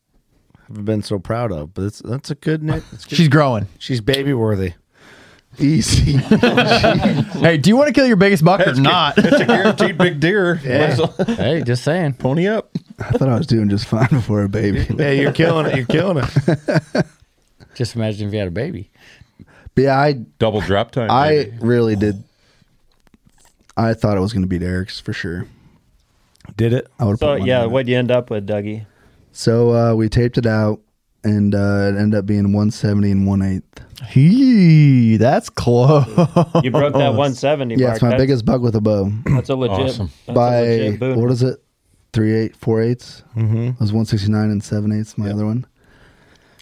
[SPEAKER 1] I've been so proud of, but it's, that's a good name.
[SPEAKER 8] She's growing.
[SPEAKER 1] She's baby worthy.
[SPEAKER 2] Easy.
[SPEAKER 8] hey, do you want to kill your biggest buck or not?
[SPEAKER 9] That's a guaranteed big deer.
[SPEAKER 3] hey, just saying.
[SPEAKER 9] Pony up.
[SPEAKER 2] I thought I was doing just fine before a baby.
[SPEAKER 1] Yeah, you're killing it. You're killing it.
[SPEAKER 3] Just imagine if you had a baby.
[SPEAKER 2] But yeah, I
[SPEAKER 9] double drop time.
[SPEAKER 2] I really did. I thought it was going to beat Eric's for sure.
[SPEAKER 1] Did it?
[SPEAKER 2] I would.
[SPEAKER 11] So
[SPEAKER 2] So,
[SPEAKER 11] yeah, what'd you end up with, Dougie?
[SPEAKER 2] so uh, we taped it out, and uh, it ended up being 170 and one eighth.
[SPEAKER 8] He, that's close.
[SPEAKER 11] You broke that 170
[SPEAKER 2] Yeah,
[SPEAKER 11] mark.
[SPEAKER 2] it's my
[SPEAKER 11] That's-
[SPEAKER 2] biggest buck with a bow.
[SPEAKER 11] That's a legit.
[SPEAKER 8] Awesome.
[SPEAKER 11] That's
[SPEAKER 2] By
[SPEAKER 11] a legit boon.
[SPEAKER 2] what is it? Three eight four eighths. Mm-hmm. It was 169 and seven eighths. My other one.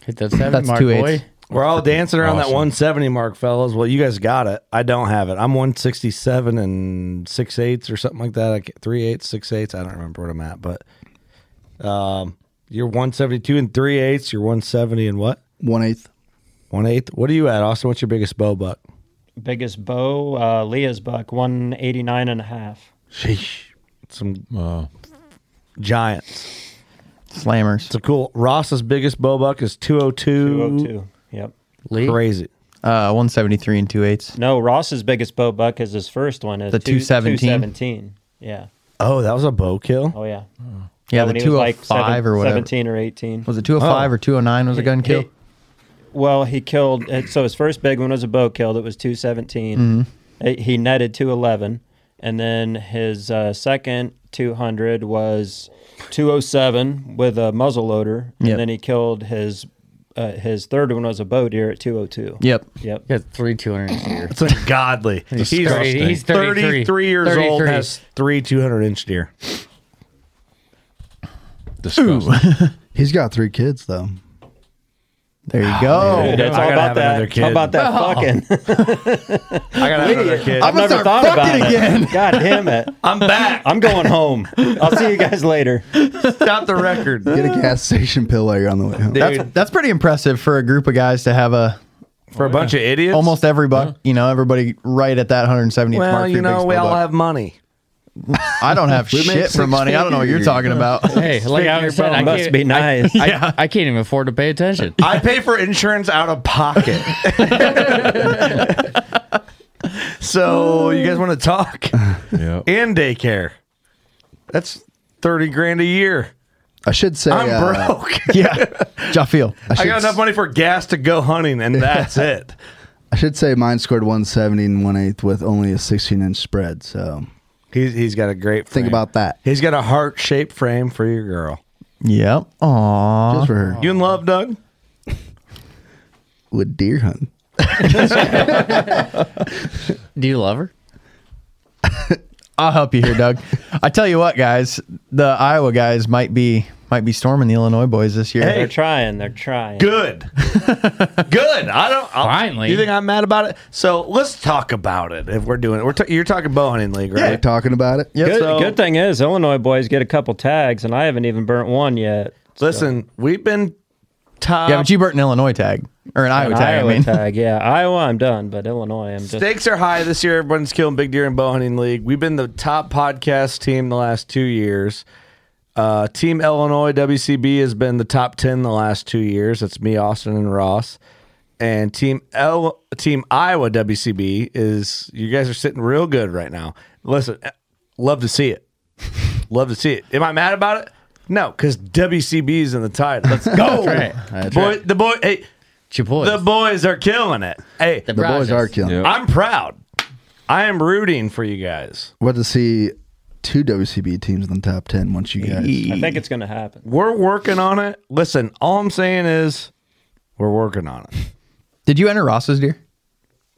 [SPEAKER 3] Hit that
[SPEAKER 2] seven That's mark, two boy. eighths.
[SPEAKER 1] We're all dancing around that
[SPEAKER 2] Awesome.
[SPEAKER 1] 170 mark, fellas. Well, you guys got it. I don't have it. I'm 167 and six eighths or something like that. I can't- three eighths, six eighths. I don't remember what I'm at, but um, you're 172 and three eighths. You're 170 and what?
[SPEAKER 2] One eighth.
[SPEAKER 1] One eighth. What are you at, Austin? What's your biggest bow buck?
[SPEAKER 11] Biggest bow, uh, Leah's buck, 189 and a half.
[SPEAKER 1] Sheesh. Some giants.
[SPEAKER 8] Slammers.
[SPEAKER 1] So cool. Ross's biggest bow buck is 202.
[SPEAKER 11] 202. Yep.
[SPEAKER 1] Crazy.
[SPEAKER 8] Uh, 173 and two eighths.
[SPEAKER 11] No, Ross's biggest bow buck is his first one. Is
[SPEAKER 8] The
[SPEAKER 11] two-
[SPEAKER 8] 217?
[SPEAKER 11] 217. Yeah.
[SPEAKER 1] Oh, that was a bow kill?
[SPEAKER 11] Oh, yeah.
[SPEAKER 8] Yeah,
[SPEAKER 11] when
[SPEAKER 8] the
[SPEAKER 11] he was,
[SPEAKER 8] 205
[SPEAKER 11] seven-
[SPEAKER 8] or whatever.
[SPEAKER 11] 17 or 18.
[SPEAKER 8] Was it
[SPEAKER 11] Oh.
[SPEAKER 1] Oh.
[SPEAKER 8] 205 or 209 was a gun kill?
[SPEAKER 11] He- well, he killed. uh, So his first big one was a bow kill that was 217.
[SPEAKER 8] Mhm.
[SPEAKER 1] Mm-hmm.
[SPEAKER 11] Uh, He netted 211. And then his uh, second 200 was 207 with a muzzle loader. And
[SPEAKER 8] Yep.
[SPEAKER 11] then he killed his. Uh, his third one was a bow deer at 202.
[SPEAKER 8] Yep.
[SPEAKER 11] Yep.
[SPEAKER 3] Got three 200s here.
[SPEAKER 1] It's ungodly.
[SPEAKER 3] He's
[SPEAKER 1] He's,
[SPEAKER 3] thirty- he's 33.
[SPEAKER 1] 33 years old
[SPEAKER 3] 33.
[SPEAKER 1] and has three 200 inch deer.
[SPEAKER 2] He's got three kids though.
[SPEAKER 8] There you Oh.
[SPEAKER 2] go.
[SPEAKER 11] Dude, it's
[SPEAKER 2] Ah, I
[SPEAKER 11] all
[SPEAKER 2] gotta
[SPEAKER 11] about
[SPEAKER 2] have
[SPEAKER 11] that.
[SPEAKER 2] another
[SPEAKER 11] it's all about that
[SPEAKER 2] kid.
[SPEAKER 11] fucking.
[SPEAKER 1] I gotta have another kid.
[SPEAKER 11] I've
[SPEAKER 1] I'm gonna
[SPEAKER 11] never
[SPEAKER 1] start
[SPEAKER 11] thought about
[SPEAKER 1] fucking
[SPEAKER 11] it.
[SPEAKER 1] again.
[SPEAKER 11] God damn it!
[SPEAKER 1] I'm back.
[SPEAKER 11] I'm going home. I'll see you guys later.
[SPEAKER 1] Stop the record.
[SPEAKER 2] Get a gas station pill while you're on the way home.
[SPEAKER 8] That's, that's pretty impressive for a group of guys to have a.
[SPEAKER 1] For a bunch of idiots?
[SPEAKER 8] Almost every buck, you know, everybody right at that 170th mark.
[SPEAKER 1] Well,
[SPEAKER 8] for
[SPEAKER 1] you
[SPEAKER 8] your
[SPEAKER 1] know,
[SPEAKER 8] biggest
[SPEAKER 1] we
[SPEAKER 8] bull
[SPEAKER 1] all
[SPEAKER 8] buck.
[SPEAKER 1] have money.
[SPEAKER 8] I don't have
[SPEAKER 1] We make
[SPEAKER 8] shit for
[SPEAKER 1] six
[SPEAKER 8] money. I don't know what you're
[SPEAKER 1] figures.
[SPEAKER 8] talking about.
[SPEAKER 3] Hey, like I said, I can't- I, I, I can't even afford to pay attention.
[SPEAKER 1] I pay for insurance out of pocket. so you guys want to talk?
[SPEAKER 9] Yeah.
[SPEAKER 1] And daycare. That's thirty grand a year.
[SPEAKER 2] I should say
[SPEAKER 1] I'm
[SPEAKER 2] uh,
[SPEAKER 1] broke.
[SPEAKER 8] yeah, Jaffiel.
[SPEAKER 1] I, got enough money for gas to go hunting, and that's it.
[SPEAKER 2] I should say mine scored 170 and one eighth with only a 16 inch spread. So
[SPEAKER 1] He's he's got a great.
[SPEAKER 2] think
[SPEAKER 1] frame.
[SPEAKER 2] about that.
[SPEAKER 1] He's got a heart shaped frame for your girl.
[SPEAKER 8] Yep. Aww.
[SPEAKER 2] Just for her.
[SPEAKER 1] You in love, Doug?
[SPEAKER 2] With deer hunting.
[SPEAKER 3] Do you love her?
[SPEAKER 8] I'll help you here, Doug. I tell you what, guys, the Iowa guys might be might be storming the Illinois boys this year.
[SPEAKER 11] They're trying. They're trying.
[SPEAKER 1] Good. Good. I don't. I'll, Finally. You think I'm mad about it? So let's talk about it. If we're doing it, we're ta- you're talking bow hunting league, right?
[SPEAKER 2] We're talking about it.
[SPEAKER 11] Good, good thing is Illinois boys get a couple tags, and I haven't even burnt one yet.
[SPEAKER 1] Listen, we've been top.
[SPEAKER 8] yeah, but you burnt an Illinois tag or an Iowa
[SPEAKER 11] An
[SPEAKER 8] tag.
[SPEAKER 11] Iowa
[SPEAKER 8] I mean,
[SPEAKER 11] tag, yeah. Iowa, I'm done, but Illinois, I'm just.
[SPEAKER 1] Stakes are high this year. Everyone's killing big deer in bow hunting league. We've been the top podcast team the last two years. Uh, team Illinois WCB has been the top ten the last two years. That's me, Austin, and Ross. And team L team Iowa WCB is you guys are sitting real good right now. Listen, eh, love to see it. love to see it. Am I mad about it? No, because WCB is in the title. Let's go,
[SPEAKER 3] right.
[SPEAKER 1] boy. The boy. Hey,
[SPEAKER 3] Chipotle.
[SPEAKER 1] The boys are killing it. Hey,
[SPEAKER 2] The boys are killing it.
[SPEAKER 1] I'm proud. I am rooting for you guys.
[SPEAKER 2] What to see two WCB teams in the top ten once you guys.
[SPEAKER 11] I think it's going to happen.
[SPEAKER 1] We're working on it. Listen, all I'm saying is we're working on it.
[SPEAKER 8] Did you enter Ross's deer?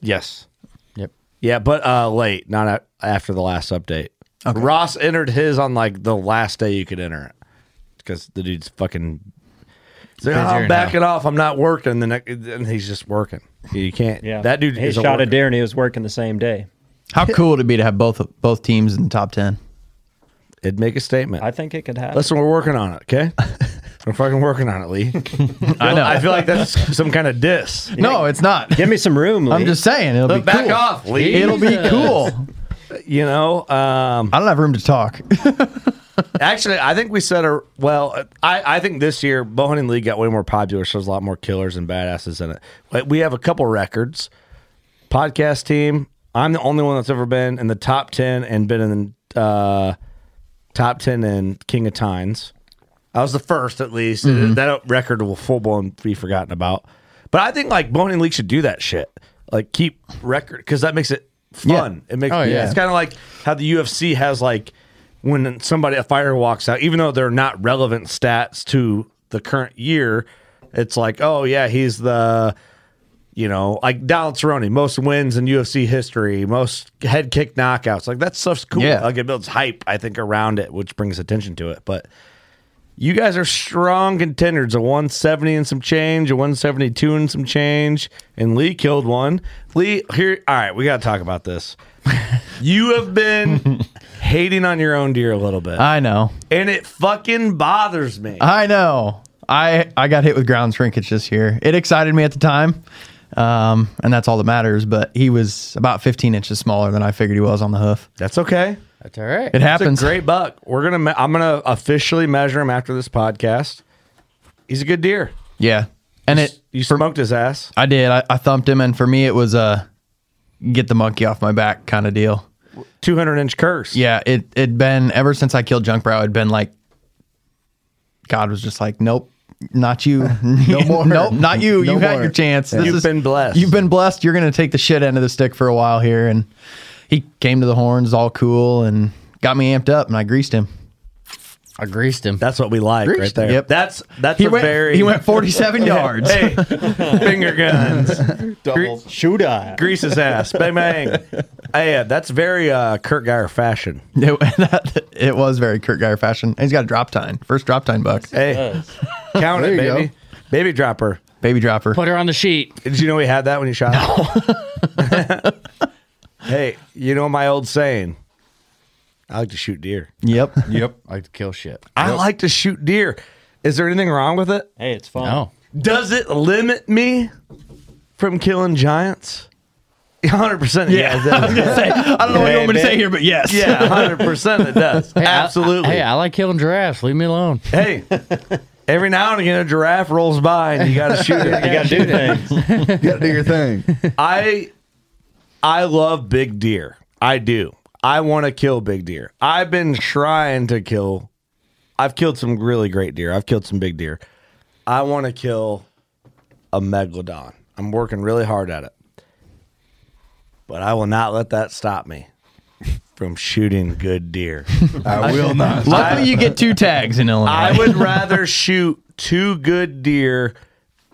[SPEAKER 1] Yes.
[SPEAKER 8] Yep.
[SPEAKER 1] Yeah, but uh late, not a- after the last update. Ross entered his on like the last day you could enter it because the dude's fucking. He's like, "Oh,
[SPEAKER 11] Busier
[SPEAKER 1] I'm
[SPEAKER 11] now."
[SPEAKER 1] backing off. I'm not working. The next, and he's just working. You can't.
[SPEAKER 11] Yeah.
[SPEAKER 1] That dude
[SPEAKER 11] He
[SPEAKER 1] is
[SPEAKER 11] shot a,
[SPEAKER 1] a
[SPEAKER 11] deer and he was working the same day.
[SPEAKER 8] How cool would it be to have both both teams in the top ten?
[SPEAKER 1] It'd make a statement.
[SPEAKER 11] I think it could happen.
[SPEAKER 1] Listen, we're working on it. Okay. we're fucking working on it, Lee.
[SPEAKER 8] I know.
[SPEAKER 1] I feel like that's some kind of diss.
[SPEAKER 8] No, it's not.
[SPEAKER 11] Give me some room.
[SPEAKER 8] I'm just saying it'll be
[SPEAKER 1] back
[SPEAKER 8] cool.
[SPEAKER 1] off, Lee.
[SPEAKER 8] It'll be cool.
[SPEAKER 1] You know, um,
[SPEAKER 8] I don't have room to talk.
[SPEAKER 1] Actually, I think we set a well. I, I think this year bow hunting league got way more popular, so there's a lot more killers and badasses in it. But we have a couple records. Podcast team. I'm the only one that's ever been in the top ten and been in the uh, top ten in King of Tines. I was the first, at least.
[SPEAKER 8] Mm-hmm.
[SPEAKER 13] Mhm.
[SPEAKER 1] That record will full blown be forgotten about. But I think like bow hunting league should do that shit. Like keep record because that makes it fun. It makes
[SPEAKER 8] Oh, yeah.
[SPEAKER 1] it's kind of like how the UFC has like when somebody a fighter walks out, even though they're not relevant stats to the current year, it's like, oh yeah, he's the you know, like Donald Cerrone, most wins in UFC history, most head kick knockouts. Like that stuff's cool.
[SPEAKER 8] Yeah.
[SPEAKER 1] Like it builds hype, I think, around it, which brings attention to it. But you guys are strong contenders. A 170 and some change, a 172 and some change, and Lee killed one. Lee, here, all right, we got to talk about this. you have been hating on your own deer a little bit,
[SPEAKER 8] I know.
[SPEAKER 1] and it fucking bothers me.
[SPEAKER 8] I know. I I got hit with ground shrinkage this year. It excited me at the time, um, and that's all that matters. But he was about 15 inches smaller than I figured he was on the hoof.
[SPEAKER 1] That's okay.
[SPEAKER 3] That's all right.
[SPEAKER 8] It happens.
[SPEAKER 1] It's a great buck. We're gonna. Me- I'm gonna officially measure him after this podcast. He's a good deer.
[SPEAKER 8] Yeah, and it
[SPEAKER 1] You smoked his ass.
[SPEAKER 8] I did. I, I thumped him, and for me, it was a get the monkey off my back kind of deal.
[SPEAKER 1] 200 inch curse.
[SPEAKER 8] Yeah, it it'd been ever since I killed Junk Brow. It'd been like God was just like, nope, not you, no
[SPEAKER 2] more.
[SPEAKER 8] nope, not you.
[SPEAKER 2] No
[SPEAKER 8] you had
[SPEAKER 2] more.
[SPEAKER 8] your chance.
[SPEAKER 2] Yeah. You've
[SPEAKER 1] been blessed.
[SPEAKER 8] You've been blessed. You're gonna take the shit end of the stick for a while here. And he came to the horns, all cool, and got me amped up, and I greased him.
[SPEAKER 3] I greased him.
[SPEAKER 1] That's what we like right
[SPEAKER 8] Greased.
[SPEAKER 1] there.
[SPEAKER 8] Yep.
[SPEAKER 1] That's that's
[SPEAKER 8] He
[SPEAKER 1] a
[SPEAKER 8] went-
[SPEAKER 1] very
[SPEAKER 8] he went 47 yards.
[SPEAKER 1] hey, finger guns. Double.
[SPEAKER 11] Shoot eye.
[SPEAKER 1] Grease his ass. Bang bang. Hey, yeah, that's very uh Kurt Geyer fashion.
[SPEAKER 8] It, that, it was very Kurt Geyer fashion. And he's got a drop time, first drop time buck.
[SPEAKER 1] Hey. Count it,
[SPEAKER 8] There you
[SPEAKER 1] baby.
[SPEAKER 8] go.
[SPEAKER 1] Baby dropper.
[SPEAKER 8] Baby dropper.
[SPEAKER 3] Put her on the sheet.
[SPEAKER 1] Did you know we had that when you shot? hey, you know my old saying. I like to shoot deer.
[SPEAKER 8] Yep.
[SPEAKER 9] Yep.
[SPEAKER 3] I like to kill shit.
[SPEAKER 1] I like to shoot deer. Is there anything wrong with it?
[SPEAKER 11] Hey, it's fun.
[SPEAKER 1] Does it limit me from killing giants? 100%
[SPEAKER 8] Yeah, I was gonna say, I don't know what you want me to say here, but yes.
[SPEAKER 1] Yeah, 100% it does.
[SPEAKER 3] Hey, I-
[SPEAKER 1] Absolutely.
[SPEAKER 3] I, hey, I like killing giraffes. Leave me alone.
[SPEAKER 1] Hey, every now and again a giraffe rolls by and you got to shoot it.
[SPEAKER 11] You gotta do things.
[SPEAKER 2] You gotta do your thing.
[SPEAKER 1] I I love big deer. I do. I want to kill big deer. I've been trying to kill. I've killed some really great deer. I've killed some big deer. I want to kill a megalodon. I'm working really hard at it. But I will not let that stop me from shooting good deer.
[SPEAKER 2] I will not.
[SPEAKER 8] Luckily, you get two tags in Illinois.
[SPEAKER 1] I would rather shoot two good deer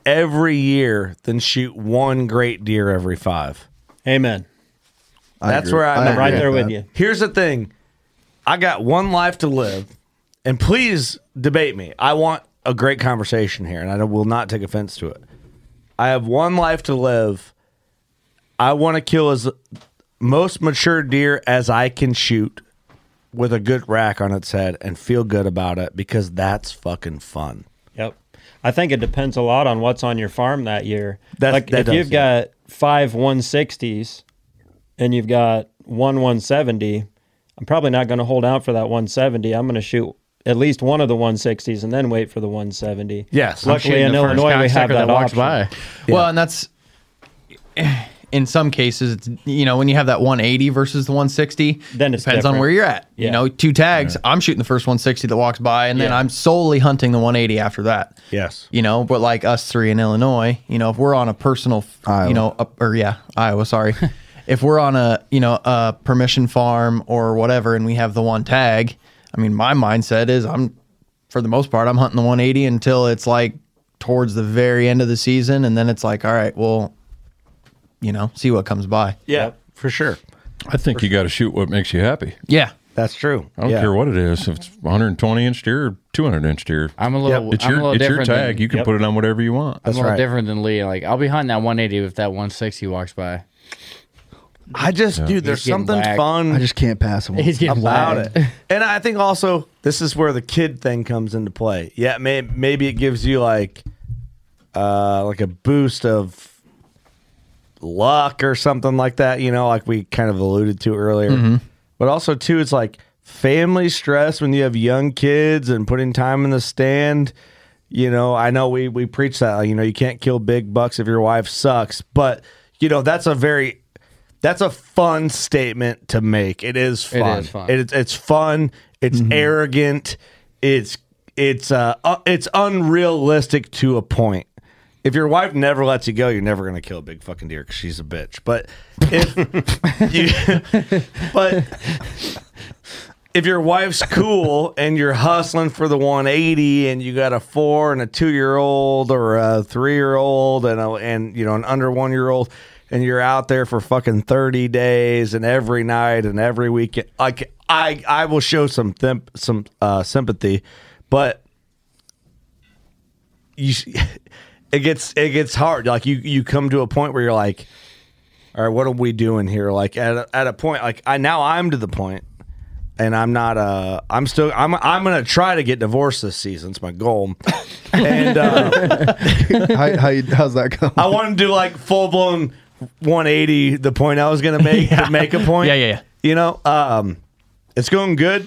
[SPEAKER 1] every year than shoot one great deer every five.
[SPEAKER 11] Amen.
[SPEAKER 2] I
[SPEAKER 1] That's
[SPEAKER 2] agree.
[SPEAKER 1] where I'm
[SPEAKER 2] I
[SPEAKER 1] at.
[SPEAKER 2] agree
[SPEAKER 11] Right there with you.
[SPEAKER 1] Here's the thing. I got one life to live, and please debate me. I want a great conversation here, and I will not take offense to it. I have one life to live. I want to kill as most mature deer as I can shoot with a good rack on its head and feel good about it because that's fucking fun.
[SPEAKER 11] Yep. I think it depends a lot on what's on your farm that year.
[SPEAKER 1] That's-
[SPEAKER 11] like
[SPEAKER 1] that
[SPEAKER 11] if
[SPEAKER 1] does,
[SPEAKER 11] you've got five 160s and you've got one 170, I'm probably not going to hold out for that 170. I'm going to shoot at least one of the 160s and then wait for the 170.
[SPEAKER 1] Yes, I'm
[SPEAKER 11] Luckily
[SPEAKER 1] shooting
[SPEAKER 11] in
[SPEAKER 1] the first
[SPEAKER 11] Illinois we
[SPEAKER 3] cocksucker
[SPEAKER 11] have that,
[SPEAKER 3] that walks
[SPEAKER 11] option.
[SPEAKER 3] by.
[SPEAKER 8] Well, and that's in some cases, it's, you know, when you have that 180 versus the 160, then it depends on
[SPEAKER 11] different.
[SPEAKER 8] where you're at.
[SPEAKER 11] Yeah.
[SPEAKER 8] You know, two tags, I'm shooting the first 160 that walks by, and then
[SPEAKER 11] Yeah.
[SPEAKER 8] I'm solely hunting the 180 after that.
[SPEAKER 1] Yes.
[SPEAKER 8] You know, but like us three in Illinois, you know, if we're on a personal, you know, a, or yeah, Iowa, sorry. if we're on a, you know, a permission farm or whatever, and we have the one tag, I mean, my mindset is I'm, for the most part, I'm hunting the 180 until it's like towards the very end of the season. And then it's like, all right, well, you know, see what comes by.
[SPEAKER 1] Yeah, for sure.
[SPEAKER 9] I think you got to shoot what makes you happy.
[SPEAKER 8] Yeah.
[SPEAKER 1] That's true.
[SPEAKER 9] I don't
[SPEAKER 1] Yeah.
[SPEAKER 9] care what it is, if it's 120 inch deer or 200 inch deer.
[SPEAKER 3] I'm a little-
[SPEAKER 9] It's
[SPEAKER 3] I'm
[SPEAKER 9] your,
[SPEAKER 3] a little
[SPEAKER 9] it's your
[SPEAKER 3] different than-
[SPEAKER 9] tag. you can
[SPEAKER 3] Yep.
[SPEAKER 9] put it on whatever you want.
[SPEAKER 3] I'm a little different than Lee. Like I'll be hunting that 180 if that 160 walks by.
[SPEAKER 1] I just,
[SPEAKER 3] Yeah.
[SPEAKER 1] dude, there's
[SPEAKER 3] He's getting
[SPEAKER 1] something
[SPEAKER 3] whacked.
[SPEAKER 1] fun.
[SPEAKER 2] I just can't pass him.
[SPEAKER 3] He's getting
[SPEAKER 1] about
[SPEAKER 3] whacked.
[SPEAKER 1] it. And I think also this is where the kid thing comes into play. Yeah, may, maybe it gives you like, uh, like a boost of luck or something like that. You know, like we kind of alluded to earlier.
[SPEAKER 3] Mm-hmm.
[SPEAKER 8] Mhm.
[SPEAKER 1] But also too, it's like family stress when you have young kids and putting time in the stand. You know, I know we we preach that. like, You know, you can't kill big bucks if your wife sucks, but you know that's a very that's a fun statement to make. It is
[SPEAKER 3] It
[SPEAKER 1] fun.
[SPEAKER 3] is fun.
[SPEAKER 1] It- it's, it's fun. It's arrogant. It's it's uh, uh it's unrealistic to a point. If your wife never lets you go, you're never gonna kill a big fucking deer because she's a bitch. But if you, but if your wife's cool and you're hustling for the 180 and you got a four and a two year old or a three year old and a, and you know an under one year old and you're out there for fucking 30 days and every night and every weekend like I I will show some thimp, some uh, sympathy but you s- it gets it gets hard like you you come to a point where you're like all right what are we doing here like at a, at a point like I now I'm to the point and I'm not uh I'm still I'm I'm going to try to get divorced this season it's my goal and uh,
[SPEAKER 2] how, how you, how's that going?
[SPEAKER 1] I want to do like full blown 180 the point I was going to make to make a point
[SPEAKER 8] Yeah, yeah, yeah.
[SPEAKER 1] you know um it's going good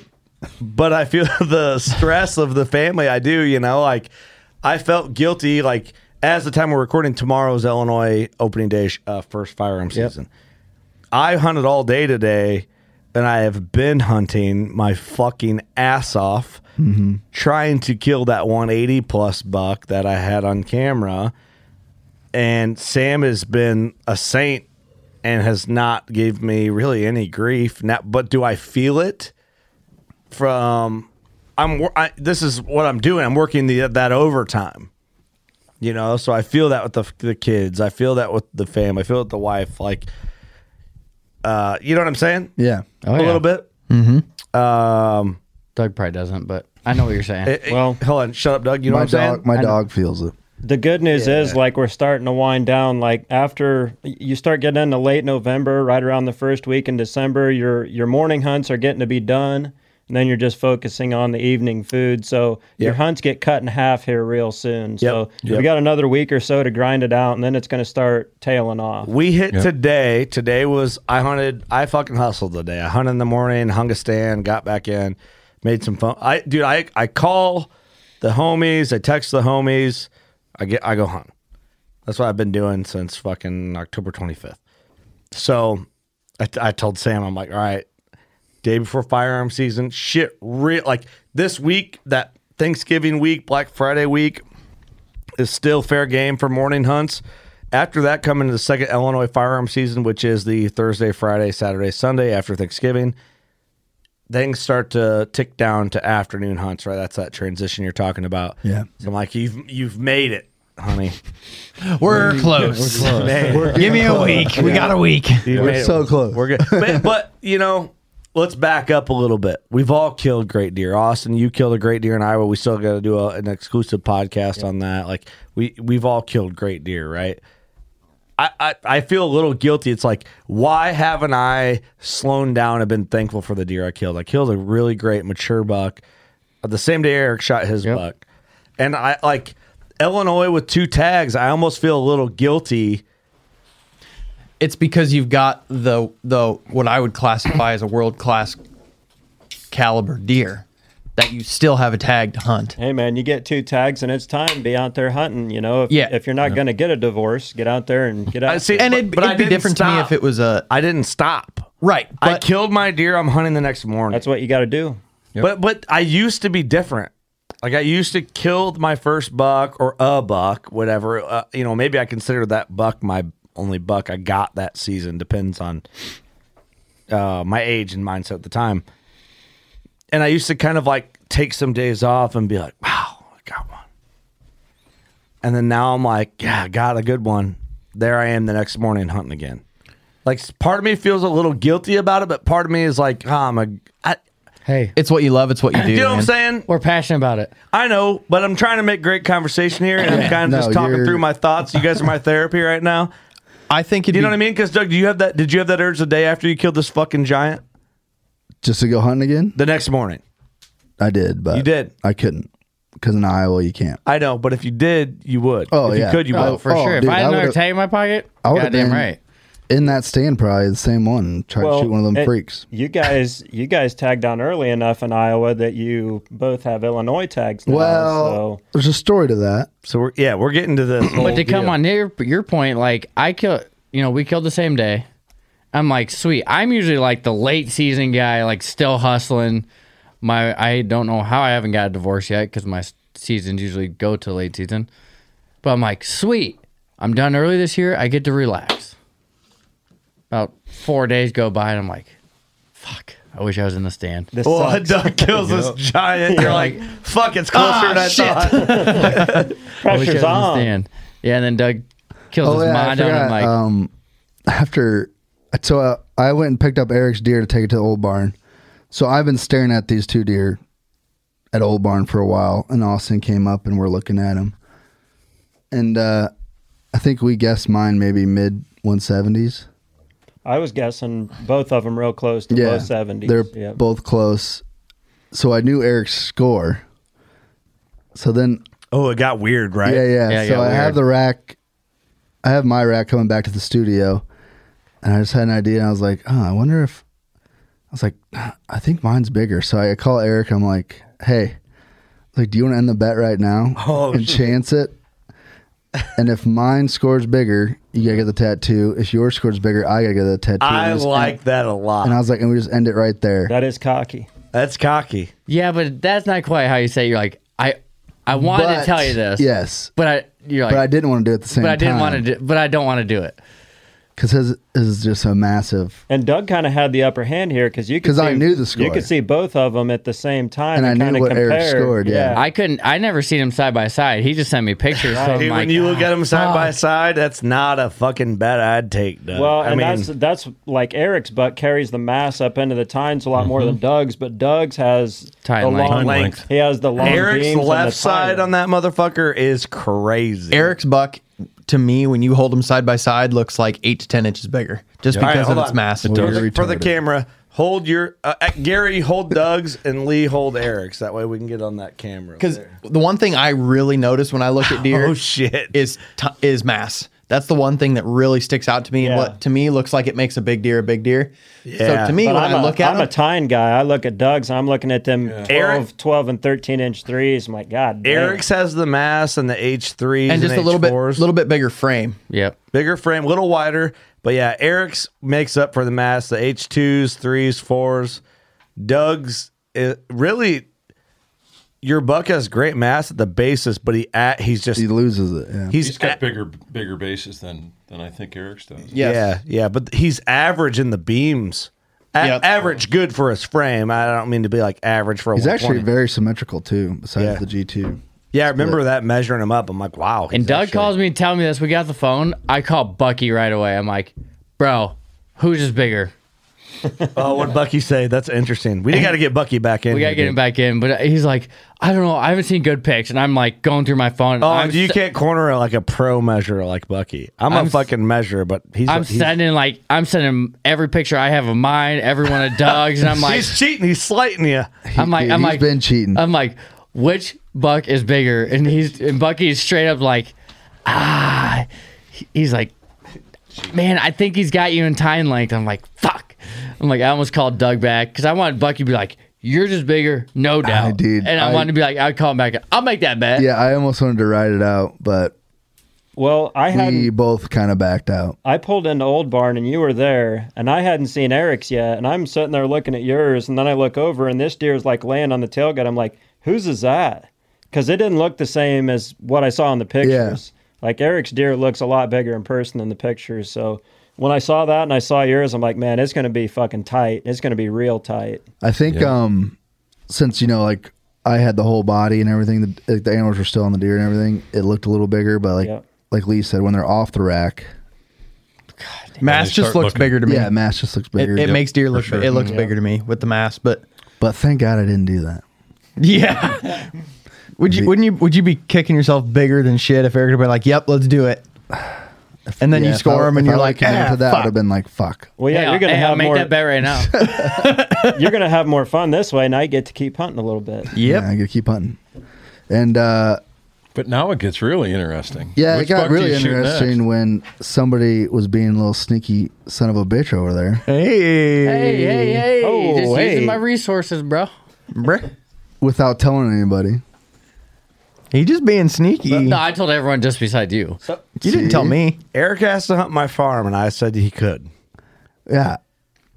[SPEAKER 1] but i feel the stress of the family i do you know like i felt guilty like as the time we're recording tomorrow's illinois opening day sh- uh, first firearm season i hunted all day today and i have been hunting my fucking ass off
[SPEAKER 8] Hmm.
[SPEAKER 2] Mhm.
[SPEAKER 1] trying to kill that 180 plus buck that i had on camera and Sam has been a saint and has not gave me really any grief. Now, but do I feel it from? I'm. wor- I, this is what I'm doing. I'm working the that overtime. You know, so I feel that with the the kids. I feel that with the fam. I feel it with the wife. Like, uh, you know what I'm saying?
[SPEAKER 2] Yeah.
[SPEAKER 1] a little bit.
[SPEAKER 3] Mm-hmm.
[SPEAKER 1] Um,
[SPEAKER 3] Doug probably doesn't, but I know what you're saying.
[SPEAKER 1] Eh, eh, hold on, shut up, Doug. You know
[SPEAKER 2] my
[SPEAKER 1] what I'm
[SPEAKER 2] dog,
[SPEAKER 1] saying?
[SPEAKER 2] my
[SPEAKER 1] I know.
[SPEAKER 2] dog feels it.
[SPEAKER 11] The good news is like we're starting to wind down. Like after you start getting into late November, right around the first week in December, your your morning hunts are getting to be done, and then you're just focusing on the evening food. So your
[SPEAKER 1] Yep.
[SPEAKER 11] hunts get cut in half here real soon. So
[SPEAKER 1] Yep.
[SPEAKER 11] we got another week or so to grind it out, and then it's going to start tailing off.
[SPEAKER 1] We hit today. Today was I hunted. I fucking hustled today. I hunted in the morning, hung a stand, got back in, made some phone. I dude, I I call the homies. I text the homies. I get I go hunt. That's what I've been doing since fucking October twenty fifth. So I, I told Sam, I'm like, all right, day before firearm season, shit, real like this week, that Thanksgiving week, Black Friday week is still fair game for morning hunts. After that, come into the second Illinois firearm season, which is the Thursday, Friday, Saturday, Sunday after Thanksgiving. Things start to tick down to afternoon hunts, right? That's that transition you're talking about.
[SPEAKER 2] Yeah.
[SPEAKER 1] So I'm like, you've you've made it, honey.
[SPEAKER 8] We're close. Give me a week. We got a week.
[SPEAKER 1] You made it. We're good. But, but, you know, let's back up a little bit. We've all killed great deer. Austin, you killed a great deer in Iowa. We still got to do a, an exclusive podcast on that. Like we we've all killed great deer, right? I, I, I feel a little guilty. It's like, why haven't I slowed down and been thankful for the deer I killed? I killed a really great mature buck Uh, the same day Eric shot his buck. And I like Illinois with two tags, I almost feel a little guilty.
[SPEAKER 8] It's because you've got the the what I would classify as a world class caliber deer. that you still have a tag to hunt.
[SPEAKER 11] Hey man, you get two tags and it's time. Be out there hunting. You know, if,
[SPEAKER 8] Yeah.
[SPEAKER 11] if you're not going to get a divorce, get out there and get out.
[SPEAKER 8] and it'd, it'd be different to me if it was a.
[SPEAKER 1] I didn't stop.
[SPEAKER 8] Right.
[SPEAKER 1] I killed my deer. I'm hunting the next morning. That's
[SPEAKER 11] what you got to do.
[SPEAKER 1] But but I used to be different. Like I used to kill my first buck or a buck, whatever. Uh, you know, maybe I consider that buck my only buck I got that season. Depends on uh, my age and mindset at the time. And I used to kind of like take some days off and be like, wow, I got one. And then now I'm like, yeah, I got a good one. There I am the next morning hunting again. Like s- part of me feels a little guilty about it, but part of me is like, oh, I'm a, I,
[SPEAKER 3] hey,
[SPEAKER 8] it's what you love. It's what you do.
[SPEAKER 1] you know what I'm
[SPEAKER 8] man.
[SPEAKER 1] saying?
[SPEAKER 3] We're passionate about it.
[SPEAKER 1] I know, but I'm trying to make great conversation here, and I'm kind of
[SPEAKER 8] No,
[SPEAKER 1] just talking
[SPEAKER 8] you're-
[SPEAKER 1] through my thoughts. You guys are my therapy right now.
[SPEAKER 8] I think
[SPEAKER 1] you
[SPEAKER 8] it'd
[SPEAKER 1] know
[SPEAKER 8] be-
[SPEAKER 1] what I mean. Because Doug, do you have that? Did you have that urge the day after you killed this fucking giant?
[SPEAKER 2] Just to go hunting again?
[SPEAKER 1] The next morning.
[SPEAKER 2] I did, but
[SPEAKER 1] You did.
[SPEAKER 2] I couldn't because in Iowa you can't.
[SPEAKER 1] I know, but if you did, you would.
[SPEAKER 2] Oh,
[SPEAKER 1] if
[SPEAKER 2] yeah.
[SPEAKER 1] you could, you
[SPEAKER 2] Oh,
[SPEAKER 1] would
[SPEAKER 2] for Oh, sure. If dude, I had I another would've- tag
[SPEAKER 3] in my pocket,
[SPEAKER 2] I would have
[SPEAKER 11] Goddamn
[SPEAKER 2] been
[SPEAKER 11] right.
[SPEAKER 2] in that stand probably the same one. and Try to shoot one of them
[SPEAKER 11] it-
[SPEAKER 2] freaks.
[SPEAKER 11] You guys, you guys tagged on early enough in Iowa that you both have Illinois tags. Now,
[SPEAKER 2] Well, there's a story to that.
[SPEAKER 1] So we're Oh, yeah, we're getting to this.
[SPEAKER 3] But to come on your your point, like I kill, you know, we killed the same day. I'm like, sweet. I'm usually like the late season guy, like still hustling. My I don't know how I haven't got a divorce yet because my s- seasons usually go to late season. But I'm like, sweet. I'm done early this year. I get to relax. About four days go by, and I'm like, fuck. I wish I was in the stand.
[SPEAKER 11] This
[SPEAKER 1] Well, a duck kills this giant. You're like, fuck, it's closer
[SPEAKER 3] Ah,
[SPEAKER 1] than I
[SPEAKER 3] shit.
[SPEAKER 1] thought.
[SPEAKER 3] I wish I was in
[SPEAKER 11] Pressure's
[SPEAKER 3] the
[SPEAKER 11] on.
[SPEAKER 3] stand. Yeah, and then Doug kills his
[SPEAKER 2] Oh, I
[SPEAKER 3] mom down. and I'm
[SPEAKER 2] forgot,
[SPEAKER 3] like,
[SPEAKER 2] um, after so uh, I went and picked up Eric's deer to take it to the old barn. So I've been staring at these two deer at old barn for a while, and Austin came up and we're looking at him, and uh, I think we guessed mine maybe mid 170s.
[SPEAKER 11] I was guessing both of them real close to low 70s.
[SPEAKER 2] They're
[SPEAKER 11] Yeah.
[SPEAKER 2] both close. So I knew Eric's score. So then
[SPEAKER 1] Oh, it got weird, right?
[SPEAKER 2] Yeah, yeah. so I have the rack. I have my rack coming back to the studio, and I just had an idea. And I was like, oh, I wonder if I was like, "Ah, I think mine's bigger. So I call Eric. I'm like, hey, like, do you want to end the bet right now
[SPEAKER 1] Oh,
[SPEAKER 2] and
[SPEAKER 1] shit.
[SPEAKER 2] chance it? And if mine scores bigger, you gotta get the tattoo. If yours scores bigger, I gotta get the tattoo.
[SPEAKER 1] I
[SPEAKER 2] And just
[SPEAKER 1] like
[SPEAKER 2] end-
[SPEAKER 1] that a lot.
[SPEAKER 2] And I was like, and we just end it right there.
[SPEAKER 11] That is cocky.
[SPEAKER 1] That's cocky.
[SPEAKER 3] Yeah, but that's not quite how you say. It. You're like, I, I wanted
[SPEAKER 2] But-
[SPEAKER 3] to tell you this.
[SPEAKER 2] Yes.
[SPEAKER 3] but I, you're like,
[SPEAKER 2] but I didn't want to do it at the same
[SPEAKER 3] but I didn't
[SPEAKER 2] time.
[SPEAKER 3] want to do, but I don't want to do it.
[SPEAKER 2] because his is just a massive.
[SPEAKER 11] And Doug kind of had the upper hand here because you could
[SPEAKER 2] 'Cause I
[SPEAKER 11] see-
[SPEAKER 2] knew the
[SPEAKER 11] You
[SPEAKER 2] score.
[SPEAKER 11] could see both of them at the same time.
[SPEAKER 2] And I knew
[SPEAKER 11] kinda
[SPEAKER 2] what Eric
[SPEAKER 11] compare.
[SPEAKER 2] scored,
[SPEAKER 3] I couldn't. I never seen him side by side. He just sent me pictures. so I'm
[SPEAKER 1] Dude,
[SPEAKER 3] like,
[SPEAKER 1] when you look at
[SPEAKER 3] "Ah,
[SPEAKER 1] them side by
[SPEAKER 3] fuck."
[SPEAKER 1] side, that's not a fucking bet I'd take. Doug.
[SPEAKER 11] Well,
[SPEAKER 1] I
[SPEAKER 11] and
[SPEAKER 1] mean,
[SPEAKER 11] that's that's like Eric's butt carries the mass up into the tines a lot more than Doug's, but Doug's has
[SPEAKER 1] Mm-hmm. Tine
[SPEAKER 11] the
[SPEAKER 1] length.
[SPEAKER 11] long
[SPEAKER 1] Tine length.
[SPEAKER 11] He has the long.
[SPEAKER 1] Eric's
[SPEAKER 11] beams and the
[SPEAKER 1] left
[SPEAKER 11] tine
[SPEAKER 1] side on that motherfucker is crazy.
[SPEAKER 8] Eric's buck to me when you hold them side by side looks like eight to ten inches bigger just
[SPEAKER 1] All right,
[SPEAKER 8] because
[SPEAKER 1] hold
[SPEAKER 8] of its
[SPEAKER 1] on.
[SPEAKER 8] mass.
[SPEAKER 1] For the, for the camera, hold your uh, uh, Gary, hold Doug's, and Lee, hold Eric's. That way we can get on that camera.
[SPEAKER 8] Because the one thing I really notice when I look at deer,
[SPEAKER 1] Oh, shit,
[SPEAKER 8] is t- is mass. That's the one thing that really sticks out to me, and what to me looks like it makes a big deer a big deer. So to me,
[SPEAKER 11] But
[SPEAKER 8] when
[SPEAKER 11] I'm
[SPEAKER 8] I
[SPEAKER 11] a-
[SPEAKER 8] look at
[SPEAKER 11] I'm
[SPEAKER 8] them,
[SPEAKER 11] a tine guy. I look at Doug's. I'm looking at them 12, 12 and 13 inch threes. I'm like, God, damn.
[SPEAKER 1] Eric's has the mass and the H three
[SPEAKER 8] and just a little bit, little bit bigger frame.
[SPEAKER 3] Yep.
[SPEAKER 1] bigger frame, little wider. But yeah, Eric's makes up for the mass. The H twos, threes, fours. Doug's it, really. Your buck has great mass at the basis, but he at he's just he
[SPEAKER 2] loses it. Yeah.
[SPEAKER 1] He's,
[SPEAKER 9] he's got bigger bigger bases than than I think Eric's does.
[SPEAKER 1] Yeah, yeah, but he's average in the beams. A- Average good for his frame. I don't mean to be like average for a
[SPEAKER 2] He's actually
[SPEAKER 1] 120.
[SPEAKER 2] very symmetrical too. Besides the G two,
[SPEAKER 1] Yeah, I remember that measuring him up. I'm like, wow.
[SPEAKER 3] And Doug calls me and tells me this. We got the phone. I call Bucky right away. I'm like, bro, who's just bigger?
[SPEAKER 1] oh, what Bucky say? That's interesting. We got to get Bucky back in.
[SPEAKER 3] We gotta
[SPEAKER 1] here,
[SPEAKER 3] get him
[SPEAKER 1] dude.
[SPEAKER 3] back in, but he's like, I don't know. I haven't seen good pics, and I'm like going through my phone. and
[SPEAKER 1] Oh,
[SPEAKER 3] I'm
[SPEAKER 1] dude, you
[SPEAKER 3] st-
[SPEAKER 1] can't corner like a pro measurer like Bucky. I'm,
[SPEAKER 3] I'm
[SPEAKER 1] a
[SPEAKER 3] s-
[SPEAKER 1] fucking measurer, but he's.
[SPEAKER 3] I'm
[SPEAKER 1] he's,
[SPEAKER 3] sending like I'm sending every picture I have of mine, every one of Doug's, and I'm like,
[SPEAKER 1] he's cheating. He's slighting you.
[SPEAKER 3] I'm like,
[SPEAKER 2] dude,
[SPEAKER 3] I'm
[SPEAKER 2] he's
[SPEAKER 3] like,
[SPEAKER 2] been cheating.
[SPEAKER 3] I'm like, which buck is bigger? And he's and Bucky's straight up like, ah, He- he's like, man, I think he's got you in time length. I'm like, fuck. I'm like, I almost called Doug back because I wanted Bucky to be like, You're just bigger, no doubt.
[SPEAKER 2] dude,
[SPEAKER 3] and I,
[SPEAKER 2] I-
[SPEAKER 3] wanted to be like, I'd call him back. I'll make that bet.
[SPEAKER 2] Yeah, I almost wanted to ride it out, but
[SPEAKER 11] Well, I
[SPEAKER 2] we
[SPEAKER 11] hadn't-
[SPEAKER 2] both kind of backed out.
[SPEAKER 11] I pulled into Old Barn and you were there, and I hadn't seen Eric's yet, and I'm sitting there looking at yours, and then I look over and this deer's like laying on the tailgate. I'm like, whose is that? Because it didn't look the same as what I saw in the pictures. Like Eric's deer looks a lot bigger in person than the pictures. So when I saw that and I saw yours, I'm like, man, it's gonna be fucking tight. It's gonna be real tight.
[SPEAKER 2] I think um since you know like I had the whole body and everything, the, like, the animals were still on the deer and everything. It looked a little bigger, but like
[SPEAKER 11] Yep.
[SPEAKER 2] like Lee said, when they're off the rack,
[SPEAKER 8] Mass just looks bigger to me.
[SPEAKER 2] Yeah, mass just looks
[SPEAKER 8] It-
[SPEAKER 2] bigger.
[SPEAKER 8] It, makes deer look. It looks
[SPEAKER 2] Yeah.
[SPEAKER 8] bigger to me with the mass, but
[SPEAKER 2] But thank God I didn't do that.
[SPEAKER 8] yeah. would you? Wouldn't you? Would you be kicking yourself bigger than shit if Eric had been like, "Yep, let's do it," and then
[SPEAKER 2] Yeah,
[SPEAKER 8] you
[SPEAKER 2] if
[SPEAKER 8] score
[SPEAKER 2] I-
[SPEAKER 8] him and
[SPEAKER 2] if I
[SPEAKER 8] you're
[SPEAKER 2] would've
[SPEAKER 8] like,
[SPEAKER 2] committed
[SPEAKER 8] "Ah,
[SPEAKER 2] to that,
[SPEAKER 8] fuck."
[SPEAKER 2] I'd have been like, fuck.
[SPEAKER 11] Well, yeah,
[SPEAKER 3] Hey,
[SPEAKER 11] you're gonna
[SPEAKER 3] hey,
[SPEAKER 11] have
[SPEAKER 3] I'll make
[SPEAKER 11] more.
[SPEAKER 3] that bet right now.
[SPEAKER 11] you're gonna have more fun this way, and I get to keep hunting a little bit.
[SPEAKER 2] Yeah, I gotta keep hunting. And uh
[SPEAKER 9] But now it gets really interesting.
[SPEAKER 2] yeah,
[SPEAKER 9] Which
[SPEAKER 2] it got
[SPEAKER 9] buck do
[SPEAKER 2] really
[SPEAKER 9] you shoot
[SPEAKER 2] interesting when somebody was being a little sneaky son of a bitch over there.
[SPEAKER 8] Hey,
[SPEAKER 3] Hey, hey, hey!
[SPEAKER 2] Oh,
[SPEAKER 3] just
[SPEAKER 2] hey.
[SPEAKER 3] using my resources, bro.
[SPEAKER 2] Without telling anybody.
[SPEAKER 8] He just being sneaky.
[SPEAKER 3] No, I told everyone just beside you.
[SPEAKER 8] You didn't tell me. Mm-hmm.
[SPEAKER 1] Eric asked to hunt my farm, and I said he could.
[SPEAKER 2] Yeah.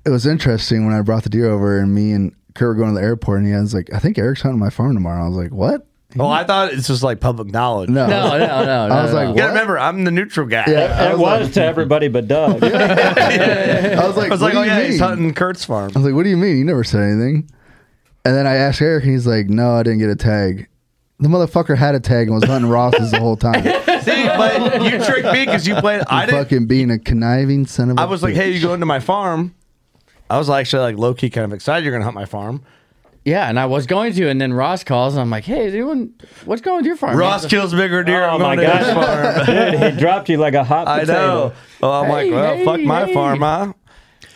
[SPEAKER 2] It was interesting when I brought the deer over and me and Kurt were going to the airport and he was like, I think Eric's hunting my farm tomorrow. I was like, What?
[SPEAKER 1] Well, Oh, I thought it's just like public knowledge.
[SPEAKER 2] No. No, no, no, I was no, like, no.
[SPEAKER 1] you gotta remember, I'm the neutral guy.
[SPEAKER 2] Yeah, I
[SPEAKER 11] It was to everybody but Doug.
[SPEAKER 2] I was like,
[SPEAKER 1] I
[SPEAKER 2] "What
[SPEAKER 1] was like,
[SPEAKER 2] do
[SPEAKER 1] oh
[SPEAKER 2] you
[SPEAKER 1] yeah, he's
[SPEAKER 2] mean?"
[SPEAKER 1] hunting Kurt's farm.
[SPEAKER 2] I was like, What do you mean? You never said anything. And then I asked Eric and he's like, No, I didn't get a tag. The motherfucker had a tag and was hunting Ross's the whole time.
[SPEAKER 1] See, but you tricked me because you played. I
[SPEAKER 2] You
[SPEAKER 1] didn't.
[SPEAKER 2] fucking being a conniving son of a
[SPEAKER 1] I was like, hey, you going to my farm? I was actually like low key kind of excited you're gonna hunt my farm.
[SPEAKER 3] Yeah, and I was going to, and then Ross calls, and I'm like, "Hey, anyone, what's going with your farm?"
[SPEAKER 1] Ross kills bigger deer.
[SPEAKER 3] Oh
[SPEAKER 1] I'm
[SPEAKER 3] my
[SPEAKER 1] going to his farm.
[SPEAKER 11] Dude, he dropped you like a hot
[SPEAKER 1] I
[SPEAKER 11] potato.
[SPEAKER 1] know. Oh, I'm
[SPEAKER 3] Hey,
[SPEAKER 1] like, well,
[SPEAKER 3] hey,
[SPEAKER 1] fuck my
[SPEAKER 3] hey.
[SPEAKER 1] farm, huh?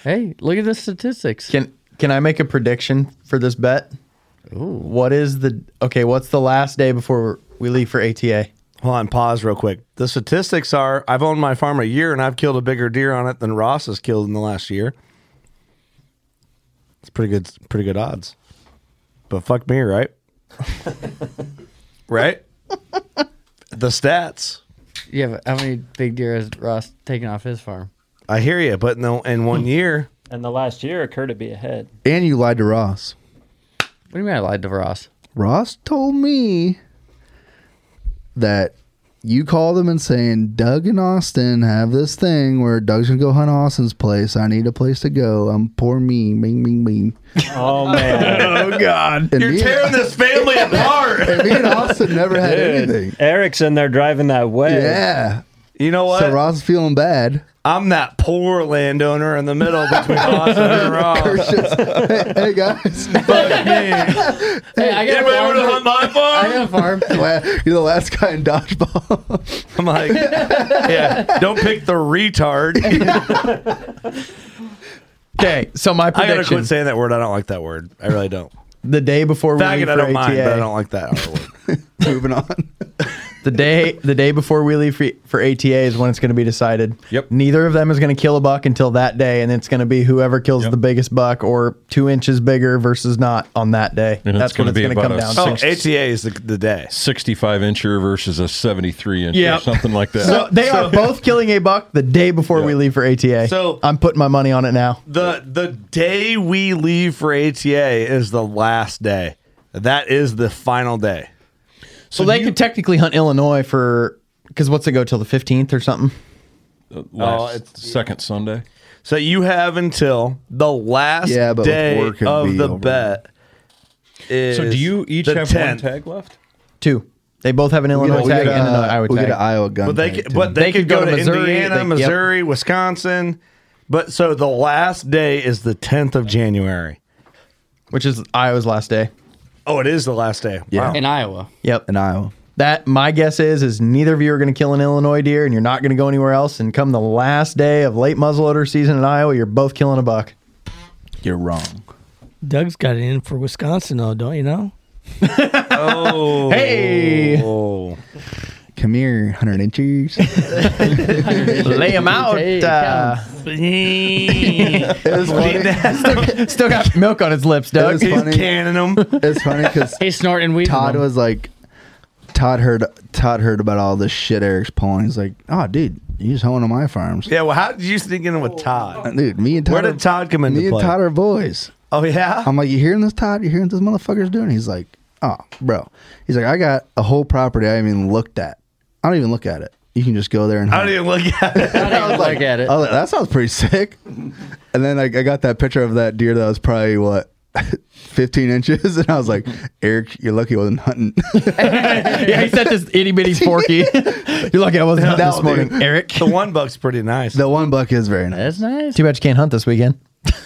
[SPEAKER 3] Hey, look at the statistics.
[SPEAKER 8] Can Can I make a prediction for this bet? What is the okay? What's the last day before we leave for ATA?
[SPEAKER 1] Hold on, pause real quick. The statistics are: I've owned my farm a year, and I've killed a bigger deer on it than Ross has killed in the last year. It's pretty good, pretty good odds. But fuck me, right? right? the stats.
[SPEAKER 3] Yeah, but how many big deer has Ross taken off his farm?
[SPEAKER 1] I hear you, but no, in one year.
[SPEAKER 11] And the last year occurred to be ahead.
[SPEAKER 2] Hmm. And you lied to Ross.
[SPEAKER 3] What do you mean I lied to Ross?
[SPEAKER 2] Ross told me that you called him and saying Doug and Austin have this thing where Doug's gonna go hunt Austin's place. I need a place to go. I'm poor me, me, me, me.
[SPEAKER 11] Oh man.
[SPEAKER 8] Oh God!
[SPEAKER 2] And
[SPEAKER 1] You're
[SPEAKER 2] me
[SPEAKER 1] tearing this family apart.
[SPEAKER 2] and, me and Austin never had
[SPEAKER 11] Dude,
[SPEAKER 2] anything.
[SPEAKER 11] Eric's in there driving that way.
[SPEAKER 2] Yeah.
[SPEAKER 1] You know what?
[SPEAKER 2] So Ross is feeling bad.
[SPEAKER 1] I'm that poor landowner in the middle between Austin and Ross.
[SPEAKER 2] hey, hey, guys,
[SPEAKER 3] Hey, I got
[SPEAKER 1] Anybody want to
[SPEAKER 3] a farm.
[SPEAKER 1] hunt my
[SPEAKER 3] I
[SPEAKER 1] farm?
[SPEAKER 3] got a farm.
[SPEAKER 2] La- you're the last guy in dodgeball.
[SPEAKER 1] I'm like, yeah, don't pick the retard.
[SPEAKER 8] Okay, so my
[SPEAKER 1] I gotta
[SPEAKER 8] prediction:
[SPEAKER 1] quit saying that word. I don't like that word. I really don't.
[SPEAKER 8] the day before we leave
[SPEAKER 1] Faggot,
[SPEAKER 8] for
[SPEAKER 1] I don't
[SPEAKER 8] ATA,
[SPEAKER 1] mind, but I don't like that other word.
[SPEAKER 2] Moving on.
[SPEAKER 8] the day the day before we leave for, for ATA is when it's going to be decided.
[SPEAKER 9] Yep.
[SPEAKER 8] Neither of them is going to kill a buck until that day, and it's going to be whoever kills the biggest buck or two inches bigger versus not on that day.
[SPEAKER 9] And it's
[SPEAKER 8] That's what
[SPEAKER 9] gonna
[SPEAKER 8] it's
[SPEAKER 9] be
[SPEAKER 8] going to
[SPEAKER 9] about
[SPEAKER 8] come
[SPEAKER 9] a
[SPEAKER 8] down
[SPEAKER 1] Oh,
[SPEAKER 8] to.
[SPEAKER 9] six-
[SPEAKER 1] ATA is the, the day.
[SPEAKER 9] 65 incher versus a 73 inch
[SPEAKER 8] Yeah.
[SPEAKER 9] or something like that.
[SPEAKER 8] So they are both killing a buck the day before we leave for ATA.
[SPEAKER 1] So-
[SPEAKER 8] I'm putting my money on it now.
[SPEAKER 1] The the day we leave for ATA is the last day. That is the final day.
[SPEAKER 8] So they could technically hunt Illinois for because what's it go till the 15th or something?
[SPEAKER 9] Last
[SPEAKER 1] Oh, it's-
[SPEAKER 9] second Sunday.
[SPEAKER 1] So you have until the last
[SPEAKER 2] Yeah, but with
[SPEAKER 1] day
[SPEAKER 2] work, it'd
[SPEAKER 1] of
[SPEAKER 2] be
[SPEAKER 1] the
[SPEAKER 2] over.
[SPEAKER 1] bet. Is
[SPEAKER 9] So do you each
[SPEAKER 1] the
[SPEAKER 9] have
[SPEAKER 1] 10th.
[SPEAKER 9] one tag left?
[SPEAKER 8] Two. They both have an Illinois
[SPEAKER 2] we
[SPEAKER 8] tag
[SPEAKER 2] get,
[SPEAKER 8] and an
[SPEAKER 2] uh,
[SPEAKER 8] Iowa
[SPEAKER 2] we get
[SPEAKER 8] tag.
[SPEAKER 2] an Iowa gun.
[SPEAKER 1] But they
[SPEAKER 2] tag,
[SPEAKER 1] could,
[SPEAKER 2] too.
[SPEAKER 1] but they, could, go, to
[SPEAKER 8] Missouri,
[SPEAKER 1] Indiana,
[SPEAKER 8] they- yep.
[SPEAKER 1] Missouri, Wisconsin. But so the last day is the 10th of January.
[SPEAKER 8] which is Iowa's last day.
[SPEAKER 1] Oh, it is the last day.
[SPEAKER 2] Yeah.
[SPEAKER 1] Wow.
[SPEAKER 3] In Iowa.
[SPEAKER 8] Yep.
[SPEAKER 2] in Iowa.
[SPEAKER 8] That my guess is is neither of you are going to kill an Illinois deer, and you're not going to go anywhere else. And come the last day of late muzzleloader season in Iowa, you're both killing a buck.
[SPEAKER 2] You're wrong.
[SPEAKER 10] Doug's got it in for Oh. Wisconsin, though, don't you know?
[SPEAKER 1] Oh.
[SPEAKER 8] Hey!
[SPEAKER 1] Oh.
[SPEAKER 2] Come here, 100 inches.
[SPEAKER 8] Lay 'em out, Hey, uh,
[SPEAKER 2] it was funny.
[SPEAKER 8] still, still got milk on his lips, Doug.
[SPEAKER 2] It was funny.
[SPEAKER 1] canning them.
[SPEAKER 2] It's funny because
[SPEAKER 3] he's snorting weed.
[SPEAKER 2] Todd was like, Todd heard Todd heard about all this shit Eric's pulling. He's like, oh, dude, he's hoeing on my farms.
[SPEAKER 1] Yeah, well, how did you sneak in with Todd?
[SPEAKER 2] Uh, Dude, me and Todd.
[SPEAKER 1] Where did Todd come into
[SPEAKER 2] Me
[SPEAKER 1] play?
[SPEAKER 2] and Todd are boys.
[SPEAKER 1] Oh yeah.
[SPEAKER 2] I'm like, you hearing this, Todd? You hearing what this motherfucker's doing? He's like, oh, bro. He's like, I got a whole property I haven't even looked at. I don't even look at it. You can just go there and.
[SPEAKER 1] I
[SPEAKER 2] hunt."
[SPEAKER 1] don't even look at it. Oh,
[SPEAKER 3] I was like, at it.
[SPEAKER 2] I was like, that sounds pretty sick. And then I, I got that picture of that deer that was probably what. 15 inches, and I was like, Eric, you're lucky I wasn't hunting.
[SPEAKER 8] yeah, he said this itty bitty forky. You're lucky I wasn't out
[SPEAKER 2] That
[SPEAKER 8] this morning, Eric.
[SPEAKER 1] The one buck's pretty nice.
[SPEAKER 2] The one buck is very nice.
[SPEAKER 3] That's nice.
[SPEAKER 8] Too bad you can't hunt this weekend.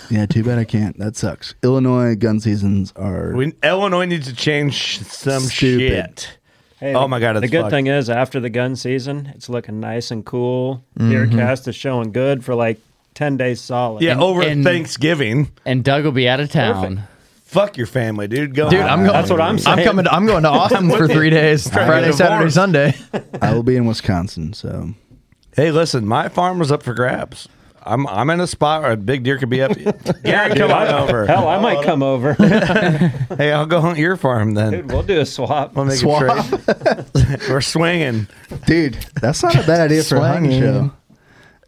[SPEAKER 2] Yeah, too bad I can't. That sucks. Illinois gun seasons are.
[SPEAKER 1] We, Illinois needs to change some
[SPEAKER 2] Stupid.
[SPEAKER 1] shit.
[SPEAKER 11] Hey,
[SPEAKER 1] oh my god, it's
[SPEAKER 11] the good
[SPEAKER 1] fucked.
[SPEAKER 11] thing is after the gun season, it's looking nice and cool. Deercast is showing good for like ten days solid.
[SPEAKER 1] Yeah, over Thanksgiving.
[SPEAKER 3] And Doug will be out of town.
[SPEAKER 1] Fuck your family, dude. Go.
[SPEAKER 8] Dude,
[SPEAKER 1] on.
[SPEAKER 8] I'm going.
[SPEAKER 11] That's what I'm saying.
[SPEAKER 8] I'm coming. To, I'm going to Austin for three days:
[SPEAKER 1] Trying to
[SPEAKER 8] Friday,
[SPEAKER 1] get
[SPEAKER 8] Saturday,
[SPEAKER 1] divorced.
[SPEAKER 8] Sunday.
[SPEAKER 2] I will be in Wisconsin, so
[SPEAKER 1] Hey, listen, my farm was up for grabs. I'm I'm in a spot where a big deer could be up. Gary, come on over.
[SPEAKER 11] Hell, I might come over.
[SPEAKER 1] Hey, I'll go hunt your farm then.
[SPEAKER 11] Dude, we'll do a swap.
[SPEAKER 1] We'll make
[SPEAKER 2] Swap.
[SPEAKER 1] a trade. We're swinging
[SPEAKER 2] dude, that's not a bad idea for a hunting
[SPEAKER 8] Swanging.
[SPEAKER 2] show.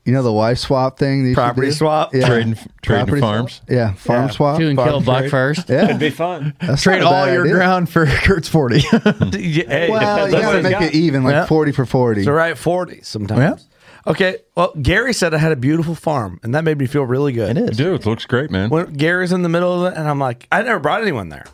[SPEAKER 2] You know the wife swap thing, that you should
[SPEAKER 1] property
[SPEAKER 2] do?
[SPEAKER 1] swap.
[SPEAKER 2] yeah,
[SPEAKER 9] Trading- trading farms.
[SPEAKER 2] swap? yeah, farm swap,
[SPEAKER 3] Two and kill
[SPEAKER 1] Farm
[SPEAKER 3] a buck
[SPEAKER 1] trade.
[SPEAKER 3] first.
[SPEAKER 2] yeah.
[SPEAKER 11] It'd be fun.
[SPEAKER 2] That's
[SPEAKER 8] Trade
[SPEAKER 2] not a
[SPEAKER 8] all
[SPEAKER 2] bad
[SPEAKER 8] your
[SPEAKER 2] idea.
[SPEAKER 8] ground for Kurt's forty.
[SPEAKER 1] Yeah, hey,
[SPEAKER 2] Well,
[SPEAKER 11] Depends
[SPEAKER 2] you
[SPEAKER 11] on what
[SPEAKER 2] gotta
[SPEAKER 11] he's
[SPEAKER 2] make
[SPEAKER 11] got.
[SPEAKER 2] it even, like
[SPEAKER 8] Yeah.
[SPEAKER 2] forty for forty.
[SPEAKER 1] It's a right 40 sometimes. Okay. Well, Gary said I had a beautiful farm, and that made me feel really good.
[SPEAKER 8] it is.
[SPEAKER 9] Dude, it looks great, man.
[SPEAKER 1] When Gary's in the middle of it, and I'm like, I never brought anyone there.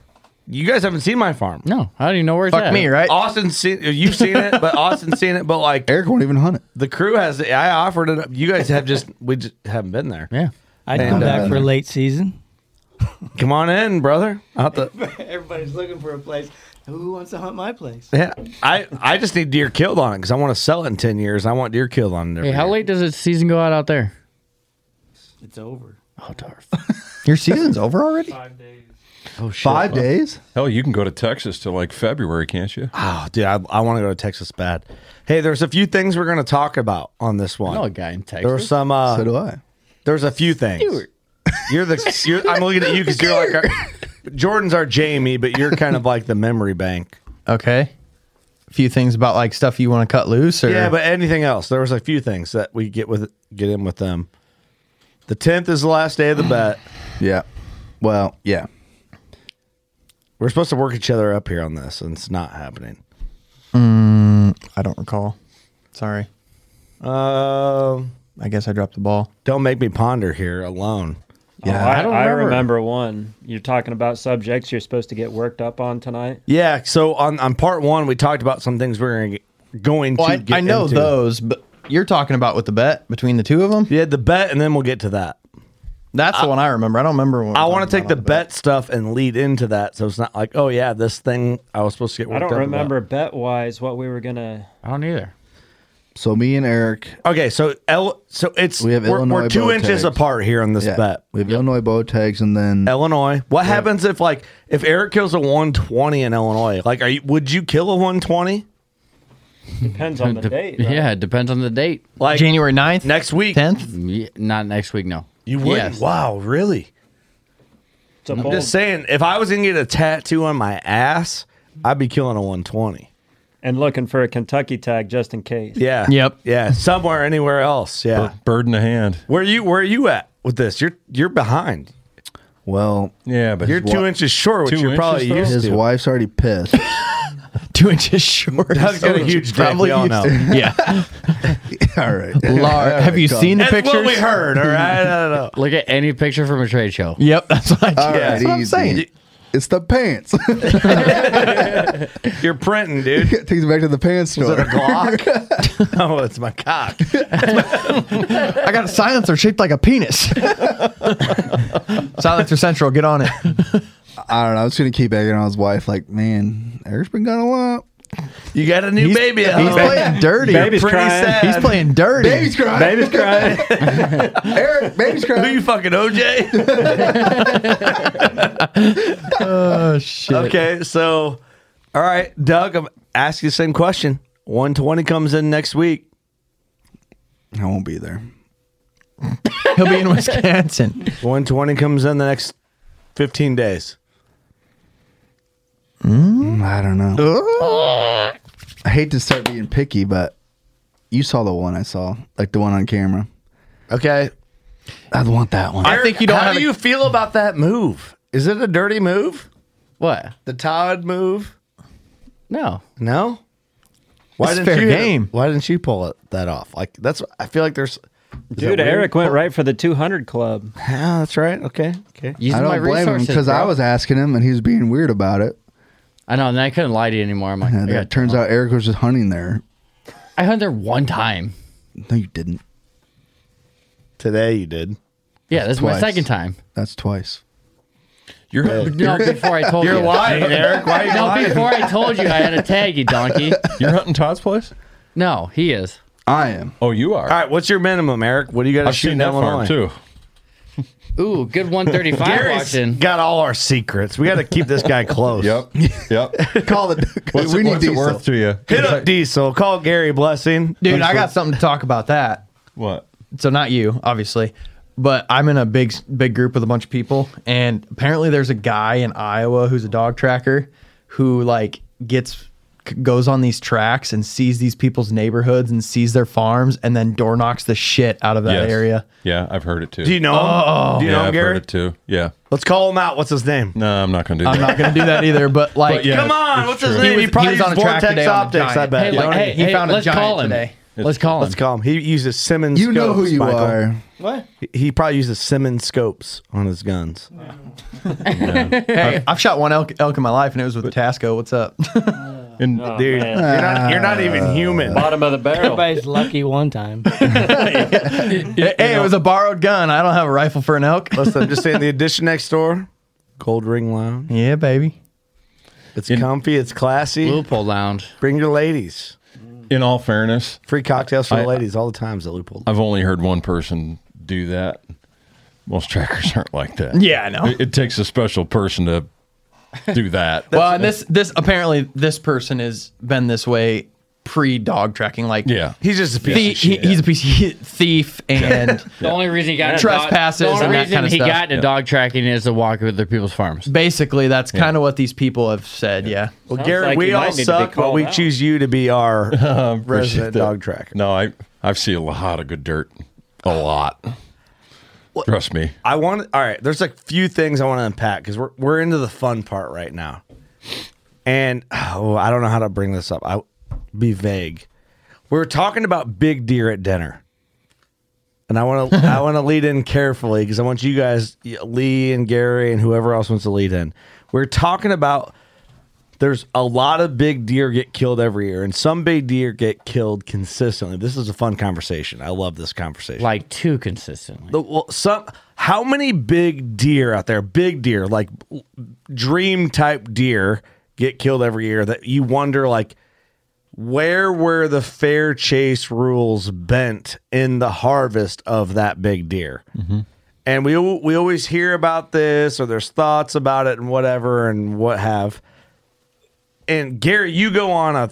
[SPEAKER 1] You guys haven't seen my farm.
[SPEAKER 3] No, I don't even know where it's
[SPEAKER 8] Fuck
[SPEAKER 3] at.
[SPEAKER 8] me, right?
[SPEAKER 1] Austin's seen you've seen it, but Austin's seen it, but like
[SPEAKER 2] Eric won't even hunt it.
[SPEAKER 1] the crew has it. I offered it up. You guys have just we just haven't been there.
[SPEAKER 3] Yeah.
[SPEAKER 10] I'd
[SPEAKER 1] Man,
[SPEAKER 10] come
[SPEAKER 1] uh,
[SPEAKER 10] back for late season.
[SPEAKER 1] Come on in, brother. I'll have to-
[SPEAKER 10] Everybody's looking for a place. Who wants to hunt my place?
[SPEAKER 1] yeah. I, I just need deer killed on it because I want to sell it in ten years. I want deer killed on it. every
[SPEAKER 3] Hey, how
[SPEAKER 1] year.
[SPEAKER 3] late does its season go out out there?
[SPEAKER 10] It's over.
[SPEAKER 3] Oh, darn.
[SPEAKER 8] Your season's over already.
[SPEAKER 10] Five days.
[SPEAKER 2] Five days.
[SPEAKER 9] Hell, you can go to Texas till like February, can't you?
[SPEAKER 1] Oh, dude, I, I want to go to Texas bad. Hey, there's a few things we're going to talk about on this one.
[SPEAKER 3] I know a guy in Texas.
[SPEAKER 1] there were some. Uh,
[SPEAKER 2] So do I.
[SPEAKER 1] there's a few things.
[SPEAKER 3] Stuart.
[SPEAKER 1] You're the. You're, I'm looking at you because you're like. Our, Jordan's our Jamie, but you're kind of like the memory bank.
[SPEAKER 8] Okay. A few things about like stuff you want to cut loose, or
[SPEAKER 1] Yeah, but anything else? There was a few things that we get with get in with them. The tenth is the last day of the bet.
[SPEAKER 2] Yeah. Well, yeah.
[SPEAKER 1] We're supposed to work each other up here on this, and it's not happening.
[SPEAKER 8] Mm, I don't recall. Sorry,
[SPEAKER 1] Um,
[SPEAKER 8] I guess I dropped the ball.
[SPEAKER 1] don't make me ponder here alone.
[SPEAKER 11] Yeah, Oh, I,
[SPEAKER 3] I don't
[SPEAKER 11] I
[SPEAKER 3] remember.
[SPEAKER 11] remember. one. You're talking about subjects you're supposed to get worked up on tonight.
[SPEAKER 1] Yeah. So on on part one, we talked about some things we're gonna get, going
[SPEAKER 8] Well,
[SPEAKER 1] to.
[SPEAKER 8] I,
[SPEAKER 1] get
[SPEAKER 8] I know
[SPEAKER 1] into.
[SPEAKER 8] those, but you're talking about with the bet between the two of them.
[SPEAKER 1] Yeah, the bet, and then we'll get to that.
[SPEAKER 8] That's the one I remember. I don't remember. When
[SPEAKER 1] I
[SPEAKER 8] we're
[SPEAKER 1] want to
[SPEAKER 8] talking
[SPEAKER 1] take
[SPEAKER 8] about
[SPEAKER 1] the
[SPEAKER 8] on
[SPEAKER 1] bet stuff and lead into that, so it's not like, oh yeah, this thing I was supposed to get.
[SPEAKER 11] I
[SPEAKER 1] Worked
[SPEAKER 11] don't
[SPEAKER 1] up
[SPEAKER 11] remember
[SPEAKER 1] about.
[SPEAKER 11] bet wise what we were gonna.
[SPEAKER 3] I don't either.
[SPEAKER 2] So me and Eric,
[SPEAKER 1] Okay, so L, so it's
[SPEAKER 2] We have
[SPEAKER 1] Oh, we're,
[SPEAKER 2] Illinois
[SPEAKER 1] we're two
[SPEAKER 2] bow
[SPEAKER 1] inches
[SPEAKER 2] tags.
[SPEAKER 1] apart here on this
[SPEAKER 2] yeah,
[SPEAKER 1] bet.
[SPEAKER 2] we have Illinois bow tags, and then
[SPEAKER 1] Illinois. What happens if like if Eric kills a 120 in Illinois? Like, are you, would you kill a 120?
[SPEAKER 11] Depends on the date. right?
[SPEAKER 3] Yeah, it depends on the date.
[SPEAKER 1] Like
[SPEAKER 8] January 9th,
[SPEAKER 1] next week?
[SPEAKER 8] 10th.
[SPEAKER 3] Yeah, Not next week, no.
[SPEAKER 1] You would.
[SPEAKER 3] Yes.
[SPEAKER 1] not Wow, Oh, really?
[SPEAKER 11] It's a
[SPEAKER 1] I'm
[SPEAKER 11] bold-
[SPEAKER 1] just saying, if I was gonna get a tattoo on my ass, I'd be killing a 120.
[SPEAKER 11] and looking for a Kentucky tag just in case.
[SPEAKER 1] Yeah.
[SPEAKER 8] Yep.
[SPEAKER 1] Yeah. Somewhere, anywhere else. Yeah.
[SPEAKER 9] Bir- Bird in the hand.
[SPEAKER 1] Where you Where are you at with this? You're You're behind.
[SPEAKER 2] well,
[SPEAKER 9] Yeah, but
[SPEAKER 1] You're two
[SPEAKER 9] Wha-
[SPEAKER 1] inches short, which
[SPEAKER 9] Two
[SPEAKER 1] you're probably
[SPEAKER 9] inches, though?
[SPEAKER 1] used
[SPEAKER 2] his
[SPEAKER 1] to.
[SPEAKER 2] wife's already pissed.
[SPEAKER 8] Two inches short.
[SPEAKER 1] Doug's got a huge dick, we all know.
[SPEAKER 8] Yeah.
[SPEAKER 2] All right,
[SPEAKER 8] Lar- have you
[SPEAKER 2] God.
[SPEAKER 8] seen the
[SPEAKER 1] That's
[SPEAKER 8] pictures?
[SPEAKER 1] what we heard. All right. I don't know.
[SPEAKER 3] Look at any picture from a trade show.
[SPEAKER 8] Yep. That's what I
[SPEAKER 2] All right,
[SPEAKER 8] that's what I'm
[SPEAKER 2] easy.
[SPEAKER 8] saying.
[SPEAKER 2] It's the pants.
[SPEAKER 1] You're printing, dude.
[SPEAKER 2] Takes me back to the pants store.
[SPEAKER 1] Is it a Glock? oh, it's my cock.
[SPEAKER 8] I got a silencer shaped like a penis. silencer Central, get on it.
[SPEAKER 2] I don't know. I was gonna keep egging on his wife. Like, man, Eric's been gone a lot.
[SPEAKER 1] You got a new
[SPEAKER 8] He's-
[SPEAKER 1] baby. at
[SPEAKER 8] He's
[SPEAKER 1] home.
[SPEAKER 8] playing dirty.
[SPEAKER 11] Baby's
[SPEAKER 1] Pretty
[SPEAKER 11] crying.
[SPEAKER 1] sad.
[SPEAKER 8] He's playing dirty.
[SPEAKER 2] Baby's crying.
[SPEAKER 11] Baby's crying.
[SPEAKER 2] Eric, baby's
[SPEAKER 1] Who
[SPEAKER 2] crying.
[SPEAKER 1] you fucking OJ?
[SPEAKER 8] oh shit. Oh,
[SPEAKER 1] okay, so all right, Doug, I'm asking the same question. 120 comes in next week.
[SPEAKER 2] I won't be there.
[SPEAKER 8] He'll be in Wisconsin.
[SPEAKER 1] 120 comes in the next 15 days.
[SPEAKER 8] Mm.
[SPEAKER 2] I don't know. I hate to start being picky, but you saw the one I saw, like the one on camera.
[SPEAKER 1] Okay.
[SPEAKER 2] I'd want that one.
[SPEAKER 1] Eric, How do you feel about that move? Is it a dirty move?
[SPEAKER 3] What?
[SPEAKER 1] The Todd move?
[SPEAKER 3] No.
[SPEAKER 1] No.
[SPEAKER 2] It's fair
[SPEAKER 1] you
[SPEAKER 2] game.
[SPEAKER 1] Why didn't you pull it, that off? Like that's. I feel like there's. is that
[SPEAKER 11] Dude,
[SPEAKER 1] weird?
[SPEAKER 11] Eric went right for the 200 club.
[SPEAKER 1] Yeah, Ah, that's right. Okay. Okay.
[SPEAKER 2] I don't blame him because I was asking him and he was being weird about it.
[SPEAKER 3] I know, and I couldn't lie to you anymore. I'm like, I
[SPEAKER 2] And
[SPEAKER 3] got
[SPEAKER 2] it turns out Eric was just hunting there.
[SPEAKER 3] I hunted there one time.
[SPEAKER 2] No, you didn't.
[SPEAKER 1] Today you did.
[SPEAKER 3] Yeah, this is my
[SPEAKER 2] Twice.
[SPEAKER 3] second time.
[SPEAKER 2] That's twice.
[SPEAKER 9] You're,
[SPEAKER 3] No, before I told you. no, before I told you, I had a tag, you donkey.
[SPEAKER 9] You're hunting Todd's place?
[SPEAKER 3] No, he is.
[SPEAKER 2] I am.
[SPEAKER 9] Oh, you are.
[SPEAKER 1] All right. What's your minimum, Eric? What do you got to
[SPEAKER 9] I've
[SPEAKER 1] shoot
[SPEAKER 9] seen
[SPEAKER 1] in
[SPEAKER 9] that farm
[SPEAKER 1] Illinois?
[SPEAKER 9] too.
[SPEAKER 3] Ooh, good 135
[SPEAKER 1] Gary's
[SPEAKER 3] watching.
[SPEAKER 1] got all our secrets. We got to keep this guy close.
[SPEAKER 9] Yep. Yep.
[SPEAKER 2] Call it.
[SPEAKER 9] What's,
[SPEAKER 2] we
[SPEAKER 9] it,
[SPEAKER 2] need
[SPEAKER 9] what's it
[SPEAKER 2] diesel.
[SPEAKER 9] worth to you?
[SPEAKER 1] Hit up Diesel. Call Gary Blessing.
[SPEAKER 8] Dude, I got something to talk about that.
[SPEAKER 9] What?
[SPEAKER 8] So not you, obviously, but I'm in a big big group with a bunch of people, and apparently there's a guy in Iowa who's a dog tracker who like gets c- goes on these tracks and sees these people's neighborhoods and sees their farms and then door knocks the shit out of that
[SPEAKER 9] Yes.
[SPEAKER 8] area.
[SPEAKER 9] Yeah, I've heard it too.
[SPEAKER 1] Do you know him?
[SPEAKER 8] Oh.
[SPEAKER 1] do you
[SPEAKER 9] yeah,
[SPEAKER 1] know him,
[SPEAKER 9] I've heard
[SPEAKER 1] Gary?
[SPEAKER 9] it too. Yeah.
[SPEAKER 1] Let's call him out. What's his name?
[SPEAKER 9] No, I'm not going to do
[SPEAKER 8] I'm
[SPEAKER 9] that.
[SPEAKER 8] not gonna do that either, but like
[SPEAKER 9] But yeah,
[SPEAKER 1] Come on.
[SPEAKER 9] it's
[SPEAKER 1] What's his
[SPEAKER 9] true.
[SPEAKER 1] name?
[SPEAKER 8] He was-
[SPEAKER 1] He probably
[SPEAKER 8] he was on
[SPEAKER 1] used
[SPEAKER 8] a track
[SPEAKER 1] Vortex
[SPEAKER 8] today on a
[SPEAKER 1] Optics, I
[SPEAKER 8] giant.
[SPEAKER 1] bet.
[SPEAKER 3] Hey,
[SPEAKER 1] You know
[SPEAKER 3] like,
[SPEAKER 1] what I
[SPEAKER 3] hey,
[SPEAKER 1] mean?
[SPEAKER 8] he
[SPEAKER 3] hey,
[SPEAKER 8] found a
[SPEAKER 3] let's
[SPEAKER 8] giant
[SPEAKER 3] call him.
[SPEAKER 8] today.
[SPEAKER 3] Let's call him.
[SPEAKER 1] Let's call him. He uses Simmons
[SPEAKER 2] You know who
[SPEAKER 1] scopes,
[SPEAKER 2] you
[SPEAKER 1] Michael.
[SPEAKER 2] are.
[SPEAKER 10] What?
[SPEAKER 1] He- He probably uses Simmons scopes on his guns.
[SPEAKER 8] Hey, I've shot one elk, elk in my life, and it was with Tasco. What's up? Ah.
[SPEAKER 9] And
[SPEAKER 1] Dude, Oh, you're not, Uh, you're not even
[SPEAKER 3] Uh,
[SPEAKER 1] human.
[SPEAKER 11] Bottom of the barrel.
[SPEAKER 10] Everybody's lucky one time.
[SPEAKER 8] hey, it was a borrowed gun. I don't have a rifle for an elk.
[SPEAKER 1] Listen, I'm just saying the addition next door, Cold Ring Lounge.
[SPEAKER 8] yeah, baby.
[SPEAKER 1] It's comfy, it's classy.
[SPEAKER 3] Loophole Lounge.
[SPEAKER 1] Bring your ladies.
[SPEAKER 9] in all fairness,
[SPEAKER 1] Free cocktails for
[SPEAKER 9] I-
[SPEAKER 1] the ladies all the time is a loophole.
[SPEAKER 9] I've only heard one person do that. Most trackers aren't like that.
[SPEAKER 8] Yeah, I know.
[SPEAKER 9] It, it takes a special person to do that.
[SPEAKER 8] well, and this this apparently this person has been this way pre dog tracking. Like,
[SPEAKER 9] yeah.
[SPEAKER 1] He's just a piece
[SPEAKER 8] thie-
[SPEAKER 1] of shit.
[SPEAKER 8] he- he's a piece of shit, thief and
[SPEAKER 3] The only reason he got into
[SPEAKER 8] Trespasses
[SPEAKER 3] dog,
[SPEAKER 8] and
[SPEAKER 3] the only
[SPEAKER 8] that
[SPEAKER 3] reason
[SPEAKER 8] kinda
[SPEAKER 3] he
[SPEAKER 8] stuff.
[SPEAKER 3] got into dog tracking is to walk with other people's farms.
[SPEAKER 8] basically that's kind of what these people have said. Yeah.
[SPEAKER 1] well,
[SPEAKER 11] Sounds
[SPEAKER 1] Garrett,
[SPEAKER 11] like
[SPEAKER 1] we
[SPEAKER 11] you might
[SPEAKER 1] all
[SPEAKER 11] need to be
[SPEAKER 1] suck, but
[SPEAKER 11] called
[SPEAKER 1] we
[SPEAKER 11] out.
[SPEAKER 1] choose you to be our
[SPEAKER 9] Appreciate
[SPEAKER 1] resident
[SPEAKER 9] that.
[SPEAKER 1] dog tracker.
[SPEAKER 9] No, I I've seen a lot of good dirt. A lot. Trust me.
[SPEAKER 1] I want. All right, there's a few things I want to unpack because we're we're into the fun part right now, and oh, I don't know how to bring this up. I be vague. We were talking about big deer at dinner, and I want to I want to lead in carefully because I want you guys, Lee and Gary and whoever else wants to lead in. We're talking about there's a lot of big deer get killed every year, and some big deer get killed consistently. This is a fun conversation. I love this conversation.
[SPEAKER 3] Like too consistently.
[SPEAKER 1] The, well, some how many big deer out there, big deer, like dream type deer, get killed every year that you wonder like where were the fair chase rules bent in the harvest of that big deer?
[SPEAKER 2] Mm-hmm.
[SPEAKER 1] And we al- we always hear about this or there's thoughts about it and whatever and what have. And Gary, you go on a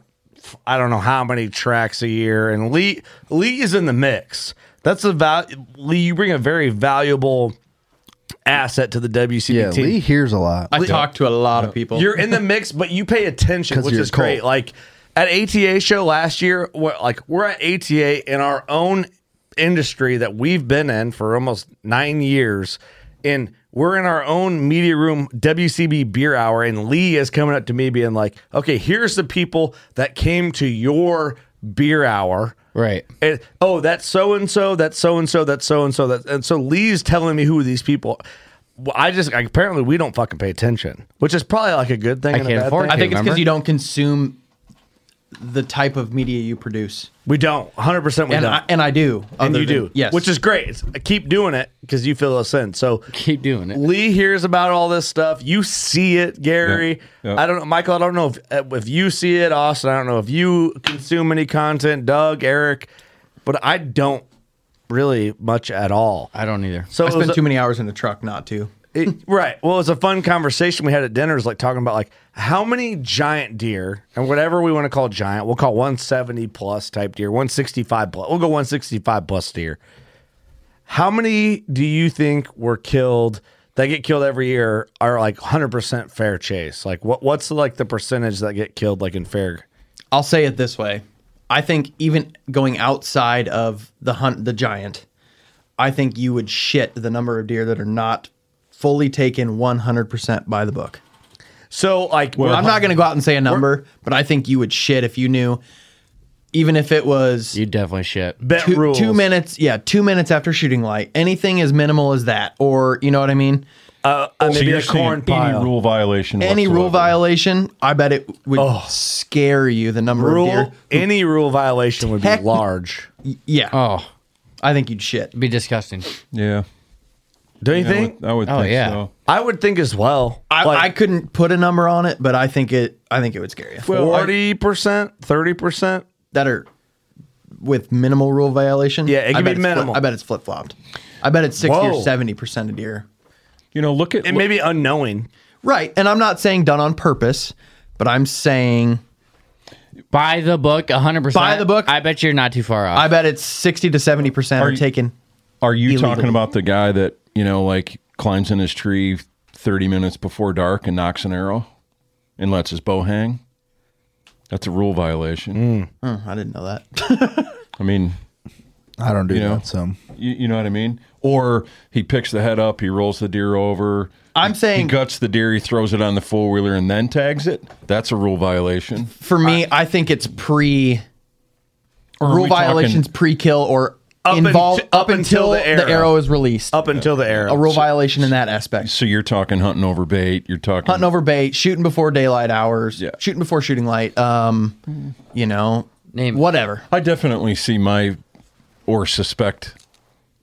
[SPEAKER 1] I don't know how many tracks a year, and Lee Lee is in the mix. That's a val Lee. You bring a very valuable asset to the WCB
[SPEAKER 2] Yeah,
[SPEAKER 1] team.
[SPEAKER 2] Lee hears a lot.
[SPEAKER 8] I talked to a lot of people.
[SPEAKER 1] You're in the mix, but you pay attention,
[SPEAKER 2] 'Cause
[SPEAKER 1] which
[SPEAKER 2] you're
[SPEAKER 1] is great.
[SPEAKER 2] cold.
[SPEAKER 1] Like at ATA show last year, we're, like we're at ATA in our own industry that we've been in for almost nine years, and we're in our own media room WCB beer hour, and Lee is coming up to me being like, "Okay, here's the people that came to your beer hour."
[SPEAKER 3] Right.
[SPEAKER 1] And, oh, that's so and so. That's so and so. That's so and so. That and so Lee's telling me who these people. Well, I just like, apparently we don't fucking pay attention, which is probably like a good thing.
[SPEAKER 3] I
[SPEAKER 1] and a
[SPEAKER 3] can't
[SPEAKER 1] bad thing.
[SPEAKER 3] afford to.
[SPEAKER 8] I think it's
[SPEAKER 3] remember?
[SPEAKER 8] because you don't consume the type of media you produce,
[SPEAKER 1] we don't. Hundred percent, we
[SPEAKER 8] and
[SPEAKER 1] don't.
[SPEAKER 8] I, and I do.
[SPEAKER 1] and
[SPEAKER 8] other
[SPEAKER 1] you
[SPEAKER 8] than-
[SPEAKER 1] do,
[SPEAKER 8] yes.
[SPEAKER 1] which is great. It's, uh, keep doing it because you fill us in. So
[SPEAKER 3] Keep doing it.
[SPEAKER 1] Lee hears about all this stuff. You see it, Gary.
[SPEAKER 9] Yeah, yeah.
[SPEAKER 1] I don't know, Michael. I don't know if uh, if you see it, Austin. I don't know if you consume any content, Doug, Eric, but I don't really much at all.
[SPEAKER 3] I don't either.
[SPEAKER 1] So
[SPEAKER 8] I
[SPEAKER 1] it was
[SPEAKER 8] spent
[SPEAKER 1] a-
[SPEAKER 8] too many hours in the truck not to.
[SPEAKER 1] It- right. Well, it was a fun conversation we had at dinner. It was like talking about like how many giant deer and whatever we want to call giant, we'll call 170 plus type deer, 165 plus. We'll go 165 plus deer. How many do you think were killed that get killed every year are like 100% fair chase? Like what what's like the percentage that get killed like in fair?
[SPEAKER 8] I'll say it this way. I think even going outside of the hunt, the giant, I think you would shit the number of deer that are not fully taken 100% by the book.
[SPEAKER 1] So, like,
[SPEAKER 8] well, I'm not going to go out and say a number, but I think you would shit if you knew, even if it was. You
[SPEAKER 3] definitely shit.
[SPEAKER 1] Bet
[SPEAKER 8] two,
[SPEAKER 1] rules.
[SPEAKER 8] two minutes, yeah, two minutes after shooting light. Anything as minimal as that, or, you know what I mean?
[SPEAKER 1] Uh,
[SPEAKER 9] So you're saying Any rule violation.
[SPEAKER 8] Any
[SPEAKER 9] whatsoever.
[SPEAKER 8] rule violation, I bet it would scare you the number
[SPEAKER 1] Rule-
[SPEAKER 8] of deer.
[SPEAKER 1] Any rule violation would be large.
[SPEAKER 8] Yeah.
[SPEAKER 3] Oh,
[SPEAKER 8] I think you'd shit.
[SPEAKER 3] Be disgusting.
[SPEAKER 9] Yeah.
[SPEAKER 1] Do you
[SPEAKER 8] Yeah, I
[SPEAKER 1] think?
[SPEAKER 8] would- I would Oh, think yeah. so.
[SPEAKER 1] I would think as well.
[SPEAKER 8] I, I couldn't put a number on it, but I think it I think it would scare you.
[SPEAKER 1] Forty percent, thirty percent
[SPEAKER 8] that are with minimal rule violation.
[SPEAKER 1] Yeah, it
[SPEAKER 8] I bet
[SPEAKER 1] can be
[SPEAKER 8] it's flip-
[SPEAKER 1] minimal.
[SPEAKER 8] I bet it's flip flopped. I bet it's sixty
[SPEAKER 1] Whoa.
[SPEAKER 8] or seventy percent of deer.
[SPEAKER 9] You know, look at
[SPEAKER 1] it may be unknowing.
[SPEAKER 8] Right, and I'm not saying done on purpose, but I'm saying
[SPEAKER 3] by the book, 100%.
[SPEAKER 8] By the book,
[SPEAKER 3] I bet you're not too far off.
[SPEAKER 8] I bet it's sixty to seventy percent
[SPEAKER 9] Are
[SPEAKER 8] are,
[SPEAKER 9] you-
[SPEAKER 8] taken.
[SPEAKER 9] Are you talking
[SPEAKER 8] illegally.
[SPEAKER 9] about the guy that you know, like climbs in his tree thirty minutes before dark and knocks an arrow and lets his bow hang? That's a rule violation.
[SPEAKER 2] Hmm.
[SPEAKER 8] Oh, I didn't know that.
[SPEAKER 9] I mean,
[SPEAKER 2] I don't do
[SPEAKER 9] you know,
[SPEAKER 2] that. So
[SPEAKER 9] you, you know what I mean. Or he picks the head up, he rolls the deer over.
[SPEAKER 8] I'm saying
[SPEAKER 9] he guts the deer, he throws it on the four wheeler, and then tags it. That's a rule violation.
[SPEAKER 8] For me, I, think it's pre
[SPEAKER 9] Or are
[SPEAKER 8] rule
[SPEAKER 9] we talking-
[SPEAKER 8] violations pre kill or
[SPEAKER 1] Up
[SPEAKER 8] involved
[SPEAKER 1] unti-
[SPEAKER 8] up, until, the, arrow. is released.
[SPEAKER 1] Up until the arrow.
[SPEAKER 8] a rule violation in that aspect.
[SPEAKER 9] So you're talking hunting over bait. You're talking
[SPEAKER 8] Hunting over bait, shooting before daylight hours, shooting before shooting light. Um, you know, name whatever.
[SPEAKER 9] I definitely see my or suspect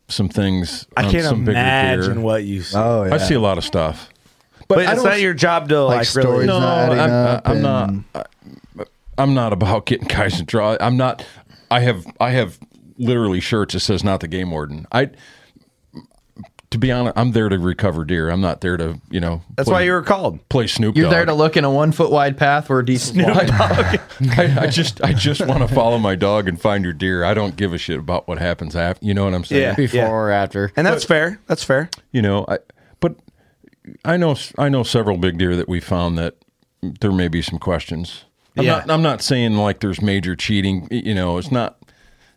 [SPEAKER 9] some things.
[SPEAKER 1] I
[SPEAKER 9] on
[SPEAKER 1] can't
[SPEAKER 9] some bigger
[SPEAKER 1] imagine
[SPEAKER 9] deer.
[SPEAKER 1] what you see. Oh,
[SPEAKER 9] I
[SPEAKER 1] yeah.
[SPEAKER 9] see a lot of stuff.
[SPEAKER 1] But,
[SPEAKER 9] I
[SPEAKER 1] it's
[SPEAKER 9] don't-
[SPEAKER 1] not your job to like, really.
[SPEAKER 9] No, I'm, I'm not. I- I'm not about getting guys to draw. I'm not. I have. I have literally shirts that says not the game warden. I. To be honest, I'm there to recover deer. I'm not there to you know.
[SPEAKER 8] That's why you were
[SPEAKER 1] called.
[SPEAKER 9] Play Snoop.
[SPEAKER 8] You're
[SPEAKER 9] Dogg.
[SPEAKER 8] there to look in a one foot wide path where a decent
[SPEAKER 9] I, I just I just want to follow my dog and find your deer. I don't give a shit about what happens after. You know what I'm saying?
[SPEAKER 1] Yeah, Before yeah. or
[SPEAKER 3] after.
[SPEAKER 1] And that's fair. That's fair.
[SPEAKER 9] You know, I but I know I know several big deer that we found that there may be some questions. I'm
[SPEAKER 1] Yeah.
[SPEAKER 9] not I'm not saying like there's major cheating. You know, it's not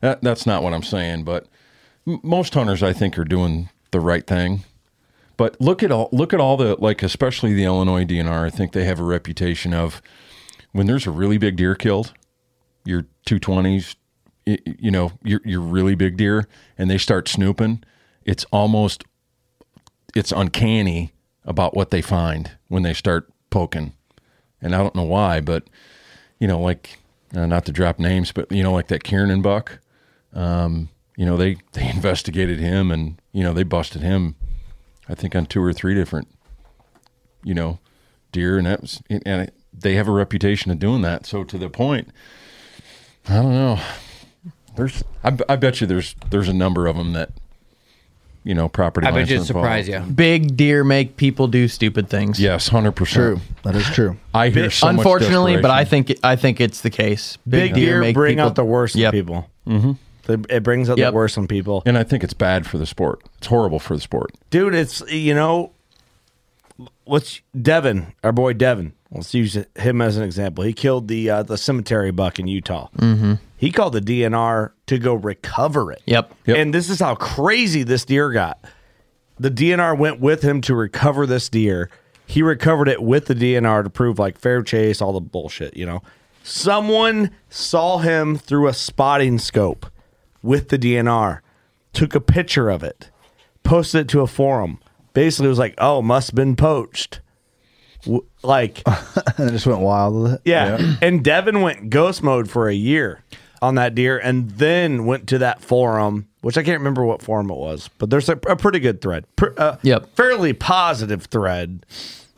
[SPEAKER 9] that that's not what I'm saying. But m- most hunters, I think, are doing the right thing. But look at all look at all the like especially the Illinois DNR. I think they have a reputation of when there's a really big deer killed, your 220s, y- y- you know, your your really big deer, and they start snooping. It's almost it's uncanny about what they find when they start poking, and I don't know why, but you know, like uh, not to drop names, but you know, like that Kiernan buck. Um, you know, they they investigated him, and you know, they busted him. I think on two or three different, you know, deer, and that was, and it, they have a reputation of doing that. So to the point, I don't know. There's, I, b- I bet you there's there's a number of them that, you know, property. lines are involved.
[SPEAKER 8] Big deer make people do stupid things.
[SPEAKER 9] Yes, hundred percent.
[SPEAKER 2] That is true.
[SPEAKER 9] I hear so much
[SPEAKER 8] unfortunately, but I
[SPEAKER 9] desperation.
[SPEAKER 8] think I think it's the case.
[SPEAKER 1] Big deer bring out the worst in
[SPEAKER 8] Yep.
[SPEAKER 1] people. Mm-hmm. It brings out
[SPEAKER 8] Yep.
[SPEAKER 1] the worst in people.
[SPEAKER 9] And I think it's bad for the sport. It's horrible for the sport.
[SPEAKER 1] dude. It's you know, what's Devin, our boy Devin. Let's use him as an example. He killed the uh, the cemetery buck in Utah.
[SPEAKER 3] Mm-hmm.
[SPEAKER 8] Mhm.
[SPEAKER 1] He called the DNR to go recover it.
[SPEAKER 8] Yep.
[SPEAKER 1] And this is how crazy this deer got. The DNR went with him to recover this deer. He recovered it with the DNR to prove like fair chase, all the bullshit, you know. Someone saw him through a spotting scope with the DNR, took a picture of it, posted it to a forum. Basically, was like, "Oh, must have been poached." W- like,
[SPEAKER 2] and it just went wild with it.
[SPEAKER 1] yeah. And Devin went ghost mode for a year on that deer and then went to that forum, which I can't remember what forum it was, but there's a, a pretty good thread. Pr- uh,
[SPEAKER 8] Yep.
[SPEAKER 1] Fairly positive thread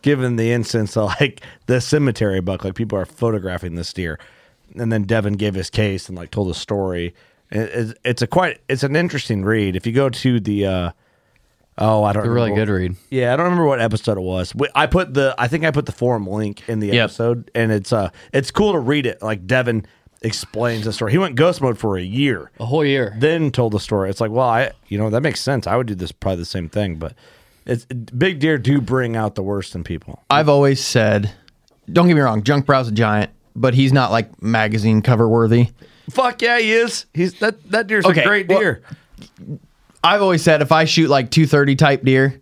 [SPEAKER 1] given the instance of like the cemetery buck. Like people are photographing this deer. And then Devin gave his case and like told a story. It- It's it's a quite, it's an interesting read. If you go to the, uh, Oh, I don't.
[SPEAKER 3] It's a really
[SPEAKER 1] remember.
[SPEAKER 3] good read.
[SPEAKER 1] Yeah, I don't remember what episode it was. We- I put the I think I put the forum link in the
[SPEAKER 3] Yep.
[SPEAKER 1] episode, and it's uh it's cool to read it. Like Devin explains the story. He went ghost mode for a year,
[SPEAKER 3] a whole year,
[SPEAKER 1] then told the story. It's like, well, I you know that makes sense. I would do this probably the same thing, but it's big deer do bring out the worst in people.
[SPEAKER 8] I've always said, don't get me wrong, Junk Brow's a giant, but he's not like magazine cover worthy.
[SPEAKER 1] Fuck yeah, he is. He's that that deer's a great deer.
[SPEAKER 8] I've always said if I shoot like 230 type deer,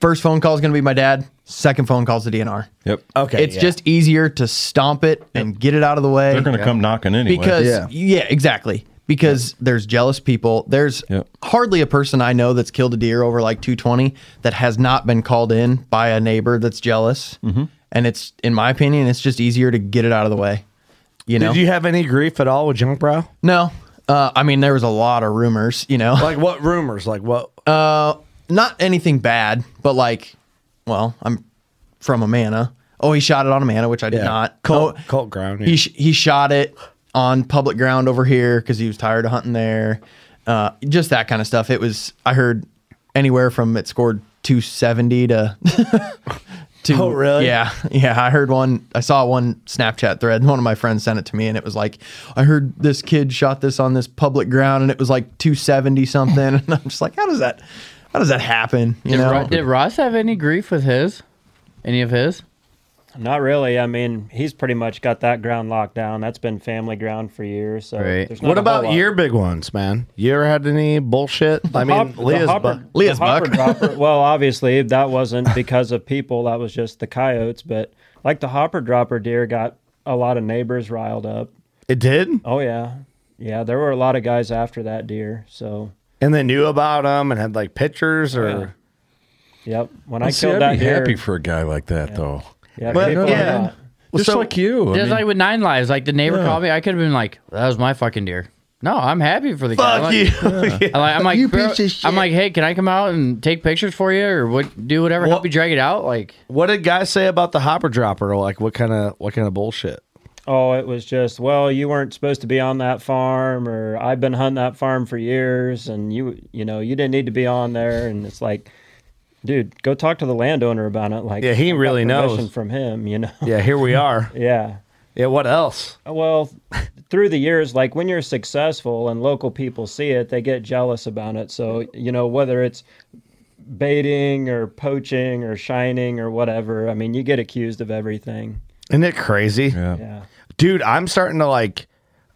[SPEAKER 8] first phone call is going to be my dad, second phone call is the DNR.
[SPEAKER 9] Yep.
[SPEAKER 1] Okay,
[SPEAKER 8] it's
[SPEAKER 9] yeah.
[SPEAKER 8] just easier to stomp it and get it out of the way.
[SPEAKER 9] They're gonna Yeah. come knocking anyway.
[SPEAKER 8] Because
[SPEAKER 9] Yeah.
[SPEAKER 8] yeah, exactly. Because there's jealous people. There's hardly a person I know that's killed a deer over like 220 that has not been called in by a neighbor that's jealous.
[SPEAKER 1] Mhm.
[SPEAKER 8] And it's, in my opinion, it's just easier to get it out of the way. You know?
[SPEAKER 1] Did you have any grief at all with Junk Brow?
[SPEAKER 8] No. Uh, I mean, there was a lot of rumors, you know.
[SPEAKER 1] Like what rumors? Like what?
[SPEAKER 8] Uh, not anything bad, but like, well, I'm from Amana. Oh, he shot it on Amana, which I did
[SPEAKER 1] Yeah.
[SPEAKER 8] not.
[SPEAKER 1] Cult-
[SPEAKER 8] Oh,
[SPEAKER 1] cult ground,
[SPEAKER 8] He
[SPEAKER 1] yeah.
[SPEAKER 8] sh- he shot it on public ground over here because he was tired of hunting there. Uh, just that kind of stuff. It was I heard anywhere from it scored 270 to to-
[SPEAKER 1] Oh, really?
[SPEAKER 8] Yeah, yeah. I heard one. I saw one Snapchat thread. One of my friends sent it to me, and it was like, I heard this kid shot this on this public ground, and it was like two seventy something. And I'm just like, how does that, how does that happen? You
[SPEAKER 3] did,
[SPEAKER 8] know?
[SPEAKER 3] Ro- did Ross have any grief with his? Any of his?
[SPEAKER 11] Not really. I mean, he's pretty much got that ground locked down. That's been family ground for years. So there's not
[SPEAKER 1] What
[SPEAKER 11] a whole
[SPEAKER 1] about
[SPEAKER 11] lot.
[SPEAKER 1] your big ones, man? You ever had any bullshit? I mean,
[SPEAKER 11] Hop- the
[SPEAKER 1] Leah's
[SPEAKER 11] hopper-
[SPEAKER 1] bu-
[SPEAKER 11] the hopper dropper- well, obviously that wasn't because of people. That was just the coyotes. But like the hopper dropper deer got a lot of neighbors riled up.
[SPEAKER 1] It did.
[SPEAKER 11] Oh yeah, yeah. There were a lot of guys after that deer. So
[SPEAKER 1] And they knew about them and had like pictures or.
[SPEAKER 11] Yeah. yep. When
[SPEAKER 9] Well,
[SPEAKER 11] I
[SPEAKER 9] see,
[SPEAKER 11] killed
[SPEAKER 9] I'd
[SPEAKER 11] that
[SPEAKER 9] be
[SPEAKER 11] deer,
[SPEAKER 9] happy for a guy like that though.
[SPEAKER 11] Yeah,
[SPEAKER 1] But, people are yeah. not.
[SPEAKER 9] just
[SPEAKER 1] So-
[SPEAKER 9] like you. I
[SPEAKER 3] Just
[SPEAKER 9] mean,
[SPEAKER 3] like with Nine Lives, like the neighbor
[SPEAKER 9] Yeah.
[SPEAKER 3] called me, I could have been like, "That was my fucking deer." No, I'm happy for the
[SPEAKER 1] Fuck
[SPEAKER 3] guy. I'm like-
[SPEAKER 1] you.
[SPEAKER 3] I'm like, I'm like,
[SPEAKER 1] You
[SPEAKER 3] "Bro,"
[SPEAKER 1] piece of
[SPEAKER 3] I'm like, hey, can I come out and take pictures for you or what? Do whatever, help you drag it out, like.
[SPEAKER 1] What did guys say about the hopper dropper? Like, what kind of what kind of bullshit?
[SPEAKER 11] Oh, it was just, well, you weren't supposed to be on that farm or I've been hunting that farm for years and you you know, you didn't need to be on there and it's like dude, go talk to the landowner about it like
[SPEAKER 1] Yeah, he
[SPEAKER 11] I got
[SPEAKER 1] really knows.
[SPEAKER 11] permission from him, you know.
[SPEAKER 1] Yeah, here we are.
[SPEAKER 11] yeah.
[SPEAKER 1] Yeah, what else?
[SPEAKER 11] Well, through the years like when you're successful and local people see it, they get jealous about it. So, you know, whether it's baiting or poaching or shining or whatever, I mean, you get accused of everything.
[SPEAKER 1] Isn't it crazy? Yeah. Dude, I'm starting to like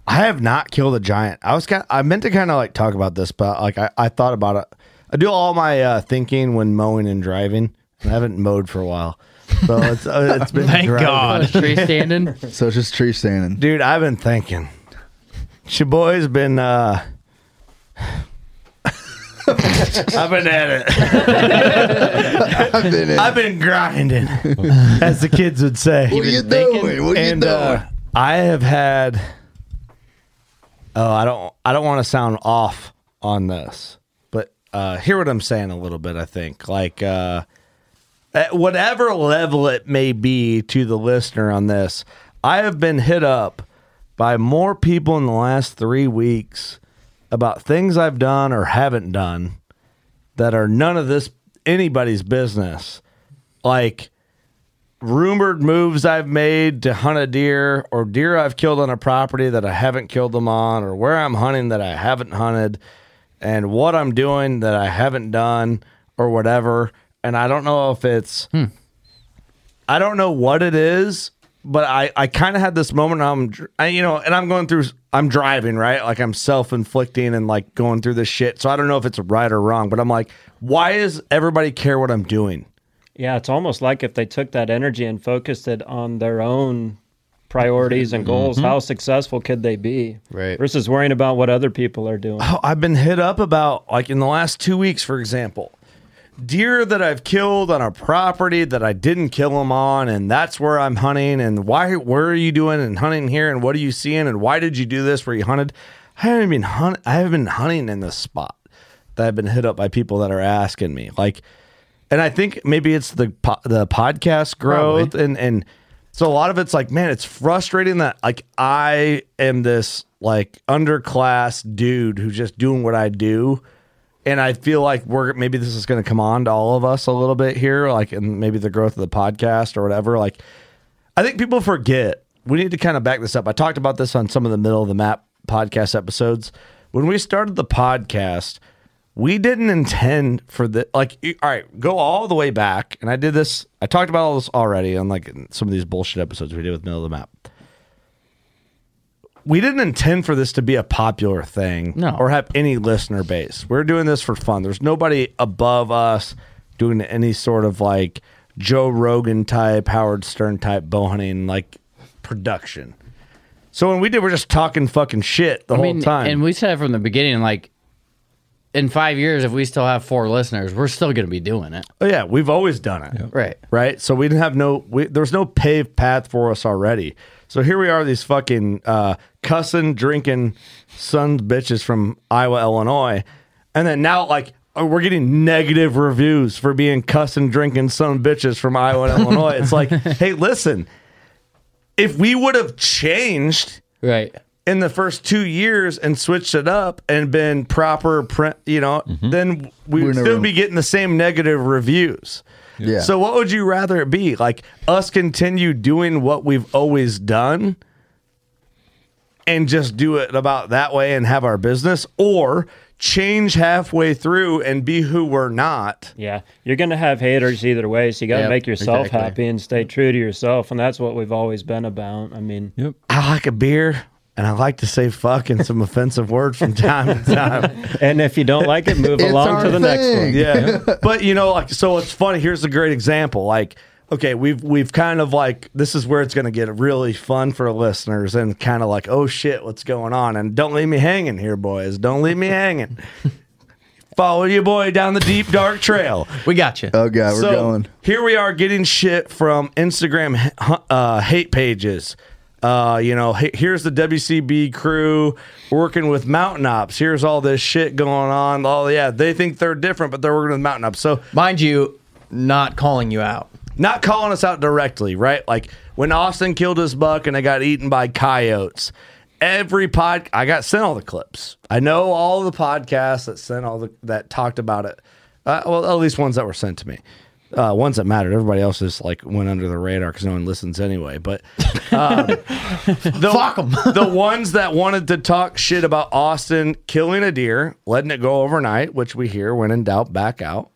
[SPEAKER 1] I have not killed a giant. I was kind I meant to kind of like talk about this, but like I, I thought about it. I do all my uh, thinking when mowing and driving. and I haven't mowed for a while. So it's uh, it's been
[SPEAKER 2] Thank
[SPEAKER 1] driving.
[SPEAKER 2] God. Tree standing? So it's just tree standing.
[SPEAKER 1] Dude, I've been thinking. Your boy's been uh I've been at it. I've been, grinding, as the kids would say.
[SPEAKER 2] What are you doing? What are you
[SPEAKER 1] and, uh,
[SPEAKER 2] doing?
[SPEAKER 1] I have had. Oh, I don't. I don't want to sound off on this, but uh, hear what I'm saying a little bit. I think like uh, at whatever level it may be to the listener on this, I have been hit up by more people in the last three weeks about things I've done or haven't done that are none of this anybody's business. Like rumored moves I've made to hunt a deer or deer I've killed on a property that I haven't killed them on or where I'm hunting that I haven't hunted and what I'm doing that I haven't done or whatever. And I don't know if it's I don't know what it is, but I, I kind of had this moment. I'm, dr- I, you know, and I'm going through, I'm driving, right? Like I'm self inflicting and like going through this shit. So I don't know if it's right or wrong, but I'm like, why does everybody care what I'm doing?
[SPEAKER 11] Yeah, it's almost like if they took that energy and focused it on their own priorities and goals,
[SPEAKER 1] Mhm.
[SPEAKER 11] how successful could they be?
[SPEAKER 3] Right.
[SPEAKER 11] Versus worrying about what other people are doing.
[SPEAKER 1] Oh, I've been hit up about like in the last two weeks, for example, deer that I've killed on a property that I didn't kill them on, and that's where I'm hunting. And why? Where are you doing and hunting here? And what are you seeing? And why did you do this? Where you hunted? I haven't been hunt. I haven't been hunting in this spot that I've been hit up by people that are asking me like, and I think maybe it's the po- the podcast growth and and so a lot of it's like man it's frustrating that like I am this like underclass dude who's just doing what I do And I feel like we're maybe this is going to come on to all of us a little bit here, like, and maybe the growth of the podcast or whatever. Like, I think people forget. We need to kind of back this up. I talked about this on some of the middle of the map podcast episodes. When we started the podcast, we didn't intend for the like. you- All right, go all the way back, and I did this. I talked about all this already on like some of these bullshit episodes we did with middle of the map we didn't intend for this to be a popular thing no. or have any listener base. We're doing this for fun. There's nobody above us doing any sort of like Joe Rogan type, Howard Stern type bow hunting like production. So when we did, we're just talking fucking shit the
[SPEAKER 3] I
[SPEAKER 1] whole
[SPEAKER 3] mean,
[SPEAKER 1] time.
[SPEAKER 3] And we said from the beginning, like, in five years, if we still have four listeners, we're still going to be doing it.
[SPEAKER 1] Oh, yeah, we've always done it.
[SPEAKER 3] Right.
[SPEAKER 1] Right. So we didn't have no. We, there was no paved path for us already. So here we are, these fucking uh, cussing, drinking, sons bitches from Iowa, Illinois, and then now like oh, we're getting negative reviews for being cussing, drinking, son bitches from Iowa, and Illinois. It's like, hey, listen, if we would have changed
[SPEAKER 3] right
[SPEAKER 1] in the first two years and switched it up and been proper print you know then we
[SPEAKER 2] We
[SPEAKER 1] would
[SPEAKER 2] never-
[SPEAKER 1] still be getting the same negative reviews
[SPEAKER 2] Yeah.
[SPEAKER 1] so what would you rather it be like us continue doing what we've always done and just do it about that way and have our business or change halfway through and be who we're not
[SPEAKER 11] Yeah, you're going to have haters either way, so you got to
[SPEAKER 1] Yep,
[SPEAKER 11] make yourself
[SPEAKER 1] exactly.
[SPEAKER 11] happy and stay true to yourself, and that's what we've always been about. I mean,
[SPEAKER 9] yep.
[SPEAKER 1] i like a beer and i like to say fuck and some offensive word from time to time
[SPEAKER 11] and if you don't like it, move
[SPEAKER 1] It's
[SPEAKER 11] along
[SPEAKER 1] our
[SPEAKER 11] to the next one.
[SPEAKER 1] thing. Yeah. but you know, like so it's funny. Here's a great example. Like, okay, we've we've kind of like this is where it's gonna get really fun for listeners and kind of like, oh shit, what's going on? And don't leave me hanging here, boys. Don't leave me hanging. Follow your boy down the deep dark trail.
[SPEAKER 8] We got you.
[SPEAKER 2] Oh god, we're
[SPEAKER 1] So,
[SPEAKER 2] going.
[SPEAKER 1] Here we are getting shit from Instagram h- uh, hate pages. Uh, you know, he- here's the WCB crew working with Mountain Ops. Here's all this shit going on. All yeah, they think they're different, but they're working with Mountain Ops. So
[SPEAKER 8] mind you, not calling you out,
[SPEAKER 1] not calling us out directly, right? Like when Austin killed his buck and I got eaten by coyotes. Every pod, I got sent all the clips. I know all the podcasts that sent all the that talked about it. Uh, well, at least ones that were sent to me. Uh, ones that mattered. Everybody else just like went under the radar because no one listens anyway. But um, the, Fuck them. the ones that wanted to talk shit about Austin killing a deer, letting it go overnight, which we hear when in doubt, back out.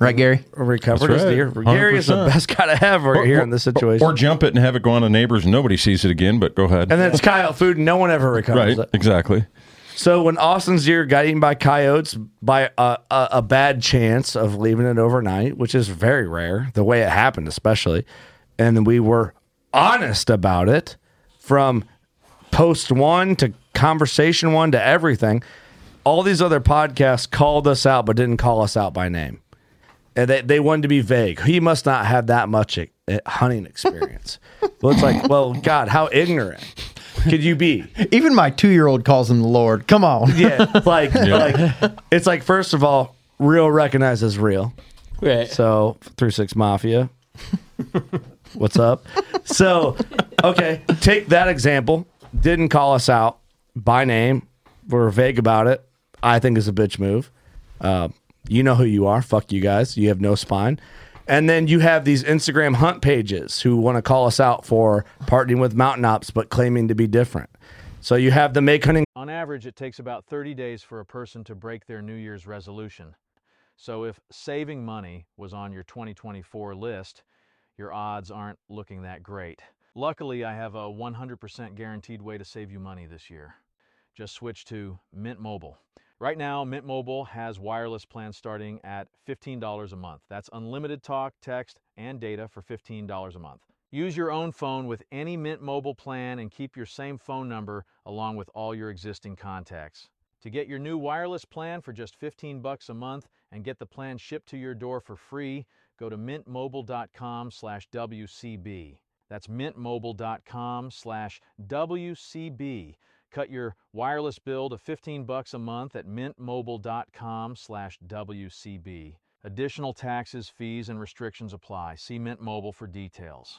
[SPEAKER 8] Right, Gary?
[SPEAKER 1] Recovered
[SPEAKER 9] That's
[SPEAKER 1] his
[SPEAKER 9] right.
[SPEAKER 1] deer. Gary is the
[SPEAKER 9] 100%.
[SPEAKER 1] best guy to have right here in this situation.
[SPEAKER 9] Or jump it and have it go on to neighbors and nobody sees it again, but go ahead.
[SPEAKER 1] and then it's coyote food, and no one ever recovers
[SPEAKER 9] right,
[SPEAKER 1] it.
[SPEAKER 9] exactly.
[SPEAKER 1] So when Austin's deer got eaten by coyotes by a, a, a bad chance of leaving it overnight, which is very rare, the way it happened especially, and we were honest about it from post one to conversation one to everything. All these other podcasts called us out but didn't call us out by name. And they, they wanted to be vague. He must not have that much e- eh, hunting experience. well, it's like, well, God, how ignorant could you be?
[SPEAKER 8] Even my two-year-old calls him the Lord. Come on.
[SPEAKER 1] Yeah, like like it's like first of all, real recognizes real.
[SPEAKER 3] Right.
[SPEAKER 1] So three six mafia. What's up? So okay, take that example. Didn't call us out by name. We're vague about it. I think is a bitch move. Uh, you know who you are. Fuck you guys. You have no spine. And then you have these Instagram hunt pages who want to call us out for partnering with Mountain Ops but claiming to be different. So you have the Make Hunting
[SPEAKER 13] On average, it takes about 30 days for a person to break their New Year's resolution. So if saving money was on your 2024 list, your odds aren't looking that great. Luckily, I have a 100% guaranteed way to save you money this year. Just switch to Mint Mobile. Right now, Mint Mobile has wireless plans starting at $15 a month. That's unlimited talk, text, and data for $15 a month. Use your own phone with any Mint Mobile plan and keep your same phone number along with all your existing contacts. To get your new wireless plan for just 15 bucks a month and get the plan shipped to your door for free, go to mintmobile.com/wcb. That's mintmobile.com/wcb. Cut your wireless bill to 15 bucks a month at mintmobile.com/wcb. Additional taxes, fees, and restrictions apply. See Mint Mobile for details.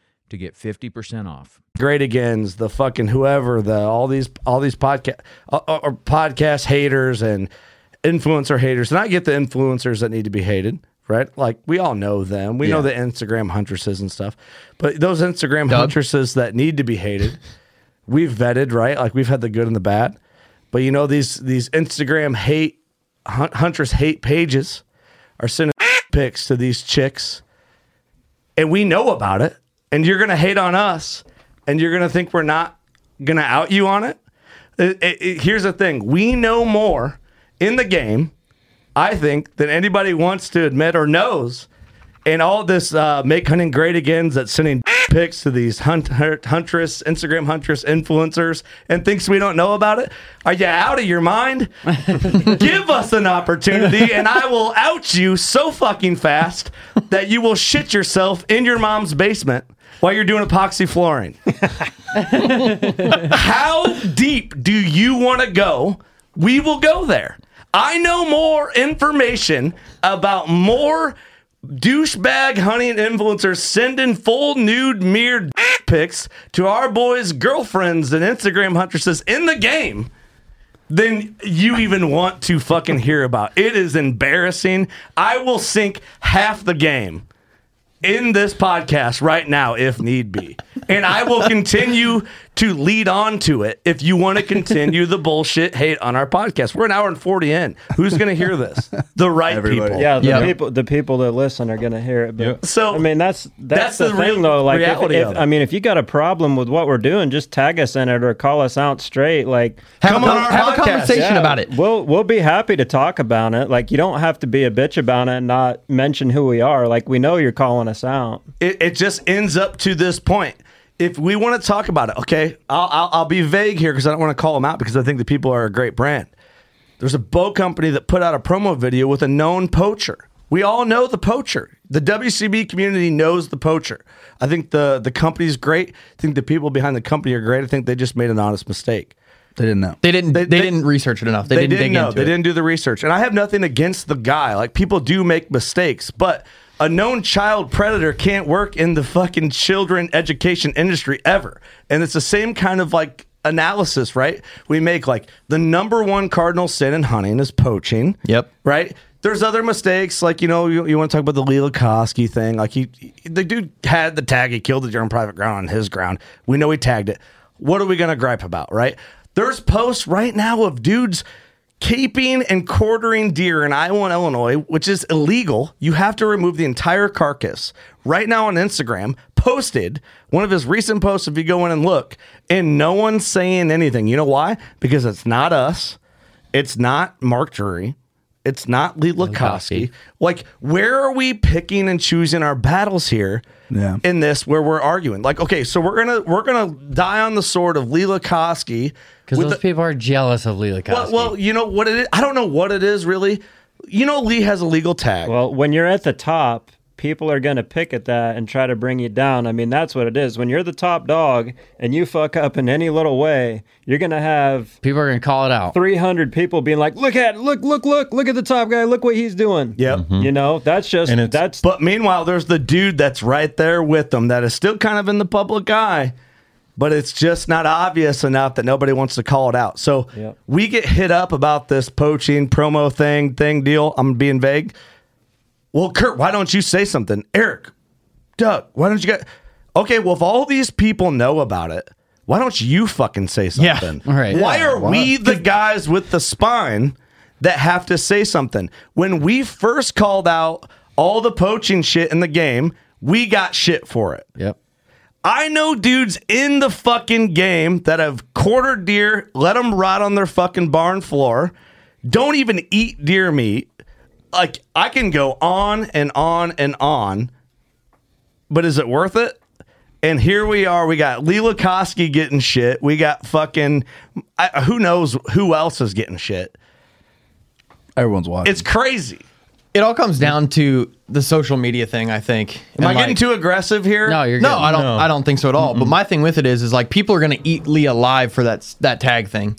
[SPEAKER 12] to get 50% off.
[SPEAKER 1] Great agains, the fucking whoever, the all these all these podcast or podcast haters and influencer haters. And I get the influencers that need to be hated, right? Like we all know them. We know the Instagram huntresses and stuff. But those Instagram huntresses that need to be hated, we've vetted, right? Like we've had the good and the bad. But you know these these Instagram hate hun- huntress hate pages are sending pics to these chicks and we know about it, and you're gonna hate on us, and you're gonna think we're not gonna out you on it. It- it- it- here's the thing: we know more in the game, I think, than anybody wants to admit or knows. And all this uh, make hunting great agains that's sending pics to these hunt, hunt huntress, Instagram huntress influencers, and thinks we don't know about it. Are you out of your mind? Give us an opportunity, and I will out you so fucking fast that you will shit yourself in your mom's basement while you're doing epoxy flooring. How deep do you want to go? We will go there. I know more information about more douchebag hunting influencers sending full nude mere pics to our boys' girlfriends and Instagram huntresses in the game than you even want to fucking hear about. It is embarrassing. I will sink half the game in this podcast right now if need be. And I will continue to lead on to it if you want to continue the bullshit hate on our podcast. We're an hour and 40 in. Who's going to hear this? The right people.
[SPEAKER 11] Yeah, the people the people that listen are going to hear it. But
[SPEAKER 1] so
[SPEAKER 11] I mean, that's
[SPEAKER 1] that's
[SPEAKER 11] that's, the,
[SPEAKER 1] the
[SPEAKER 11] thing
[SPEAKER 1] real
[SPEAKER 11] though. Like, if-
[SPEAKER 1] reality
[SPEAKER 11] if-
[SPEAKER 1] of it.
[SPEAKER 11] I mean, if you got a problem with what we're doing, just tag us in it or call us out straight. Like,
[SPEAKER 8] Have Come a on con- our have a podcast. conversation about
[SPEAKER 11] it. We'll we'll be happy to talk about it. Like, you don't have to be a bitch about it and not mention who we are. Like, we know you're calling us out.
[SPEAKER 1] It, it just ends up to this point. If we want to talk about it, okay, I'll, I'll, I'll be vague here because I don't want to call them out because I think the people are a great brand. There's a bow company that put out a promo video with a known poacher. We all know the poacher. The WCB community knows the poacher. I think the the company's great. I think the people behind the company are great. I think they just made an honest mistake.
[SPEAKER 14] They didn't know.
[SPEAKER 8] They didn't. They, didn't research it enough. They, didn't dig
[SPEAKER 1] know.
[SPEAKER 8] into
[SPEAKER 1] they
[SPEAKER 8] it.
[SPEAKER 1] didn't do the research. And I have nothing against the guy. Like people do make mistakes, but a known child predator can't work in the fucking children education industry ever. And it's the same kind of like analysis, right? We make like the number one cardinal sin in hunting is poaching. Yep. Right? There's other mistakes, like you know, you, you want to talk about the Lee Lukoski thing. Like he, he- the dude had the tag, he killed it during private ground on his ground. We know he tagged it. What are we gonna gripe about, right? There's posts right now of dudes Caping and quartering deer in Iowa and Illinois, which is illegal, you have to remove the entire carcass. Right now on Instagram, posted one of his recent posts, if you go in and look, and no one's saying anything. You know why? Because it's not us, it's not Mark Drury, it's not Lee Lukoski. Like, where are we picking and choosing our battles here?
[SPEAKER 14] Yeah.
[SPEAKER 1] in this where we're arguing. Like, okay, so we're gonna we're gonna die on the sword of Lee Lukoski
[SPEAKER 3] Because
[SPEAKER 1] with
[SPEAKER 3] those
[SPEAKER 1] the-
[SPEAKER 3] people are jealous of Lila Costa.
[SPEAKER 1] well, well, you know what it is? I don't know what it is really. You know, Lee has a legal tag.
[SPEAKER 11] Well, when you're at the top, people are going to pick at that and try to bring you down. I mean, that's what it is. When you're the top dog and you fuck up in any little way, you're going to have
[SPEAKER 3] people are going to call it out.
[SPEAKER 11] 300 people being like, "Look at, look, look, look, look at the top guy. Look what he's doing."
[SPEAKER 1] Yep.
[SPEAKER 11] You know, that's just that's
[SPEAKER 1] Mm-hmm. But meanwhile, there's the dude that's right there with them that is still kind of in the public eye, but it's just not obvious enough that nobody wants to call it out. So
[SPEAKER 11] Yep.
[SPEAKER 1] we get hit up about this poaching promo thing, thing deal. I'm being vague. Well, Kurt, why don't you say something? Eric, Doug, why don't you get? Okay, well, if all these people know about it, why don't you fucking say something?
[SPEAKER 3] Yeah, right.
[SPEAKER 1] Why
[SPEAKER 3] Yeah.
[SPEAKER 1] are we the guys with the spine that have to say something? When we first called out all the poaching shit in the game, we got shit for it.
[SPEAKER 3] Yep.
[SPEAKER 1] I know dudes in the fucking game that have quartered deer, let them rot on their fucking barn floor, don't even eat deer meat. Like, I can go on and on and on but is it worth it? And here we are. We got Lee Lukoski getting shit. We got fucking I, who knows who else is getting shit.
[SPEAKER 2] Everyone's watching.
[SPEAKER 1] It's crazy.
[SPEAKER 8] It all comes down to the social media thing, I think.
[SPEAKER 1] Am I getting too aggressive here? No, you're
[SPEAKER 8] No, I don't. I don't think so at all. But my thing with it is, is like people are gonna eat Lee alive for that that tag thing.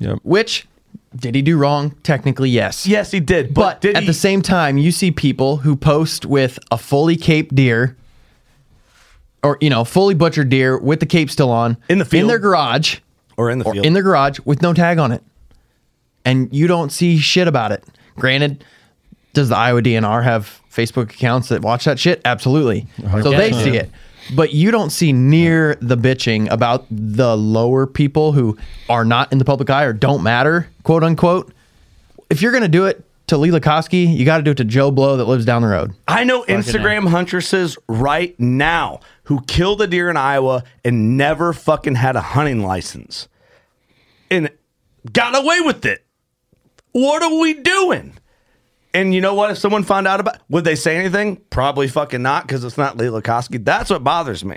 [SPEAKER 9] Yep.
[SPEAKER 8] Which did he do wrong? Technically, yes.
[SPEAKER 1] Yes, he did.
[SPEAKER 8] But, at the same time, you see people who post with a fully caped deer, or you know, fully butchered deer with the cape still on in the in
[SPEAKER 1] field.
[SPEAKER 8] their garage,
[SPEAKER 1] or in the
[SPEAKER 8] field. in their garage with no tag on it, and you don't see shit about it. Granted, does the Iowa DNR have Facebook accounts that watch that shit? Absolutely. So they
[SPEAKER 15] 100%.
[SPEAKER 8] see it. But you don't see near the bitching about the lower people who are not in the public eye or don't matter, quote unquote. If you're going to do it to Lee Lukoski, you got to do it to Joe Blow that lives down the road.
[SPEAKER 1] I know Instagram huntresses right now who killed a deer in Iowa and never fucking had a hunting license and got away with it. What are we doing? And you know what? If someone found out about, would they say anything? Probably fucking not, because it's not Lee Lukoski. That's what bothers me.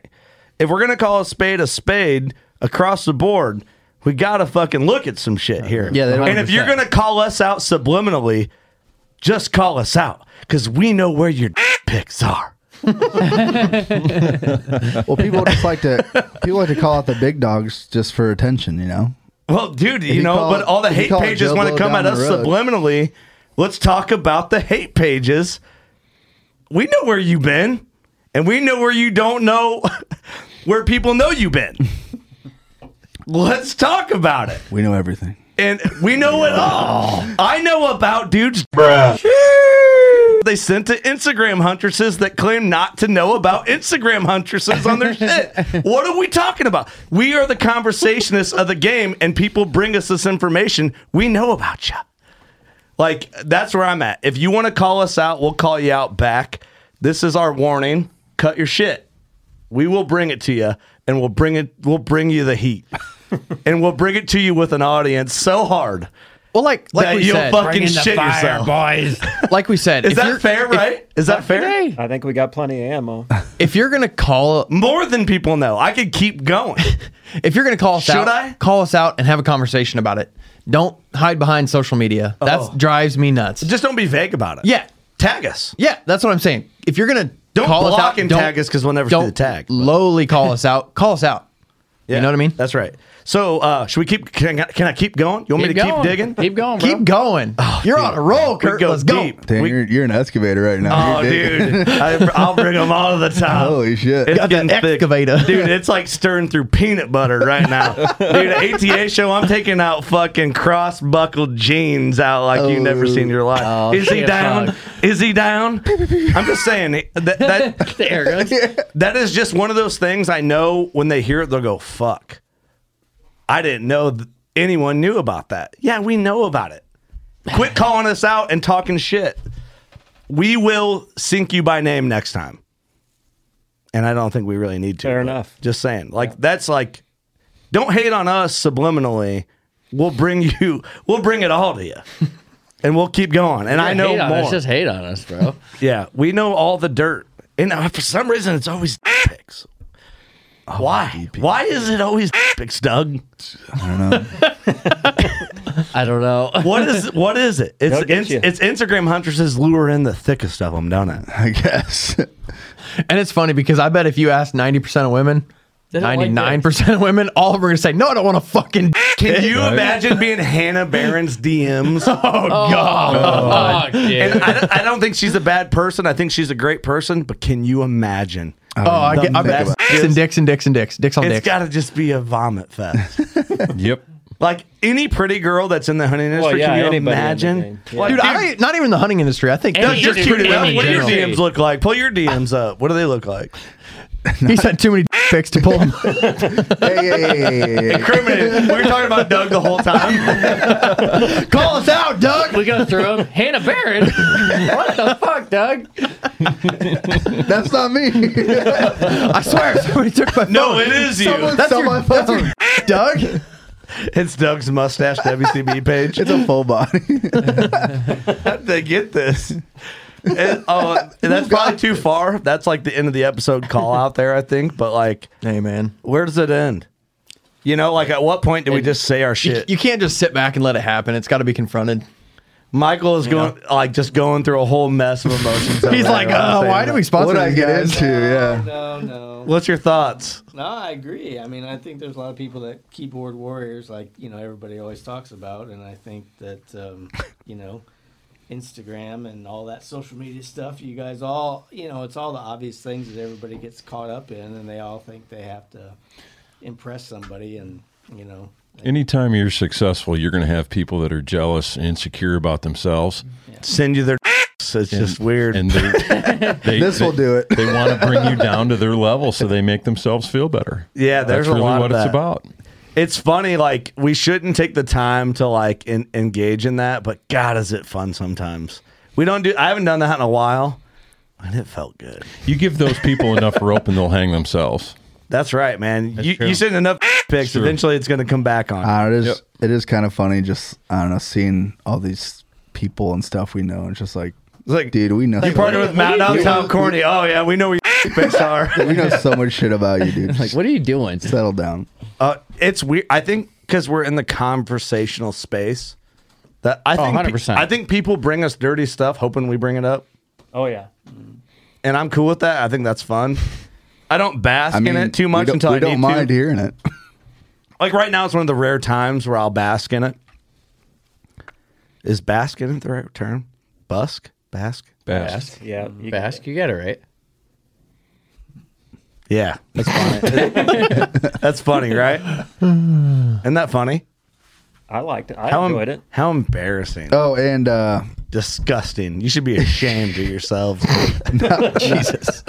[SPEAKER 1] If we're gonna call a spade a spade across the board, we gotta fucking look at some shit here.
[SPEAKER 3] Yeah, they don't
[SPEAKER 1] and if you're
[SPEAKER 3] understand.
[SPEAKER 1] gonna call us out subliminally, just call us out, because we know where your picks are.
[SPEAKER 2] well, people just like to people like to call out the big dogs just for attention, you know.
[SPEAKER 1] Well, dude,
[SPEAKER 2] If
[SPEAKER 1] you
[SPEAKER 2] you
[SPEAKER 1] know,
[SPEAKER 2] call
[SPEAKER 1] but
[SPEAKER 2] it-
[SPEAKER 1] all the
[SPEAKER 2] if you
[SPEAKER 1] hate
[SPEAKER 2] call it
[SPEAKER 1] pages
[SPEAKER 2] Joe
[SPEAKER 1] want to
[SPEAKER 2] Blow
[SPEAKER 1] come at
[SPEAKER 2] down
[SPEAKER 1] us
[SPEAKER 2] the road.
[SPEAKER 1] subliminally. Let's talk about the hate pages. We know where you've been, and we know where you don't know where people know you've been. Let's talk about it.
[SPEAKER 2] We know everything.
[SPEAKER 1] And we know it all. I know about dudes.
[SPEAKER 2] Bruh.
[SPEAKER 1] They sent to Instagram huntresses that claim not to know about Instagram huntresses on their shit. What are we talking about? We are the conversationists of the game, and people bring us this information. We know about you. Like, that's where I'm at. If you want to call us out, we'll call you out back. This is our warning. Cut your shit. We will bring it to you, and we'll bring it. We'll bring you the heat, and we'll bring it to you with an audience so hard.
[SPEAKER 8] Well, like like
[SPEAKER 1] that
[SPEAKER 8] we
[SPEAKER 1] you'll
[SPEAKER 8] said,
[SPEAKER 1] fucking shit yourself,
[SPEAKER 8] like we said,
[SPEAKER 1] Is
[SPEAKER 8] if you're-
[SPEAKER 1] that fair?
[SPEAKER 8] if-
[SPEAKER 1] Right? Is that fair?
[SPEAKER 11] I think we got plenty of ammo.
[SPEAKER 8] If you're gonna call
[SPEAKER 1] more than people know, I could keep going.
[SPEAKER 8] if you're gonna call us
[SPEAKER 1] Should
[SPEAKER 8] out,
[SPEAKER 1] I?
[SPEAKER 8] call us out and have a conversation about it. Don't hide behind social media. That
[SPEAKER 1] Oh.
[SPEAKER 8] drives me nuts.
[SPEAKER 1] Just don't be vague about it.
[SPEAKER 8] Yeah,
[SPEAKER 1] tag us.
[SPEAKER 8] Yeah, that's what I'm saying. If you're gonna
[SPEAKER 1] Don't
[SPEAKER 8] call us
[SPEAKER 1] block
[SPEAKER 8] out,
[SPEAKER 1] and
[SPEAKER 8] don't-
[SPEAKER 1] tag us because we'll never see
[SPEAKER 8] don't
[SPEAKER 1] the tag.
[SPEAKER 8] Lowly call us out. Call us out.
[SPEAKER 1] You
[SPEAKER 8] know what I mean?
[SPEAKER 1] That's right. So uh, should we keep? Can I, can I keep going? You want
[SPEAKER 8] Keep
[SPEAKER 1] me to
[SPEAKER 8] going.
[SPEAKER 1] keep digging?
[SPEAKER 8] Keep going, bro. Keep going. You're on a roll,
[SPEAKER 1] We
[SPEAKER 8] Kurt.
[SPEAKER 1] go
[SPEAKER 8] Let's
[SPEAKER 1] deep.
[SPEAKER 8] go.
[SPEAKER 2] Damn, you're, you're an excavator right now.
[SPEAKER 1] Oh,
[SPEAKER 2] You're digging.
[SPEAKER 1] dude, I, I'll bring them all to the top.
[SPEAKER 2] Holy shit.
[SPEAKER 1] It's
[SPEAKER 2] Got
[SPEAKER 1] getting
[SPEAKER 2] that
[SPEAKER 1] thick.
[SPEAKER 2] excavator.
[SPEAKER 1] dude. It's like stirring through peanut butter right now, dude. ATA show, I'm taking out fucking cross buckled jeans out like you never seen in your life.
[SPEAKER 15] Oh,
[SPEAKER 1] Is he
[SPEAKER 15] shit,
[SPEAKER 1] down?
[SPEAKER 15] fuck.
[SPEAKER 1] Is he down? I'm just saying that that, that is just one of those things. I know when they hear it, they'll go fuck. I didn't know th- anyone knew about that. Yeah, we know about it. Quit calling us out and talking shit. We will sink you by name next time. And I don't think we really need to. Fair enough. Just saying. Like that's like don't hate on us subliminally. We'll bring you we'll bring it all to you. and we'll keep going. And I
[SPEAKER 3] Yeah,
[SPEAKER 1] know
[SPEAKER 3] hate on
[SPEAKER 1] more.
[SPEAKER 3] us, just hate on us, bro.
[SPEAKER 1] Yeah, we know all the dirt. And uh, for some reason, it's always picks. Why? Why is it always picks, Doug?
[SPEAKER 2] I don't know.
[SPEAKER 3] I don't know.
[SPEAKER 1] What is what is it? It's
[SPEAKER 3] They'll get
[SPEAKER 1] it's,
[SPEAKER 3] you.
[SPEAKER 1] it's Instagram huntresses lure in the thickest of them, don't it?
[SPEAKER 2] I guess.
[SPEAKER 8] And it's funny because I bet if you ask 90% of women,
[SPEAKER 1] They don't like
[SPEAKER 8] 99% of women, all of them are going to say, no, I don't want to fucking.
[SPEAKER 1] Can you imagine being Hannah Barron's DMs? Oh,
[SPEAKER 15] God. fuck, dude.
[SPEAKER 1] And I, don't- I don't think she's a bad person. I think she's a great person. But can you imagine?
[SPEAKER 8] Oh, I
[SPEAKER 1] the
[SPEAKER 8] get, I'm
[SPEAKER 1] best
[SPEAKER 8] dicks and dicks and dicks and dicks. Dicks on
[SPEAKER 1] It's
[SPEAKER 8] dicks.
[SPEAKER 1] got to just be a vomit fest.
[SPEAKER 9] yep.
[SPEAKER 1] Like any pretty girl that's in the hunting industry,
[SPEAKER 8] yeah,
[SPEAKER 1] can you
[SPEAKER 8] anybody in the
[SPEAKER 1] imagine? Like,
[SPEAKER 8] Dude, I don't, not even the hunting industry. I think
[SPEAKER 1] Doug, you're cute enough. What do your DMs look like? Pull your DMs up. What do they look like?
[SPEAKER 8] He's had too many picks to pull him.
[SPEAKER 3] Incriminated.
[SPEAKER 8] We were talking about Doug the whole time. Call us out, Doug.
[SPEAKER 3] We go through him. Hannah Barron. what the fuck, Doug?
[SPEAKER 2] That's not me. I
[SPEAKER 8] swear, somebody took my phone.
[SPEAKER 1] No, it is you.
[SPEAKER 2] Someone
[SPEAKER 1] That's
[SPEAKER 2] stole
[SPEAKER 1] your-
[SPEAKER 2] my phone.
[SPEAKER 8] Doug.
[SPEAKER 1] It's Doug's mustache WCB page. It's
[SPEAKER 2] a full body.
[SPEAKER 1] How did they get this? And, uh, and that's probably too far. That's like the end of the episode call out there, I think. But like,
[SPEAKER 8] hey man,
[SPEAKER 1] where does it end? You know, like at what point do we just say our shit?
[SPEAKER 8] You can't just sit back and let it happen. It's got to be confronted.
[SPEAKER 1] Michael is going like just going through a whole mess of emotions.
[SPEAKER 8] He's like, uh, why do we sponsor What'd I these get guys? into?
[SPEAKER 2] Yeah.
[SPEAKER 10] No, no.
[SPEAKER 1] What's your thoughts?
[SPEAKER 10] No, I agree. I mean, I think there's a lot of people that keyboard warriors, like you know, everybody always talks about, and I think that um, you know, Instagram and all that social media stuff. You guys all, you know, it's all the obvious things that everybody gets caught up in, and they all think they have to impress somebody, and you know,
[SPEAKER 9] Anytime you're successful, you're going to have people that are jealous and insecure about themselves.
[SPEAKER 1] Send you their. It's just weird.
[SPEAKER 9] And they, they,
[SPEAKER 2] This will do it.
[SPEAKER 9] they want to bring you down to their level so they make themselves feel better.
[SPEAKER 1] Yeah, there's
[SPEAKER 9] That's
[SPEAKER 1] a
[SPEAKER 9] really
[SPEAKER 1] lot
[SPEAKER 9] what
[SPEAKER 1] of
[SPEAKER 9] it's
[SPEAKER 1] that.
[SPEAKER 9] about.
[SPEAKER 1] It's funny, like we shouldn't take the time to like en- engage in that, but God, is it fun sometimes? We don't do. I haven't done that in a while, and it felt good.
[SPEAKER 9] You give those people enough rope and they'll hang themselves.
[SPEAKER 1] That's right, man. you
[SPEAKER 9] true.
[SPEAKER 1] you send enough pics, eventually it's going to come back on.
[SPEAKER 2] Uh, it is. It is kind of funny. Just I don't know, seeing all these people and stuff we know, and it's just like,
[SPEAKER 1] like
[SPEAKER 2] dude, we know.
[SPEAKER 1] You partner with Mountain Dogs, how corny. Oh yeah, we know where your pics are.
[SPEAKER 2] We know so much shit about you, dude. Like,
[SPEAKER 3] what are you doing?
[SPEAKER 2] Settle down.
[SPEAKER 1] Uh, it's weird. I think because we're in the conversational space, that I
[SPEAKER 3] Oh,
[SPEAKER 1] think pe-
[SPEAKER 3] 100%.
[SPEAKER 1] I think people bring us dirty stuff, hoping we bring it up.
[SPEAKER 11] Oh yeah.
[SPEAKER 1] and I'm cool with that. I think that's fun. I don't bask
[SPEAKER 2] I mean,
[SPEAKER 1] in it too
[SPEAKER 2] we
[SPEAKER 1] much
[SPEAKER 2] don't-
[SPEAKER 1] until
[SPEAKER 2] we
[SPEAKER 1] I
[SPEAKER 2] don't
[SPEAKER 1] need
[SPEAKER 2] mind
[SPEAKER 1] to.
[SPEAKER 2] hearing it.
[SPEAKER 1] Like right now, it's one of the rare times where I'll bask in it. Is bask in it the right term? Busk, bask,
[SPEAKER 9] Bask.
[SPEAKER 11] Yeah. You
[SPEAKER 3] Bask, you got it right.
[SPEAKER 1] Yeah, that's funny. that's funny, right? Isn't that funny?
[SPEAKER 11] I liked it. I
[SPEAKER 1] How em-
[SPEAKER 11] enjoyed it.
[SPEAKER 1] How embarrassing!
[SPEAKER 2] Oh, and uh,
[SPEAKER 1] disgusting! You should be ashamed of yourselves. Jesus,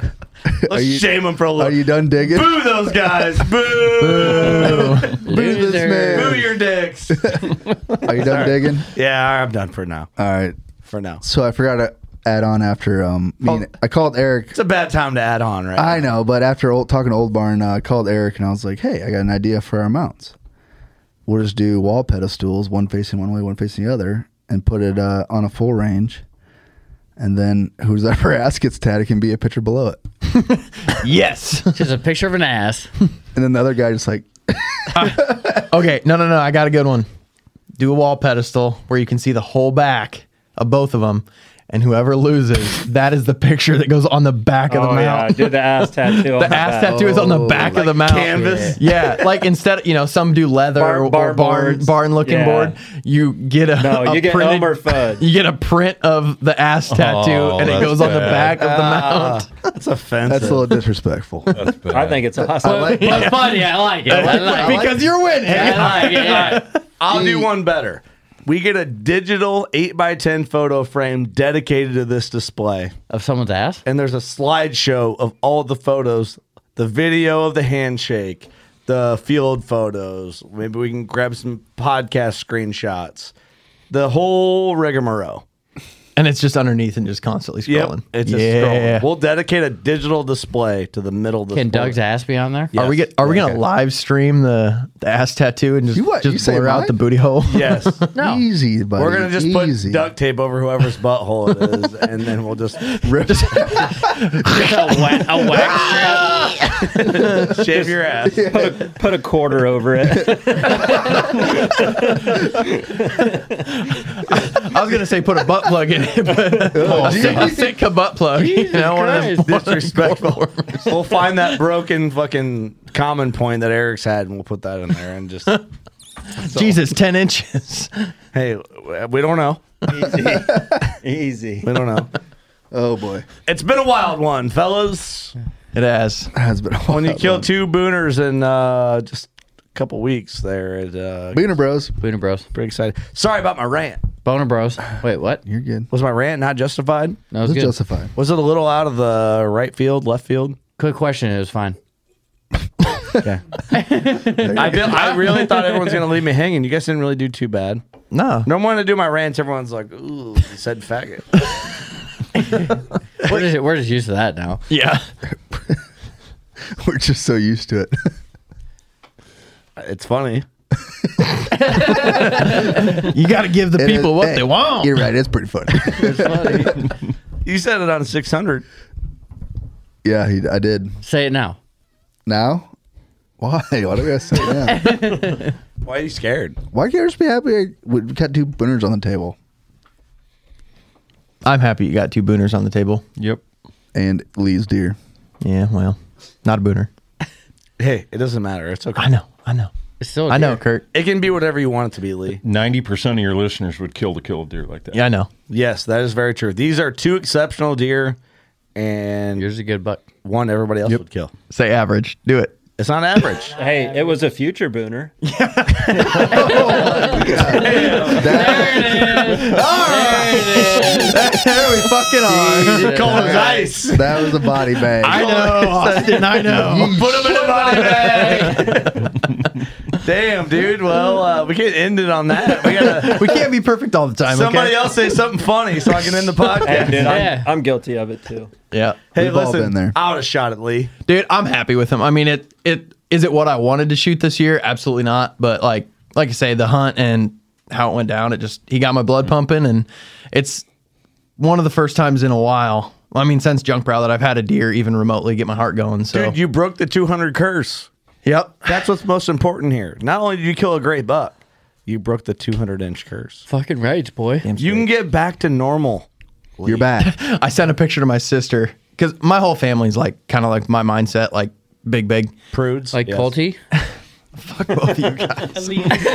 [SPEAKER 1] let's
[SPEAKER 2] you-
[SPEAKER 1] shame them for a little.
[SPEAKER 2] are you done digging?
[SPEAKER 1] Boo those guys! Boo!
[SPEAKER 2] Boo this
[SPEAKER 1] Boo
[SPEAKER 2] man.
[SPEAKER 1] your dicks!
[SPEAKER 2] Are you done
[SPEAKER 1] Sorry.
[SPEAKER 2] digging?
[SPEAKER 1] Yeah, I'm done for now.
[SPEAKER 2] All right.
[SPEAKER 1] For now, Oh.
[SPEAKER 2] So I forgot to add on after um. me and- I called Eric.
[SPEAKER 1] it's a bad time to add on, right?
[SPEAKER 2] I know, but after old, talking to Old Barn, uh, I called Eric and I was like, "Hey, I got an idea for our mounts. We'll just do wall pedestals, one facing one way, one facing the other, and put it uh, on a full range. And then who's ever ass gets tad, it can be a picture below it.
[SPEAKER 8] Yes.
[SPEAKER 3] Just a picture of an ass.
[SPEAKER 2] And then the other guy just like,
[SPEAKER 8] Okay, no, no, no. I got a good one. Do a wall pedestal where you can see the whole back of both of them, and whoever loses, that is the picture that goes on the back of the
[SPEAKER 11] Oh
[SPEAKER 8] mount.
[SPEAKER 11] yeah. I did the ass tattoo. on
[SPEAKER 8] the ass tattoo is on
[SPEAKER 2] Oh,
[SPEAKER 8] the back of the mount.
[SPEAKER 1] canvas?
[SPEAKER 8] Yeah, like instead, of, you know, some do leather
[SPEAKER 11] Barn-
[SPEAKER 8] or- or
[SPEAKER 11] barn
[SPEAKER 8] barn barn,
[SPEAKER 11] boards.
[SPEAKER 8] looking
[SPEAKER 11] Yeah.
[SPEAKER 8] board. You get a
[SPEAKER 11] No,
[SPEAKER 8] a
[SPEAKER 11] you get
[SPEAKER 8] printed-
[SPEAKER 11] Elmer Fudd.
[SPEAKER 8] You get a print of the ass tattoo,
[SPEAKER 9] Oh,
[SPEAKER 8] and it
[SPEAKER 9] that's
[SPEAKER 8] goes on the
[SPEAKER 9] bad.
[SPEAKER 8] back of the mount.
[SPEAKER 1] Ah, That's offensive.
[SPEAKER 2] "That's a little disrespectful."
[SPEAKER 9] That's bad.
[SPEAKER 11] I think it's awesome.
[SPEAKER 3] But funny, I like it. I like it.
[SPEAKER 8] because you're winning.
[SPEAKER 3] I like it. yeah.
[SPEAKER 1] I'll do one better. We get a digital 8x10 photo frame dedicated to this display.
[SPEAKER 3] Of someone's ass?
[SPEAKER 1] And there's a slideshow of all the photos, the video of the handshake, the field photos. Maybe we can grab some podcast screenshots. The whole rigmarole.
[SPEAKER 8] And it's just underneath and just constantly
[SPEAKER 1] Yep,
[SPEAKER 8] scrolling.
[SPEAKER 1] It's a
[SPEAKER 8] yeah.
[SPEAKER 1] scroll. We'll dedicate a digital display to the middle of the
[SPEAKER 3] Can
[SPEAKER 1] sport.
[SPEAKER 3] Doug's ass be on there?
[SPEAKER 8] Are we get, are we
[SPEAKER 1] Yeah,
[SPEAKER 8] gonna
[SPEAKER 1] okay.
[SPEAKER 8] live stream the, the ass tattoo and just
[SPEAKER 2] You what? You
[SPEAKER 8] just
[SPEAKER 2] say
[SPEAKER 8] blur out
[SPEAKER 2] mine?
[SPEAKER 8] the booty hole?
[SPEAKER 1] Yes.
[SPEAKER 3] No.
[SPEAKER 2] Easy, buddy.
[SPEAKER 1] We're gonna just
[SPEAKER 2] Easy.
[SPEAKER 1] put duct tape over whoever's butthole it is, and then we'll just rip
[SPEAKER 3] a, wa- a wax strap.
[SPEAKER 1] shave your ass.
[SPEAKER 11] Put a, put a quarter over it.
[SPEAKER 8] I was gonna say put a butt plug in it, but a Sit- Sitka butt plug. You know, one of those-
[SPEAKER 1] Disrespectful. we'll find that broken fucking common point that Eric's had, and we'll put that in there. And just
[SPEAKER 8] Jesus, ten inches.
[SPEAKER 1] hey, we don't know.
[SPEAKER 11] Easy.
[SPEAKER 1] We don't know.
[SPEAKER 2] Oh boy,
[SPEAKER 1] It's been a wild one, fellas.
[SPEAKER 8] It has.
[SPEAKER 2] has been a
[SPEAKER 1] When you
[SPEAKER 2] wild
[SPEAKER 1] kill
[SPEAKER 2] one.
[SPEAKER 1] two booners in uh, just a couple weeks, there, it uh,
[SPEAKER 2] Booner Bros,
[SPEAKER 3] Boner Bros.
[SPEAKER 1] pretty excited. Sorry about my rant.
[SPEAKER 3] Boner Bros. Wait, what?
[SPEAKER 2] you're good.
[SPEAKER 1] Was my rant not justified?
[SPEAKER 3] No, it's
[SPEAKER 2] It's
[SPEAKER 3] good.
[SPEAKER 2] justified.
[SPEAKER 1] Was it a little out of the right field, left field?
[SPEAKER 3] Quick question. It was fine.
[SPEAKER 1] Okay. I, feel- I really thought everyone's gonna leave me hanging. You guys didn't really do too bad.
[SPEAKER 8] No.
[SPEAKER 1] No one to do my rants. Everyone's like, ooh, you said faggot.
[SPEAKER 3] We're just, we're just used to that now.
[SPEAKER 8] Yeah.
[SPEAKER 16] We're just so used to it.
[SPEAKER 1] It's funny.
[SPEAKER 8] you got to give the
[SPEAKER 16] It is-
[SPEAKER 8] people what
[SPEAKER 16] hey,
[SPEAKER 8] they want.
[SPEAKER 16] You're right. It's pretty funny.
[SPEAKER 1] you said it on 600.
[SPEAKER 16] Yeah, he, I did.
[SPEAKER 3] Say it now.
[SPEAKER 16] Now? Why? Why do we gotta say it now?
[SPEAKER 1] Why are you scared?
[SPEAKER 16] Why can't I just be happy we got two winners on the table?
[SPEAKER 8] I'm happy you got two booners on the table. Yep.
[SPEAKER 16] And Lee's deer.
[SPEAKER 8] Yeah, well, not a booner.
[SPEAKER 1] Hey, it doesn't matter. It's okay. I know.
[SPEAKER 8] I know.
[SPEAKER 3] It's still.
[SPEAKER 8] I know, Kurt.
[SPEAKER 1] It can be whatever you want it to be, Lee.
[SPEAKER 9] Ninety percent of your listeners would kill to kill a deer like that.
[SPEAKER 8] Yeah, I know.
[SPEAKER 1] Yes, that is very true. These are two exceptional deer, and
[SPEAKER 3] yours a good buck.
[SPEAKER 1] One everybody else would kill.
[SPEAKER 8] Say average. Do it.
[SPEAKER 1] It's not average.
[SPEAKER 11] Hey, it was a future booner.
[SPEAKER 3] Oh
[SPEAKER 8] there we fucking
[SPEAKER 16] are.
[SPEAKER 1] Cold as ice.
[SPEAKER 16] That was a body bag.
[SPEAKER 1] I know, Austin, I know. Put him in a body bag. Damn, dude. Well, uh, we can't end it on that. We gotta.
[SPEAKER 8] We can't be perfect all the time.
[SPEAKER 1] somebody
[SPEAKER 8] okay?
[SPEAKER 1] else say something funny so I can end the podcast.
[SPEAKER 11] Hey, dude, I'm, I'm guilty of it too.
[SPEAKER 8] Yeah.
[SPEAKER 1] Hey, listen. I would have shot at Lee.
[SPEAKER 8] Dude, I'm happy with him. I mean, it it is it what I wanted to shoot this year? Absolutely not. But like like I say, the hunt and how it went down, it just he got my blood pumping and it's one of the first times in a while. I mean, since junk brow that I've had a deer even remotely get my heart going. So
[SPEAKER 1] Dude, you broke the 200 curse.
[SPEAKER 8] Yep.
[SPEAKER 1] That's what's most important here. Not only did you kill a great buck, you broke the 200 inch curse.
[SPEAKER 3] Fucking rage, boy.
[SPEAKER 1] You can get back to normal.
[SPEAKER 16] You're back.
[SPEAKER 8] I sent a picture to my sister because my whole family's like kind of like my mindset, like big, big
[SPEAKER 1] prudes,
[SPEAKER 3] like Colty.
[SPEAKER 8] Fuck both of you guys.
[SPEAKER 3] yeah.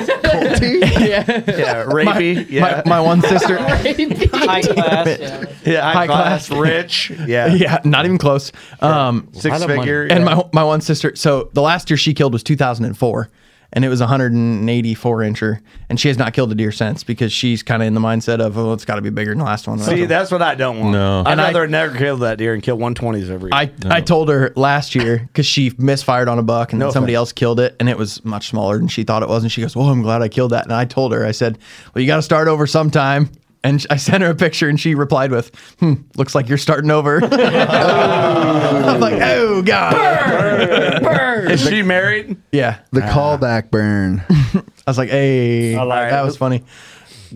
[SPEAKER 1] Yeah, rapey.
[SPEAKER 8] My,
[SPEAKER 1] yeah.
[SPEAKER 8] my, my one sister.
[SPEAKER 3] High
[SPEAKER 1] class. Yeah, high, class, rich. Yeah.
[SPEAKER 8] yeah, not even close. Um,
[SPEAKER 1] Six Lot of money. figure,
[SPEAKER 8] And
[SPEAKER 1] yeah.
[SPEAKER 8] my my one sister. So the last deer she killed was 2004, and it was a 184 incher, and she has not killed a deer since because she's kind of in the mindset of oh, it's got to be bigger than the last one.
[SPEAKER 1] See, that's what I don't want.
[SPEAKER 9] No.
[SPEAKER 1] I'd
[SPEAKER 8] And I-
[SPEAKER 1] rather never kill that deer and kill 120s every year.
[SPEAKER 8] I, I told her last year because she misfired on a buck and
[SPEAKER 1] No
[SPEAKER 8] then somebody else killed it and it was much smaller than she thought it was and she goes well I'm glad I killed that and I told her I said well you got to start over sometime and I sent her a picture and she replied with hmm looks like you're starting over I'm like oh god
[SPEAKER 1] Is she married?
[SPEAKER 8] yeah
[SPEAKER 16] The callback burn.
[SPEAKER 8] I was like hey
[SPEAKER 1] Ah. I like
[SPEAKER 8] that
[SPEAKER 1] it.
[SPEAKER 8] was funny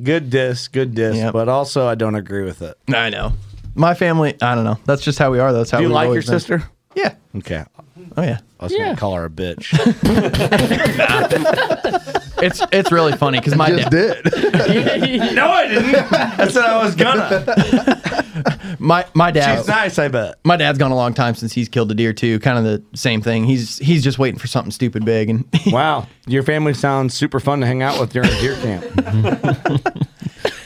[SPEAKER 1] Good diss, good diss,
[SPEAKER 8] Yep.
[SPEAKER 1] but also I don't agree with it.
[SPEAKER 8] I know my family I don't know that's just how we are that's how
[SPEAKER 1] Do you
[SPEAKER 8] we've
[SPEAKER 1] like your
[SPEAKER 8] always been.
[SPEAKER 1] sister?
[SPEAKER 8] yeah
[SPEAKER 1] Okay.
[SPEAKER 8] oh yeah
[SPEAKER 1] I was
[SPEAKER 8] Yeah.
[SPEAKER 1] gonna call her a bitch.
[SPEAKER 8] it's it's really funny because my dad
[SPEAKER 1] no, I didn't. I said I was gonna.
[SPEAKER 8] my my dad
[SPEAKER 1] She's nice, I bet.
[SPEAKER 8] my dad's gone a long time since he's killed a deer too. Kind of the same thing. He's he's just waiting for something stupid big, and
[SPEAKER 1] Wow, your family sounds super fun to hang out with during deer camp.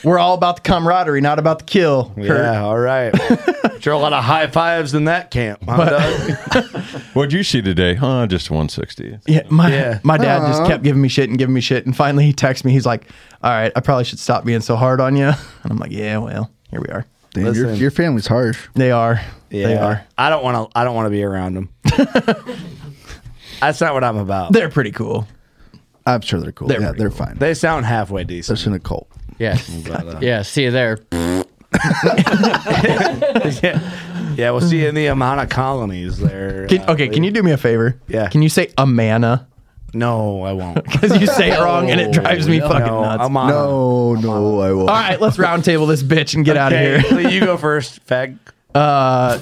[SPEAKER 8] we're all about the camaraderie, not about the kill. Kurt.
[SPEAKER 1] yeah, all right. Sure, a lot of high fives in that camp. huh, Doug?
[SPEAKER 9] What'd you see today? Huh? Just 160.
[SPEAKER 8] Yeah, my
[SPEAKER 1] Yeah.
[SPEAKER 8] my dad just
[SPEAKER 16] Uh-huh.
[SPEAKER 1] Aw.
[SPEAKER 8] kept giving me shit and giving me shit, and finally he texts me. He's like, "All right, I probably should stop being so hard on you." And I'm like, "Yeah, well, here we are.
[SPEAKER 16] Damn, your,
[SPEAKER 1] Listen.
[SPEAKER 16] your family's harsh.
[SPEAKER 8] They are. They
[SPEAKER 1] Yeah,
[SPEAKER 8] are.
[SPEAKER 1] I don't want to. I don't want to be around them. That's not what I'm about.
[SPEAKER 8] They're pretty cool.
[SPEAKER 16] I'm sure they're cool.
[SPEAKER 8] They're
[SPEAKER 16] yeah,
[SPEAKER 8] pretty
[SPEAKER 16] they're fine.
[SPEAKER 1] They sound halfway decent.
[SPEAKER 16] Such an occult.
[SPEAKER 3] Yes.
[SPEAKER 1] But, uh,
[SPEAKER 3] Yeah. See you there.
[SPEAKER 1] yeah. yeah, we'll see you in the amount of colonies there.
[SPEAKER 8] Can,
[SPEAKER 1] uh,
[SPEAKER 8] okay, can
[SPEAKER 1] Lee.
[SPEAKER 8] you do me a favor?
[SPEAKER 1] Yeah.
[SPEAKER 8] Can you say Amana?
[SPEAKER 1] No, I won't.
[SPEAKER 8] Because you say it wrong and it drives me
[SPEAKER 1] No,
[SPEAKER 8] fucking
[SPEAKER 1] no,
[SPEAKER 8] nuts.
[SPEAKER 1] I'm on.
[SPEAKER 16] No, no, I will.
[SPEAKER 8] All right, let's roundtable this bitch and get out of
[SPEAKER 1] Okay,
[SPEAKER 8] here.
[SPEAKER 1] Lee, you go first, fag.
[SPEAKER 8] Uh,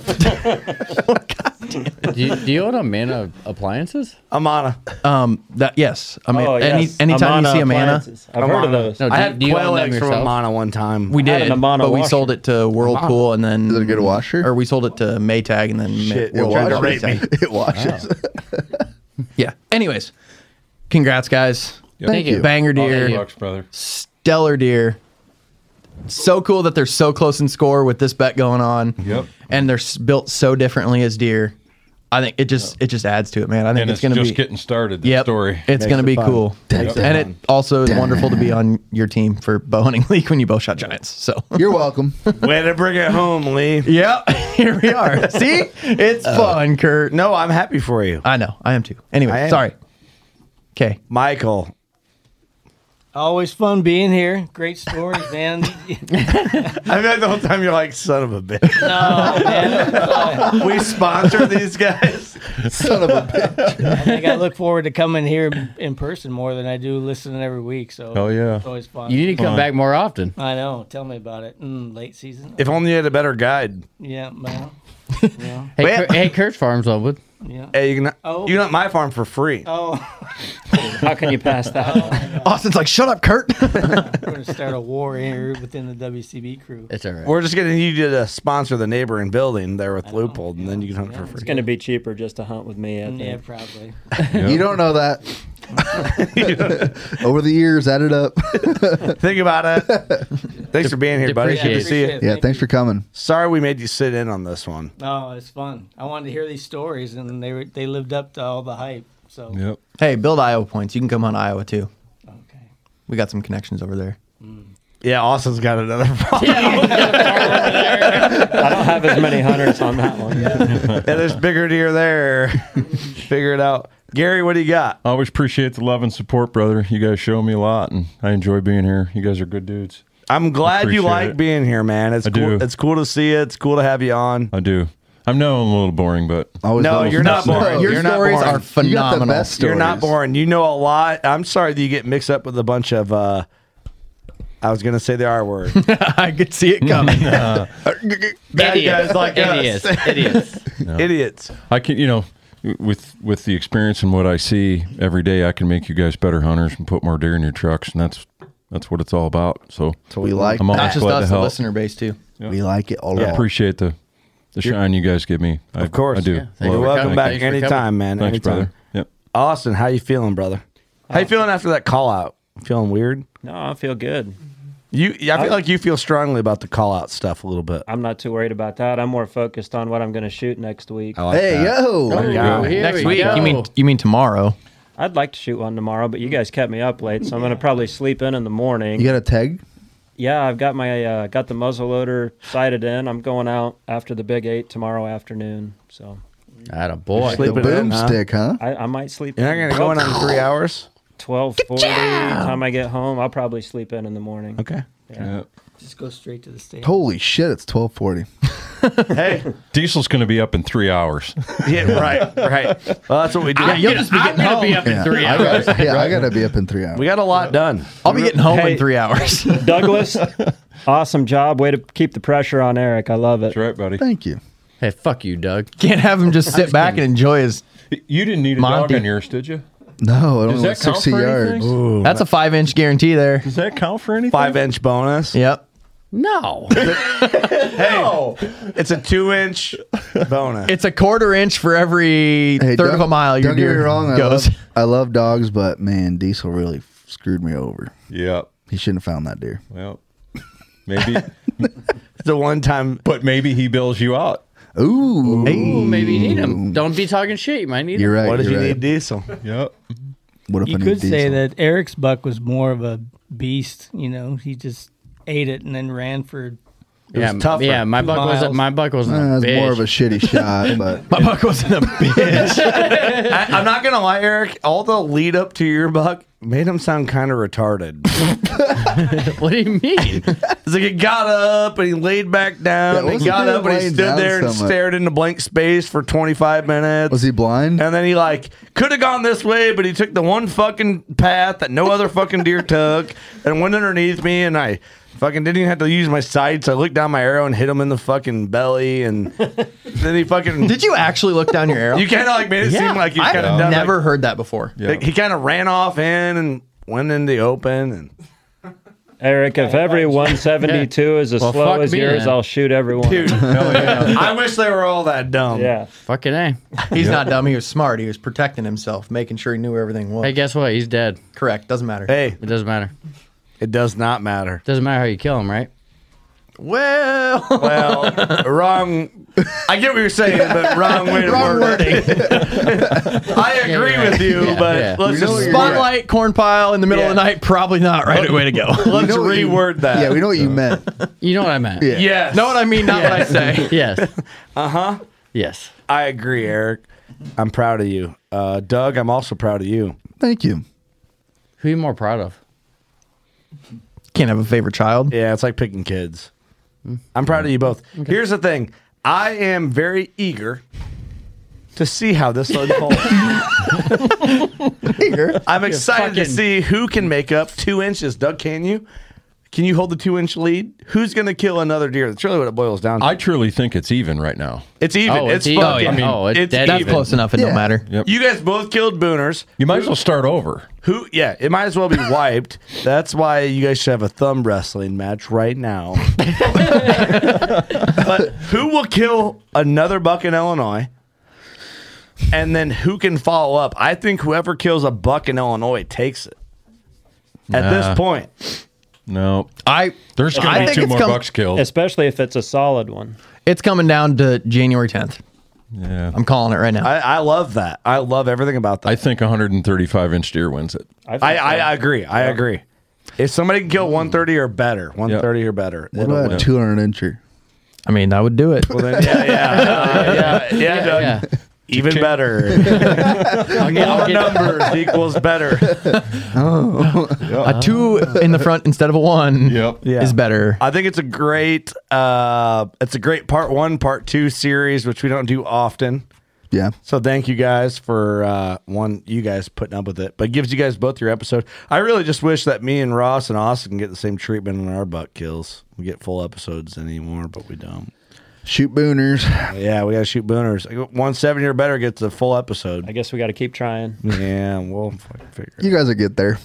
[SPEAKER 3] Do you, do you own a man of appliances?
[SPEAKER 1] Amana.
[SPEAKER 8] Um, that yes. I mean,
[SPEAKER 11] Oh,
[SPEAKER 8] any,
[SPEAKER 11] yes.
[SPEAKER 8] anytime
[SPEAKER 11] Amana
[SPEAKER 8] you see a mana,
[SPEAKER 11] appliances. I've heard of those.
[SPEAKER 3] No,
[SPEAKER 1] I
[SPEAKER 3] do-
[SPEAKER 1] had
[SPEAKER 3] do you
[SPEAKER 1] quail
[SPEAKER 3] own them
[SPEAKER 1] eggs from
[SPEAKER 3] yourself?
[SPEAKER 1] Amana one time.
[SPEAKER 8] we
[SPEAKER 11] had
[SPEAKER 8] did,
[SPEAKER 11] an Amana
[SPEAKER 8] but we
[SPEAKER 11] washer.
[SPEAKER 8] sold it to Whirlpool and then
[SPEAKER 16] Is it a good washer?
[SPEAKER 8] or we sold it to Maytag and then May-
[SPEAKER 1] Shit, you're
[SPEAKER 8] Whirlpool
[SPEAKER 1] trying to
[SPEAKER 8] bought
[SPEAKER 1] rape me.
[SPEAKER 8] Maytag.
[SPEAKER 16] It washes.
[SPEAKER 8] Yeah. Anyways, congrats, guys.
[SPEAKER 3] Thank you.
[SPEAKER 8] Banger
[SPEAKER 9] All
[SPEAKER 8] deer,
[SPEAKER 9] bucks, brother.
[SPEAKER 8] stellar deer. So cool that they're so close in score with this bet going on.
[SPEAKER 9] Yep.
[SPEAKER 8] And they're s- built so differently as deer. I think it just it just adds to it, man. I think
[SPEAKER 9] And
[SPEAKER 8] it's,
[SPEAKER 9] it's
[SPEAKER 8] going to be
[SPEAKER 9] just getting started, the
[SPEAKER 8] yep,
[SPEAKER 9] story.
[SPEAKER 8] It's
[SPEAKER 9] Makes
[SPEAKER 8] going to
[SPEAKER 9] it
[SPEAKER 8] be
[SPEAKER 9] fun.
[SPEAKER 8] cool,
[SPEAKER 9] Takes it
[SPEAKER 8] and it
[SPEAKER 9] fun.
[SPEAKER 8] also is wonderful to be on your team for bow hunting league when you both shot giants. So
[SPEAKER 1] You're
[SPEAKER 8] welcome.
[SPEAKER 1] Way to bring it home, Lee.
[SPEAKER 8] Yep, here we are. See, it's fun, Kurt.
[SPEAKER 1] Uh, No, I'm happy for you.
[SPEAKER 8] I know, I am too. Anyway,
[SPEAKER 1] I am.
[SPEAKER 8] sorry. Okay,
[SPEAKER 1] Michael.
[SPEAKER 10] Always fun being here. Great stories, man.
[SPEAKER 1] I mean, the whole time you're like, son of a bitch.
[SPEAKER 10] No, man.
[SPEAKER 1] we sponsor these guys. Son of a bitch.
[SPEAKER 10] I think I look forward to coming here in person more than I do listening every week. So
[SPEAKER 1] Oh, yeah.
[SPEAKER 10] it's always fun.
[SPEAKER 1] You need to come Fun. back more often.
[SPEAKER 10] I know. Tell me about it. Mm, late season.
[SPEAKER 1] If only you had a better guide.
[SPEAKER 10] Yeah, man. Yeah.
[SPEAKER 3] Hey, Kurt, hey, Kurt's farms Elwood.
[SPEAKER 10] Yeah.
[SPEAKER 1] Hey, you can
[SPEAKER 10] Oh.
[SPEAKER 1] you can hunt my farm for free.
[SPEAKER 10] Oh.
[SPEAKER 3] How can you pass that?
[SPEAKER 8] Austin's like, shut up, Kurt.
[SPEAKER 10] We're gonna start a war here within the WCB crew.
[SPEAKER 3] It's all right.
[SPEAKER 1] We're just gonna need you to sponsor the neighboring building there with Leupold, and then you can hunt for free.
[SPEAKER 11] It's going to be cheaper just to hunt with me. I think.
[SPEAKER 10] Mm, Yeah, probably.
[SPEAKER 16] You don't know that. Over the years, add it up.
[SPEAKER 1] Think about it. Thanks for being here, buddy. Good to
[SPEAKER 10] Depreciate.
[SPEAKER 1] see you.
[SPEAKER 10] Appreciate it.
[SPEAKER 16] Yeah, thanks for coming.
[SPEAKER 1] Sorry we made you sit in on this one.
[SPEAKER 10] No, Oh, it's fun. I wanted to hear these stories, and they were, they lived up to all the hype. So
[SPEAKER 8] Hey, build Iowa points. You can come on Iowa too. Okay. We got some connections over there.
[SPEAKER 1] Yeah, Austin's got another.
[SPEAKER 11] I don't have as many hunters on that one.
[SPEAKER 1] yeah, there's bigger deer there. Figure it out. Gary, what do you got?
[SPEAKER 9] Always appreciate the love and support, brother. You guys show me a lot, and I enjoy being here. You guys are good dudes.
[SPEAKER 1] I'm glad you
[SPEAKER 9] Appreciate
[SPEAKER 1] like
[SPEAKER 9] it.
[SPEAKER 1] being here, man. It's
[SPEAKER 9] I
[SPEAKER 1] cool.
[SPEAKER 9] do.
[SPEAKER 1] It's cool to see you. It's cool to have you on.
[SPEAKER 9] I do. I know I'm a little boring, but
[SPEAKER 1] Always No, you're not boring.
[SPEAKER 9] Your
[SPEAKER 1] You're not
[SPEAKER 9] stories
[SPEAKER 1] boring.
[SPEAKER 9] are phenomenal.
[SPEAKER 1] You're not boring. You know a lot. I'm sorry that you get mixed up with a bunch of. uh I was gonna say the R word.
[SPEAKER 8] I could see it coming.
[SPEAKER 9] Nah.
[SPEAKER 1] Bad guys like
[SPEAKER 3] idiots,
[SPEAKER 1] us.
[SPEAKER 3] idiots.
[SPEAKER 9] No.
[SPEAKER 1] Idiots.
[SPEAKER 9] I can, you know, with with the experience and what I see every day, I can make you guys better hunters and put more deer in your trucks, and that's that's what it's all about. So
[SPEAKER 16] we like.
[SPEAKER 9] I'm always
[SPEAKER 8] Not just
[SPEAKER 9] glad to
[SPEAKER 8] us, the
[SPEAKER 9] help.
[SPEAKER 8] listener base too.
[SPEAKER 16] We like it all
[SPEAKER 9] I
[SPEAKER 16] around.
[SPEAKER 9] appreciate the the
[SPEAKER 1] You're-
[SPEAKER 9] shine you guys give me. I,
[SPEAKER 1] Of course.
[SPEAKER 9] I do.
[SPEAKER 1] Yeah.
[SPEAKER 9] Love
[SPEAKER 1] You're
[SPEAKER 9] it.
[SPEAKER 1] welcome
[SPEAKER 9] Thank
[SPEAKER 1] back
[SPEAKER 9] you.
[SPEAKER 1] anytime, man.
[SPEAKER 9] Thanks,
[SPEAKER 1] anytime.
[SPEAKER 9] brother. Yep.
[SPEAKER 1] Austin, how you feeling, brother? How you feeling after that call out? Feeling weird?
[SPEAKER 11] No, I feel good.
[SPEAKER 1] You, I feel
[SPEAKER 11] I-
[SPEAKER 1] like you feel strongly about the call out stuff a little bit.
[SPEAKER 11] I'm not too worried about that. I'm more focused on what I'm going to shoot next week.
[SPEAKER 1] I like Hey, that. yo! There you go.
[SPEAKER 8] Here Next we week, go. you mean- you mean tomorrow?
[SPEAKER 11] I'd like to shoot one tomorrow, but you guys kept me up late, so I'm going to probably sleep in in the morning.
[SPEAKER 16] You got a tag?
[SPEAKER 11] Yeah, I've got my uh, got the muzzle loader sighted in. I'm going out after the big eight tomorrow afternoon. So
[SPEAKER 3] At a
[SPEAKER 16] You're
[SPEAKER 3] boy.
[SPEAKER 16] sleeping The in, huh? boomstick, huh?
[SPEAKER 11] I, I might sleep.
[SPEAKER 1] You're not gonna go in on three hours.
[SPEAKER 11] Twelve forty. Time I get home, I'll probably sleep in in the morning.
[SPEAKER 1] Okay.
[SPEAKER 9] Yeah.
[SPEAKER 10] Just go straight to the station.
[SPEAKER 16] Holy shit! It's twelve forty.
[SPEAKER 1] Hey,
[SPEAKER 9] Diesel's going to be up in three hours.
[SPEAKER 1] yeah, right, right. Well, that's what we do.
[SPEAKER 8] Yeah, you'll just be getting home.
[SPEAKER 16] Yeah, I gotta, yeah, I gotta be up in three hours.
[SPEAKER 1] We got a lot done.
[SPEAKER 8] I'll be getting home
[SPEAKER 11] Hey.
[SPEAKER 8] in three hours.
[SPEAKER 11] Douglas, awesome job. Way to keep the pressure on Eric. I love it. That's
[SPEAKER 9] right, buddy.
[SPEAKER 16] Thank you.
[SPEAKER 3] Hey, fuck you, Doug.
[SPEAKER 8] Can't have him just sit back and enjoy his.
[SPEAKER 9] You didn't need a
[SPEAKER 8] Monty.
[SPEAKER 9] dog on yours, did you?
[SPEAKER 16] No, it only
[SPEAKER 9] Does that
[SPEAKER 16] went
[SPEAKER 9] count
[SPEAKER 16] sixty
[SPEAKER 9] for
[SPEAKER 16] yards.
[SPEAKER 9] anything?
[SPEAKER 8] That's a five inch guarantee there. Does
[SPEAKER 9] that count for anything?
[SPEAKER 1] Five inch bonus.
[SPEAKER 8] Yep.
[SPEAKER 3] No.
[SPEAKER 1] It's a two inch bonus.
[SPEAKER 8] It's a quarter inch for every
[SPEAKER 16] Hey,
[SPEAKER 8] third
[SPEAKER 16] don't-
[SPEAKER 8] of a mile your
[SPEAKER 16] don't get me
[SPEAKER 8] deer
[SPEAKER 16] wrong.
[SPEAKER 8] goes.
[SPEAKER 16] I love, I love dogs, but man, Diesel really f- screwed me over.
[SPEAKER 9] Yep.
[SPEAKER 16] He shouldn't have found that deer.
[SPEAKER 9] Well, maybe.
[SPEAKER 1] it's a one time.
[SPEAKER 9] But maybe he bills you out.
[SPEAKER 16] Ooh.
[SPEAKER 3] Ooh, maybe you need him. Don't be talking shit. You might need him.
[SPEAKER 16] You're right.
[SPEAKER 1] What if
[SPEAKER 16] you're
[SPEAKER 1] you
[SPEAKER 16] right.
[SPEAKER 1] need diesel?
[SPEAKER 9] Yep.
[SPEAKER 16] What if
[SPEAKER 10] You
[SPEAKER 16] I need
[SPEAKER 10] could say
[SPEAKER 16] diesel?
[SPEAKER 10] that Eric's buck was more of a beast. You know, he just ate it and then ran for.
[SPEAKER 3] yeah, m- yeah. My
[SPEAKER 10] Two
[SPEAKER 3] buck wasn't.
[SPEAKER 10] miles.
[SPEAKER 3] My buck wasn't.
[SPEAKER 16] Uh,
[SPEAKER 3] a
[SPEAKER 16] it's more
[SPEAKER 3] bitch.
[SPEAKER 16] of a shitty shot, but
[SPEAKER 8] My buck wasn't a bitch.
[SPEAKER 1] I, I'm not gonna lie, Eric. All the lead up to your buck made him sound kind of retarded.
[SPEAKER 3] what do you mean?
[SPEAKER 1] It's like he got up and he laid back down.
[SPEAKER 16] Yeah,
[SPEAKER 1] and
[SPEAKER 16] wasn't
[SPEAKER 1] he got
[SPEAKER 16] he
[SPEAKER 1] up and he
[SPEAKER 16] laying
[SPEAKER 1] stood
[SPEAKER 16] down
[SPEAKER 1] there and
[SPEAKER 16] so much?
[SPEAKER 1] stared into blank space for 25 minutes.
[SPEAKER 16] was he blind?
[SPEAKER 1] And then he like could have gone this way, but he took the one fucking path that no other fucking deer took and went underneath me and I fucking didn't even have to use my sights. I looked down my arrow and hit him in the fucking belly and then he fucking
[SPEAKER 8] Did you actually look down your arrow?
[SPEAKER 1] You kinda, like, made it seem like you
[SPEAKER 8] I've
[SPEAKER 1] kinda done,
[SPEAKER 8] never heard that before.
[SPEAKER 1] he kind of ran off in and went in the open and
[SPEAKER 11] Eric, if every 172 is as
[SPEAKER 3] Well,
[SPEAKER 11] slow
[SPEAKER 3] fuck
[SPEAKER 11] as
[SPEAKER 3] me
[SPEAKER 11] yours,
[SPEAKER 3] then.
[SPEAKER 11] I'll shoot everyone.
[SPEAKER 1] dude. I wish they were all that dumb.
[SPEAKER 11] Yeah.
[SPEAKER 3] Fucking a.
[SPEAKER 8] He's not dumb. He was smart. He was protecting himself, making sure he knew where everything was.
[SPEAKER 3] Hey, guess what? He's dead.
[SPEAKER 8] Correct. Doesn't matter.
[SPEAKER 1] Hey,
[SPEAKER 3] It doesn't matter.
[SPEAKER 1] it does not matter.
[SPEAKER 3] Doesn't matter how you kill him, right?
[SPEAKER 8] Well,
[SPEAKER 1] Well, wrong I get what you're saying, but wrong way to
[SPEAKER 8] Wrong
[SPEAKER 1] word it. I
[SPEAKER 8] Yeah,
[SPEAKER 1] agree
[SPEAKER 8] yeah.
[SPEAKER 1] with you,
[SPEAKER 8] Yeah,
[SPEAKER 1] but
[SPEAKER 8] yeah.
[SPEAKER 1] let's
[SPEAKER 8] We know
[SPEAKER 1] just
[SPEAKER 8] what you're- Spotlight, corn pile in the middle of the night, probably not right way to go.
[SPEAKER 1] Let's
[SPEAKER 8] know what you-
[SPEAKER 1] reword that.
[SPEAKER 8] yeah, we know what you
[SPEAKER 1] meant.
[SPEAKER 3] You know what I meant.
[SPEAKER 1] Yeah. Yes.
[SPEAKER 8] Know what I mean, not what I say.
[SPEAKER 3] yes.
[SPEAKER 1] Uh huh.
[SPEAKER 3] Yes.
[SPEAKER 1] I agree, Eric. I'm proud of you. Uh, Doug, I'm also proud of you.
[SPEAKER 2] Thank you.
[SPEAKER 3] Who are you more proud of?
[SPEAKER 8] Can't have a favorite child.
[SPEAKER 1] Yeah, it's like picking kids.
[SPEAKER 3] Hmm.
[SPEAKER 1] I'm proud of you both. Here's the thing I am very eager to see how this unfolds. eager. I'm excited to see who can make up two inches. Doug, can you? Can you hold the two inch lead? Who's going to kill another deer? That's really what it boils down to.
[SPEAKER 9] I truly think it's even right now.
[SPEAKER 1] It's even.
[SPEAKER 9] Oh,
[SPEAKER 1] it's
[SPEAKER 9] it's even.
[SPEAKER 1] fucking.
[SPEAKER 9] Oh, yeah. Oh, it's dead
[SPEAKER 1] even.
[SPEAKER 9] even. Close enough, it don't Yeah. matter. Yep.
[SPEAKER 1] You guys both killed booners.
[SPEAKER 9] You might as well start over.
[SPEAKER 1] Who? Yeah, it might as well be wiped. That's why you guys should have a thumb wrestling match right now. but who will kill another buck in Illinois? And then who can follow up? I think whoever kills a buck in Illinois takes it. At
[SPEAKER 9] Nah.
[SPEAKER 1] this point,
[SPEAKER 9] No,
[SPEAKER 8] I
[SPEAKER 9] there's gonna be two more bucks killed.
[SPEAKER 11] especially if it's a solid one.
[SPEAKER 8] It's coming down to January 10th.
[SPEAKER 9] Yeah,
[SPEAKER 8] I'm calling it right now.
[SPEAKER 1] I, I love that. I love everything about that.
[SPEAKER 9] I think 135 inch deer wins it.
[SPEAKER 1] I I, I agree. I agree. If somebody can kill 130 or better, 130 or better,
[SPEAKER 16] What
[SPEAKER 1] it'll
[SPEAKER 16] about
[SPEAKER 1] win.
[SPEAKER 16] a 200 incher?
[SPEAKER 8] I mean, I would do it.
[SPEAKER 1] Well, then, yeah, yeah, uh, yeah, yeah, Doug. Even better. More numbers equals better.
[SPEAKER 8] Oh. A two in the front instead of a one is better.
[SPEAKER 1] I think it's a great, uh, it's a great part one, part two series, which we don't do often.
[SPEAKER 16] Yeah.
[SPEAKER 1] So thank you guys for uh, one, you guys putting up with it, but it gives you guys both your episode. I really just wish that me and Ross and Austin can get the same treatment on our buck kills. We get full episodes anymore, but we don't.
[SPEAKER 16] Shoot booners.
[SPEAKER 1] Yeah, we gotta shoot booners. One seventy or better gets the full episode.
[SPEAKER 11] I guess we gotta keep trying.
[SPEAKER 1] Yeah, we'll fucking figure.
[SPEAKER 16] You guys will get there.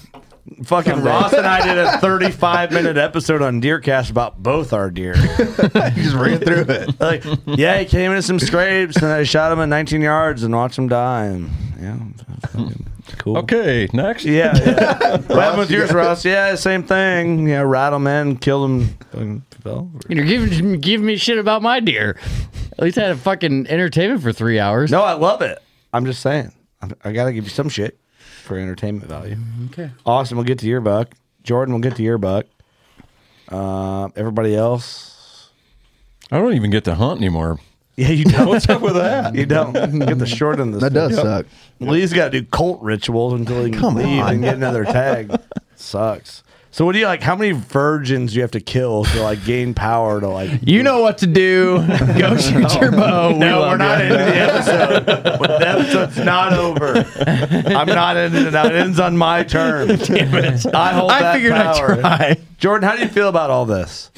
[SPEAKER 1] it. Fucking
[SPEAKER 16] Someday.
[SPEAKER 1] Ross and I did a thirty-five minute episode on DeerCast about both our deer.
[SPEAKER 16] Just ran through it.
[SPEAKER 1] like, yeah, he came into some scrapes and I shot him at 19 yards and watched him die. And yeah, fucking cool.
[SPEAKER 9] Okay, next.
[SPEAKER 1] Yeah, yeah. what happened with yours, Ross? Yeah, same thing. Yeah, rattle man, killed him. Fucking fell.
[SPEAKER 3] You know, give give me shit about my deer. At least I had a fucking entertainment for three hours.
[SPEAKER 1] No, I love it. I'm just saying, I, I gotta give you some shit for entertainment value.
[SPEAKER 8] Mm-hmm.
[SPEAKER 3] Okay.
[SPEAKER 1] Austin, we'll get to your buck. Jordan, we'll get to your buck. Uh, everybody else,
[SPEAKER 9] I don't even get to hunt anymore.
[SPEAKER 1] yeah, you don't.
[SPEAKER 9] What's up with that?
[SPEAKER 1] You don't get the short end of the
[SPEAKER 9] That does
[SPEAKER 1] stick.
[SPEAKER 9] suck.
[SPEAKER 1] Lee's got to do cult rituals until he can
[SPEAKER 9] Come
[SPEAKER 1] leave
[SPEAKER 9] on.
[SPEAKER 1] and get another tag. Sucks. So what do you like? How many virgins do you have to kill to like gain power to like?
[SPEAKER 8] You know what to do. Go shoot your bow.
[SPEAKER 1] No, we're not into the episode. But the episode's not over. I'm not ending it. now. It ends on my turn. Damn it. I hold
[SPEAKER 8] I
[SPEAKER 1] that
[SPEAKER 8] figured I'd
[SPEAKER 1] power.
[SPEAKER 8] try.
[SPEAKER 1] Jordan, how do you feel about all this?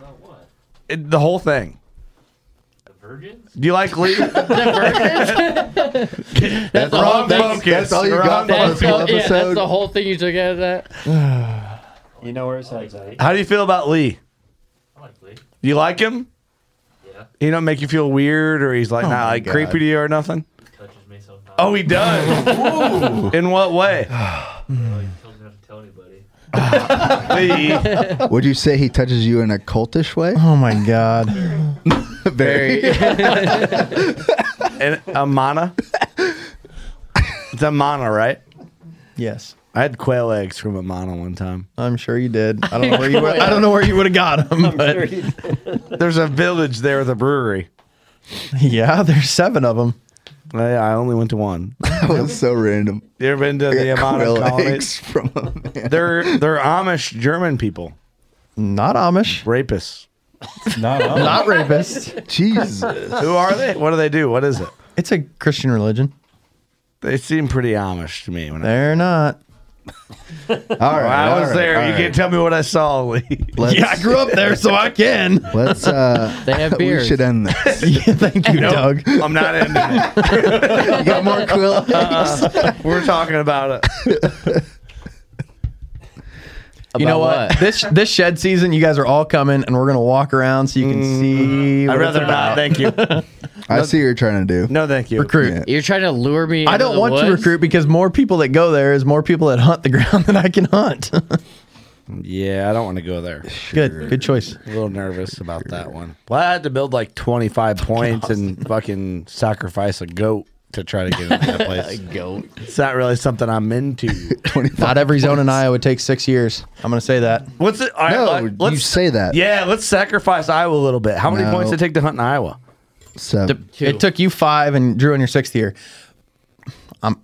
[SPEAKER 1] About what? the whole thing. The virgins? Do you like Lee?
[SPEAKER 3] That's
[SPEAKER 1] Wrong
[SPEAKER 3] all- that's-
[SPEAKER 1] focus. That's all you got
[SPEAKER 3] wrong
[SPEAKER 1] for
[SPEAKER 3] focus.
[SPEAKER 1] this whole
[SPEAKER 3] Yeah, that's
[SPEAKER 1] episode.
[SPEAKER 3] the whole thing you took out of that.
[SPEAKER 11] You know where his head's at.
[SPEAKER 1] How do you feel about Lee? I like Lee. Do you like him? Yeah. He don't make you feel weird, or he's like
[SPEAKER 11] Oh
[SPEAKER 1] not
[SPEAKER 11] my
[SPEAKER 1] like
[SPEAKER 11] God.
[SPEAKER 1] creepy to you or nothing. Oh, he does. Ooh. In what way? Lee.
[SPEAKER 16] Would you say he touches you in a cultish way?
[SPEAKER 8] Oh my god.
[SPEAKER 16] Very.
[SPEAKER 1] and a mana. It's a mana, right?
[SPEAKER 8] Yes.
[SPEAKER 1] I had quail eggs from a mana one time.
[SPEAKER 8] I'm sure you did. I don't know where you. Would, I don't know where you would have got them. But
[SPEAKER 1] There's a village there with a brewery.
[SPEAKER 8] yeah, there's seven of them.
[SPEAKER 1] I, I only went to one.
[SPEAKER 16] That was so random.
[SPEAKER 1] You ever been to
[SPEAKER 16] I
[SPEAKER 1] the
[SPEAKER 16] got
[SPEAKER 1] Amana
[SPEAKER 16] quail
[SPEAKER 1] colony?
[SPEAKER 16] eggs from a man.
[SPEAKER 1] They're they're Amish German people.
[SPEAKER 8] Not Amish.
[SPEAKER 1] Rapists.
[SPEAKER 9] Not
[SPEAKER 8] Amish. Not rapists.
[SPEAKER 16] Jesus.
[SPEAKER 1] Who are they? What do they do? What is it?
[SPEAKER 8] It's a Christian religion.
[SPEAKER 1] They seem pretty Amish to me. When I,
[SPEAKER 8] They're not.
[SPEAKER 1] all right, I
[SPEAKER 16] all
[SPEAKER 1] was
[SPEAKER 16] right,
[SPEAKER 1] there.
[SPEAKER 16] all
[SPEAKER 1] You
[SPEAKER 16] right.
[SPEAKER 1] can't tell me what I saw. Lee.
[SPEAKER 16] Let's- Yeah, I grew up there, so I
[SPEAKER 8] can.
[SPEAKER 16] Let's. uh
[SPEAKER 3] They have
[SPEAKER 16] We
[SPEAKER 3] beers.
[SPEAKER 16] should end this.
[SPEAKER 8] thank you, Doug.
[SPEAKER 1] I'm not ending it. Uh,
[SPEAKER 16] you got more quill eggs?
[SPEAKER 1] we're talking about it.
[SPEAKER 8] you know
[SPEAKER 1] About
[SPEAKER 8] what? this this shed season, you guys are all coming, and we're gonna walk around so you can see.
[SPEAKER 1] I'd
[SPEAKER 8] what it's
[SPEAKER 1] rather not.
[SPEAKER 8] about.
[SPEAKER 1] Thank you.
[SPEAKER 16] I see what you're trying to do.
[SPEAKER 1] No, thank you.
[SPEAKER 8] Recruit.
[SPEAKER 3] You're trying to lure me.
[SPEAKER 8] I
[SPEAKER 3] into
[SPEAKER 8] don't
[SPEAKER 3] the
[SPEAKER 8] want to
[SPEAKER 3] woods?
[SPEAKER 8] recruit because more people that go there is more people that hunt the ground than I can hunt.
[SPEAKER 1] Yeah, I don't want to go there.
[SPEAKER 8] Good, good choice.
[SPEAKER 1] A little nervous about that one. Well, I had to build like 25 points and fucking sacrifice a goat to try to get into that place.
[SPEAKER 8] A goat.
[SPEAKER 1] It's not really something I'm into.
[SPEAKER 8] Not every zone in Iowa takes six years. I'm going to say that.
[SPEAKER 1] What's it? All right, let- let's,
[SPEAKER 8] you say that.
[SPEAKER 1] Yeah, let's sacrifice Iowa a little bit. How many
[SPEAKER 8] No.
[SPEAKER 1] points did it take to hunt in Iowa?
[SPEAKER 8] Seven. It took you five and Drew in your sixth year. Um,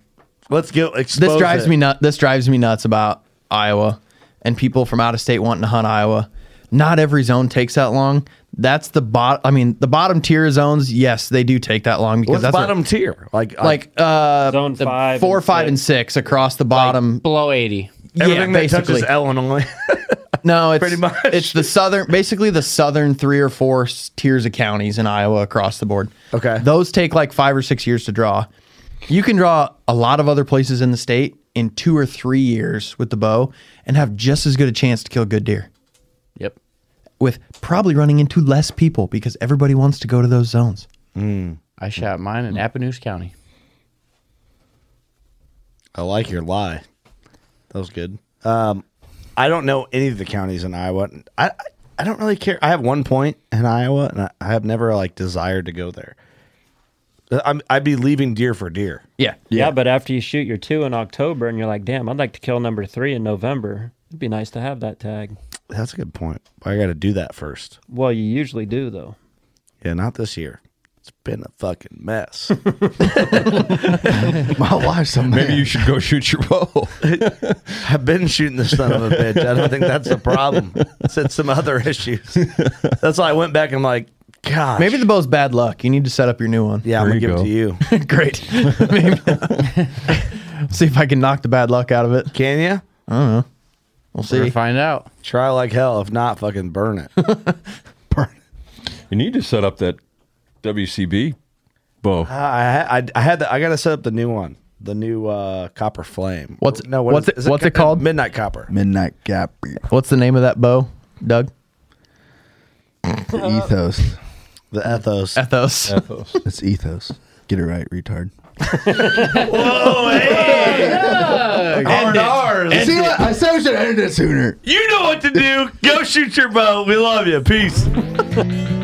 [SPEAKER 1] let's go.
[SPEAKER 8] This
[SPEAKER 1] expose
[SPEAKER 8] drives
[SPEAKER 1] it.
[SPEAKER 8] me nuts. This drives me nuts about Iowa and people from out of state wanting to hunt Iowa. Not every zone takes that long. That's the bot. I mean, the bottom tier zones. Yes, they do take that long because
[SPEAKER 1] What's
[SPEAKER 8] that's what-
[SPEAKER 1] bottom tier? Like, I-
[SPEAKER 8] like uh,
[SPEAKER 11] zone five,
[SPEAKER 8] four, five, and six across the bottom,
[SPEAKER 3] below eighty.
[SPEAKER 1] Everything that touches Illinois.
[SPEAKER 8] no, it's pretty much. It's the southern, basically the southern three or four s- tiers of counties in Iowa across the board.
[SPEAKER 1] Okay,
[SPEAKER 8] those take like five or six years to draw. You can draw a lot of other places in the state in two or three years with the bow and have just as good a chance to kill good deer.
[SPEAKER 3] Yep.
[SPEAKER 8] With probably running into less people because everybody wants to go to those zones.
[SPEAKER 1] Hmm.
[SPEAKER 3] I shot mine in Appanoose County.
[SPEAKER 1] I like your lie. That was good. Um, I don't know any of the counties in Iowa. I I- I don't really care. I have one point in Iowa, and I, I have never like desired to go there. Uh, I'm, I'd be leaving deer for deer.
[SPEAKER 8] Yeah.
[SPEAKER 11] yeah, but after you shoot your two in October and you're like, damn, I'd like to kill number three in November. It'd be nice to have that tag.
[SPEAKER 1] That's a good point. I got to do that first.
[SPEAKER 11] Well, you usually do though.
[SPEAKER 1] Yeah, not this year. It's been a fucking mess.
[SPEAKER 2] My wife's a
[SPEAKER 9] Maybe
[SPEAKER 2] man.
[SPEAKER 9] you should go shoot your bow.
[SPEAKER 1] I've been shooting this son of a bitch. I don't think that's the problem. It's, it's some other issues. That's why I went back and I'm like, God.
[SPEAKER 8] Maybe the bow's bad luck. You need to set up your new one.
[SPEAKER 1] Yeah, I'm There gonna you
[SPEAKER 8] give it to you. Great. Maybe. see if I can knock the bad luck out of it.
[SPEAKER 1] Can you?
[SPEAKER 8] I don't know. We'll see.
[SPEAKER 3] find out.
[SPEAKER 1] Try like hell. If not, fucking burn it.
[SPEAKER 9] You need to set up that WCB bow.
[SPEAKER 1] Uh, I, I I had the, I gotta set up the new one, the new uh, copper flame.
[SPEAKER 8] What's-
[SPEAKER 1] no? what
[SPEAKER 8] what's
[SPEAKER 1] is
[SPEAKER 8] it- what's it called?
[SPEAKER 1] Midnight copper.
[SPEAKER 8] Midnight Gap. What's the name of that bow, Doug?
[SPEAKER 2] The ethos.
[SPEAKER 1] The ethos.
[SPEAKER 8] Ethos.
[SPEAKER 2] Ethos. it's ethos. Get it right, retard.
[SPEAKER 1] Hard R's.
[SPEAKER 2] See what? I said we should end it sooner.
[SPEAKER 1] You know what to do. Go shoot your bow. We love you. Peace.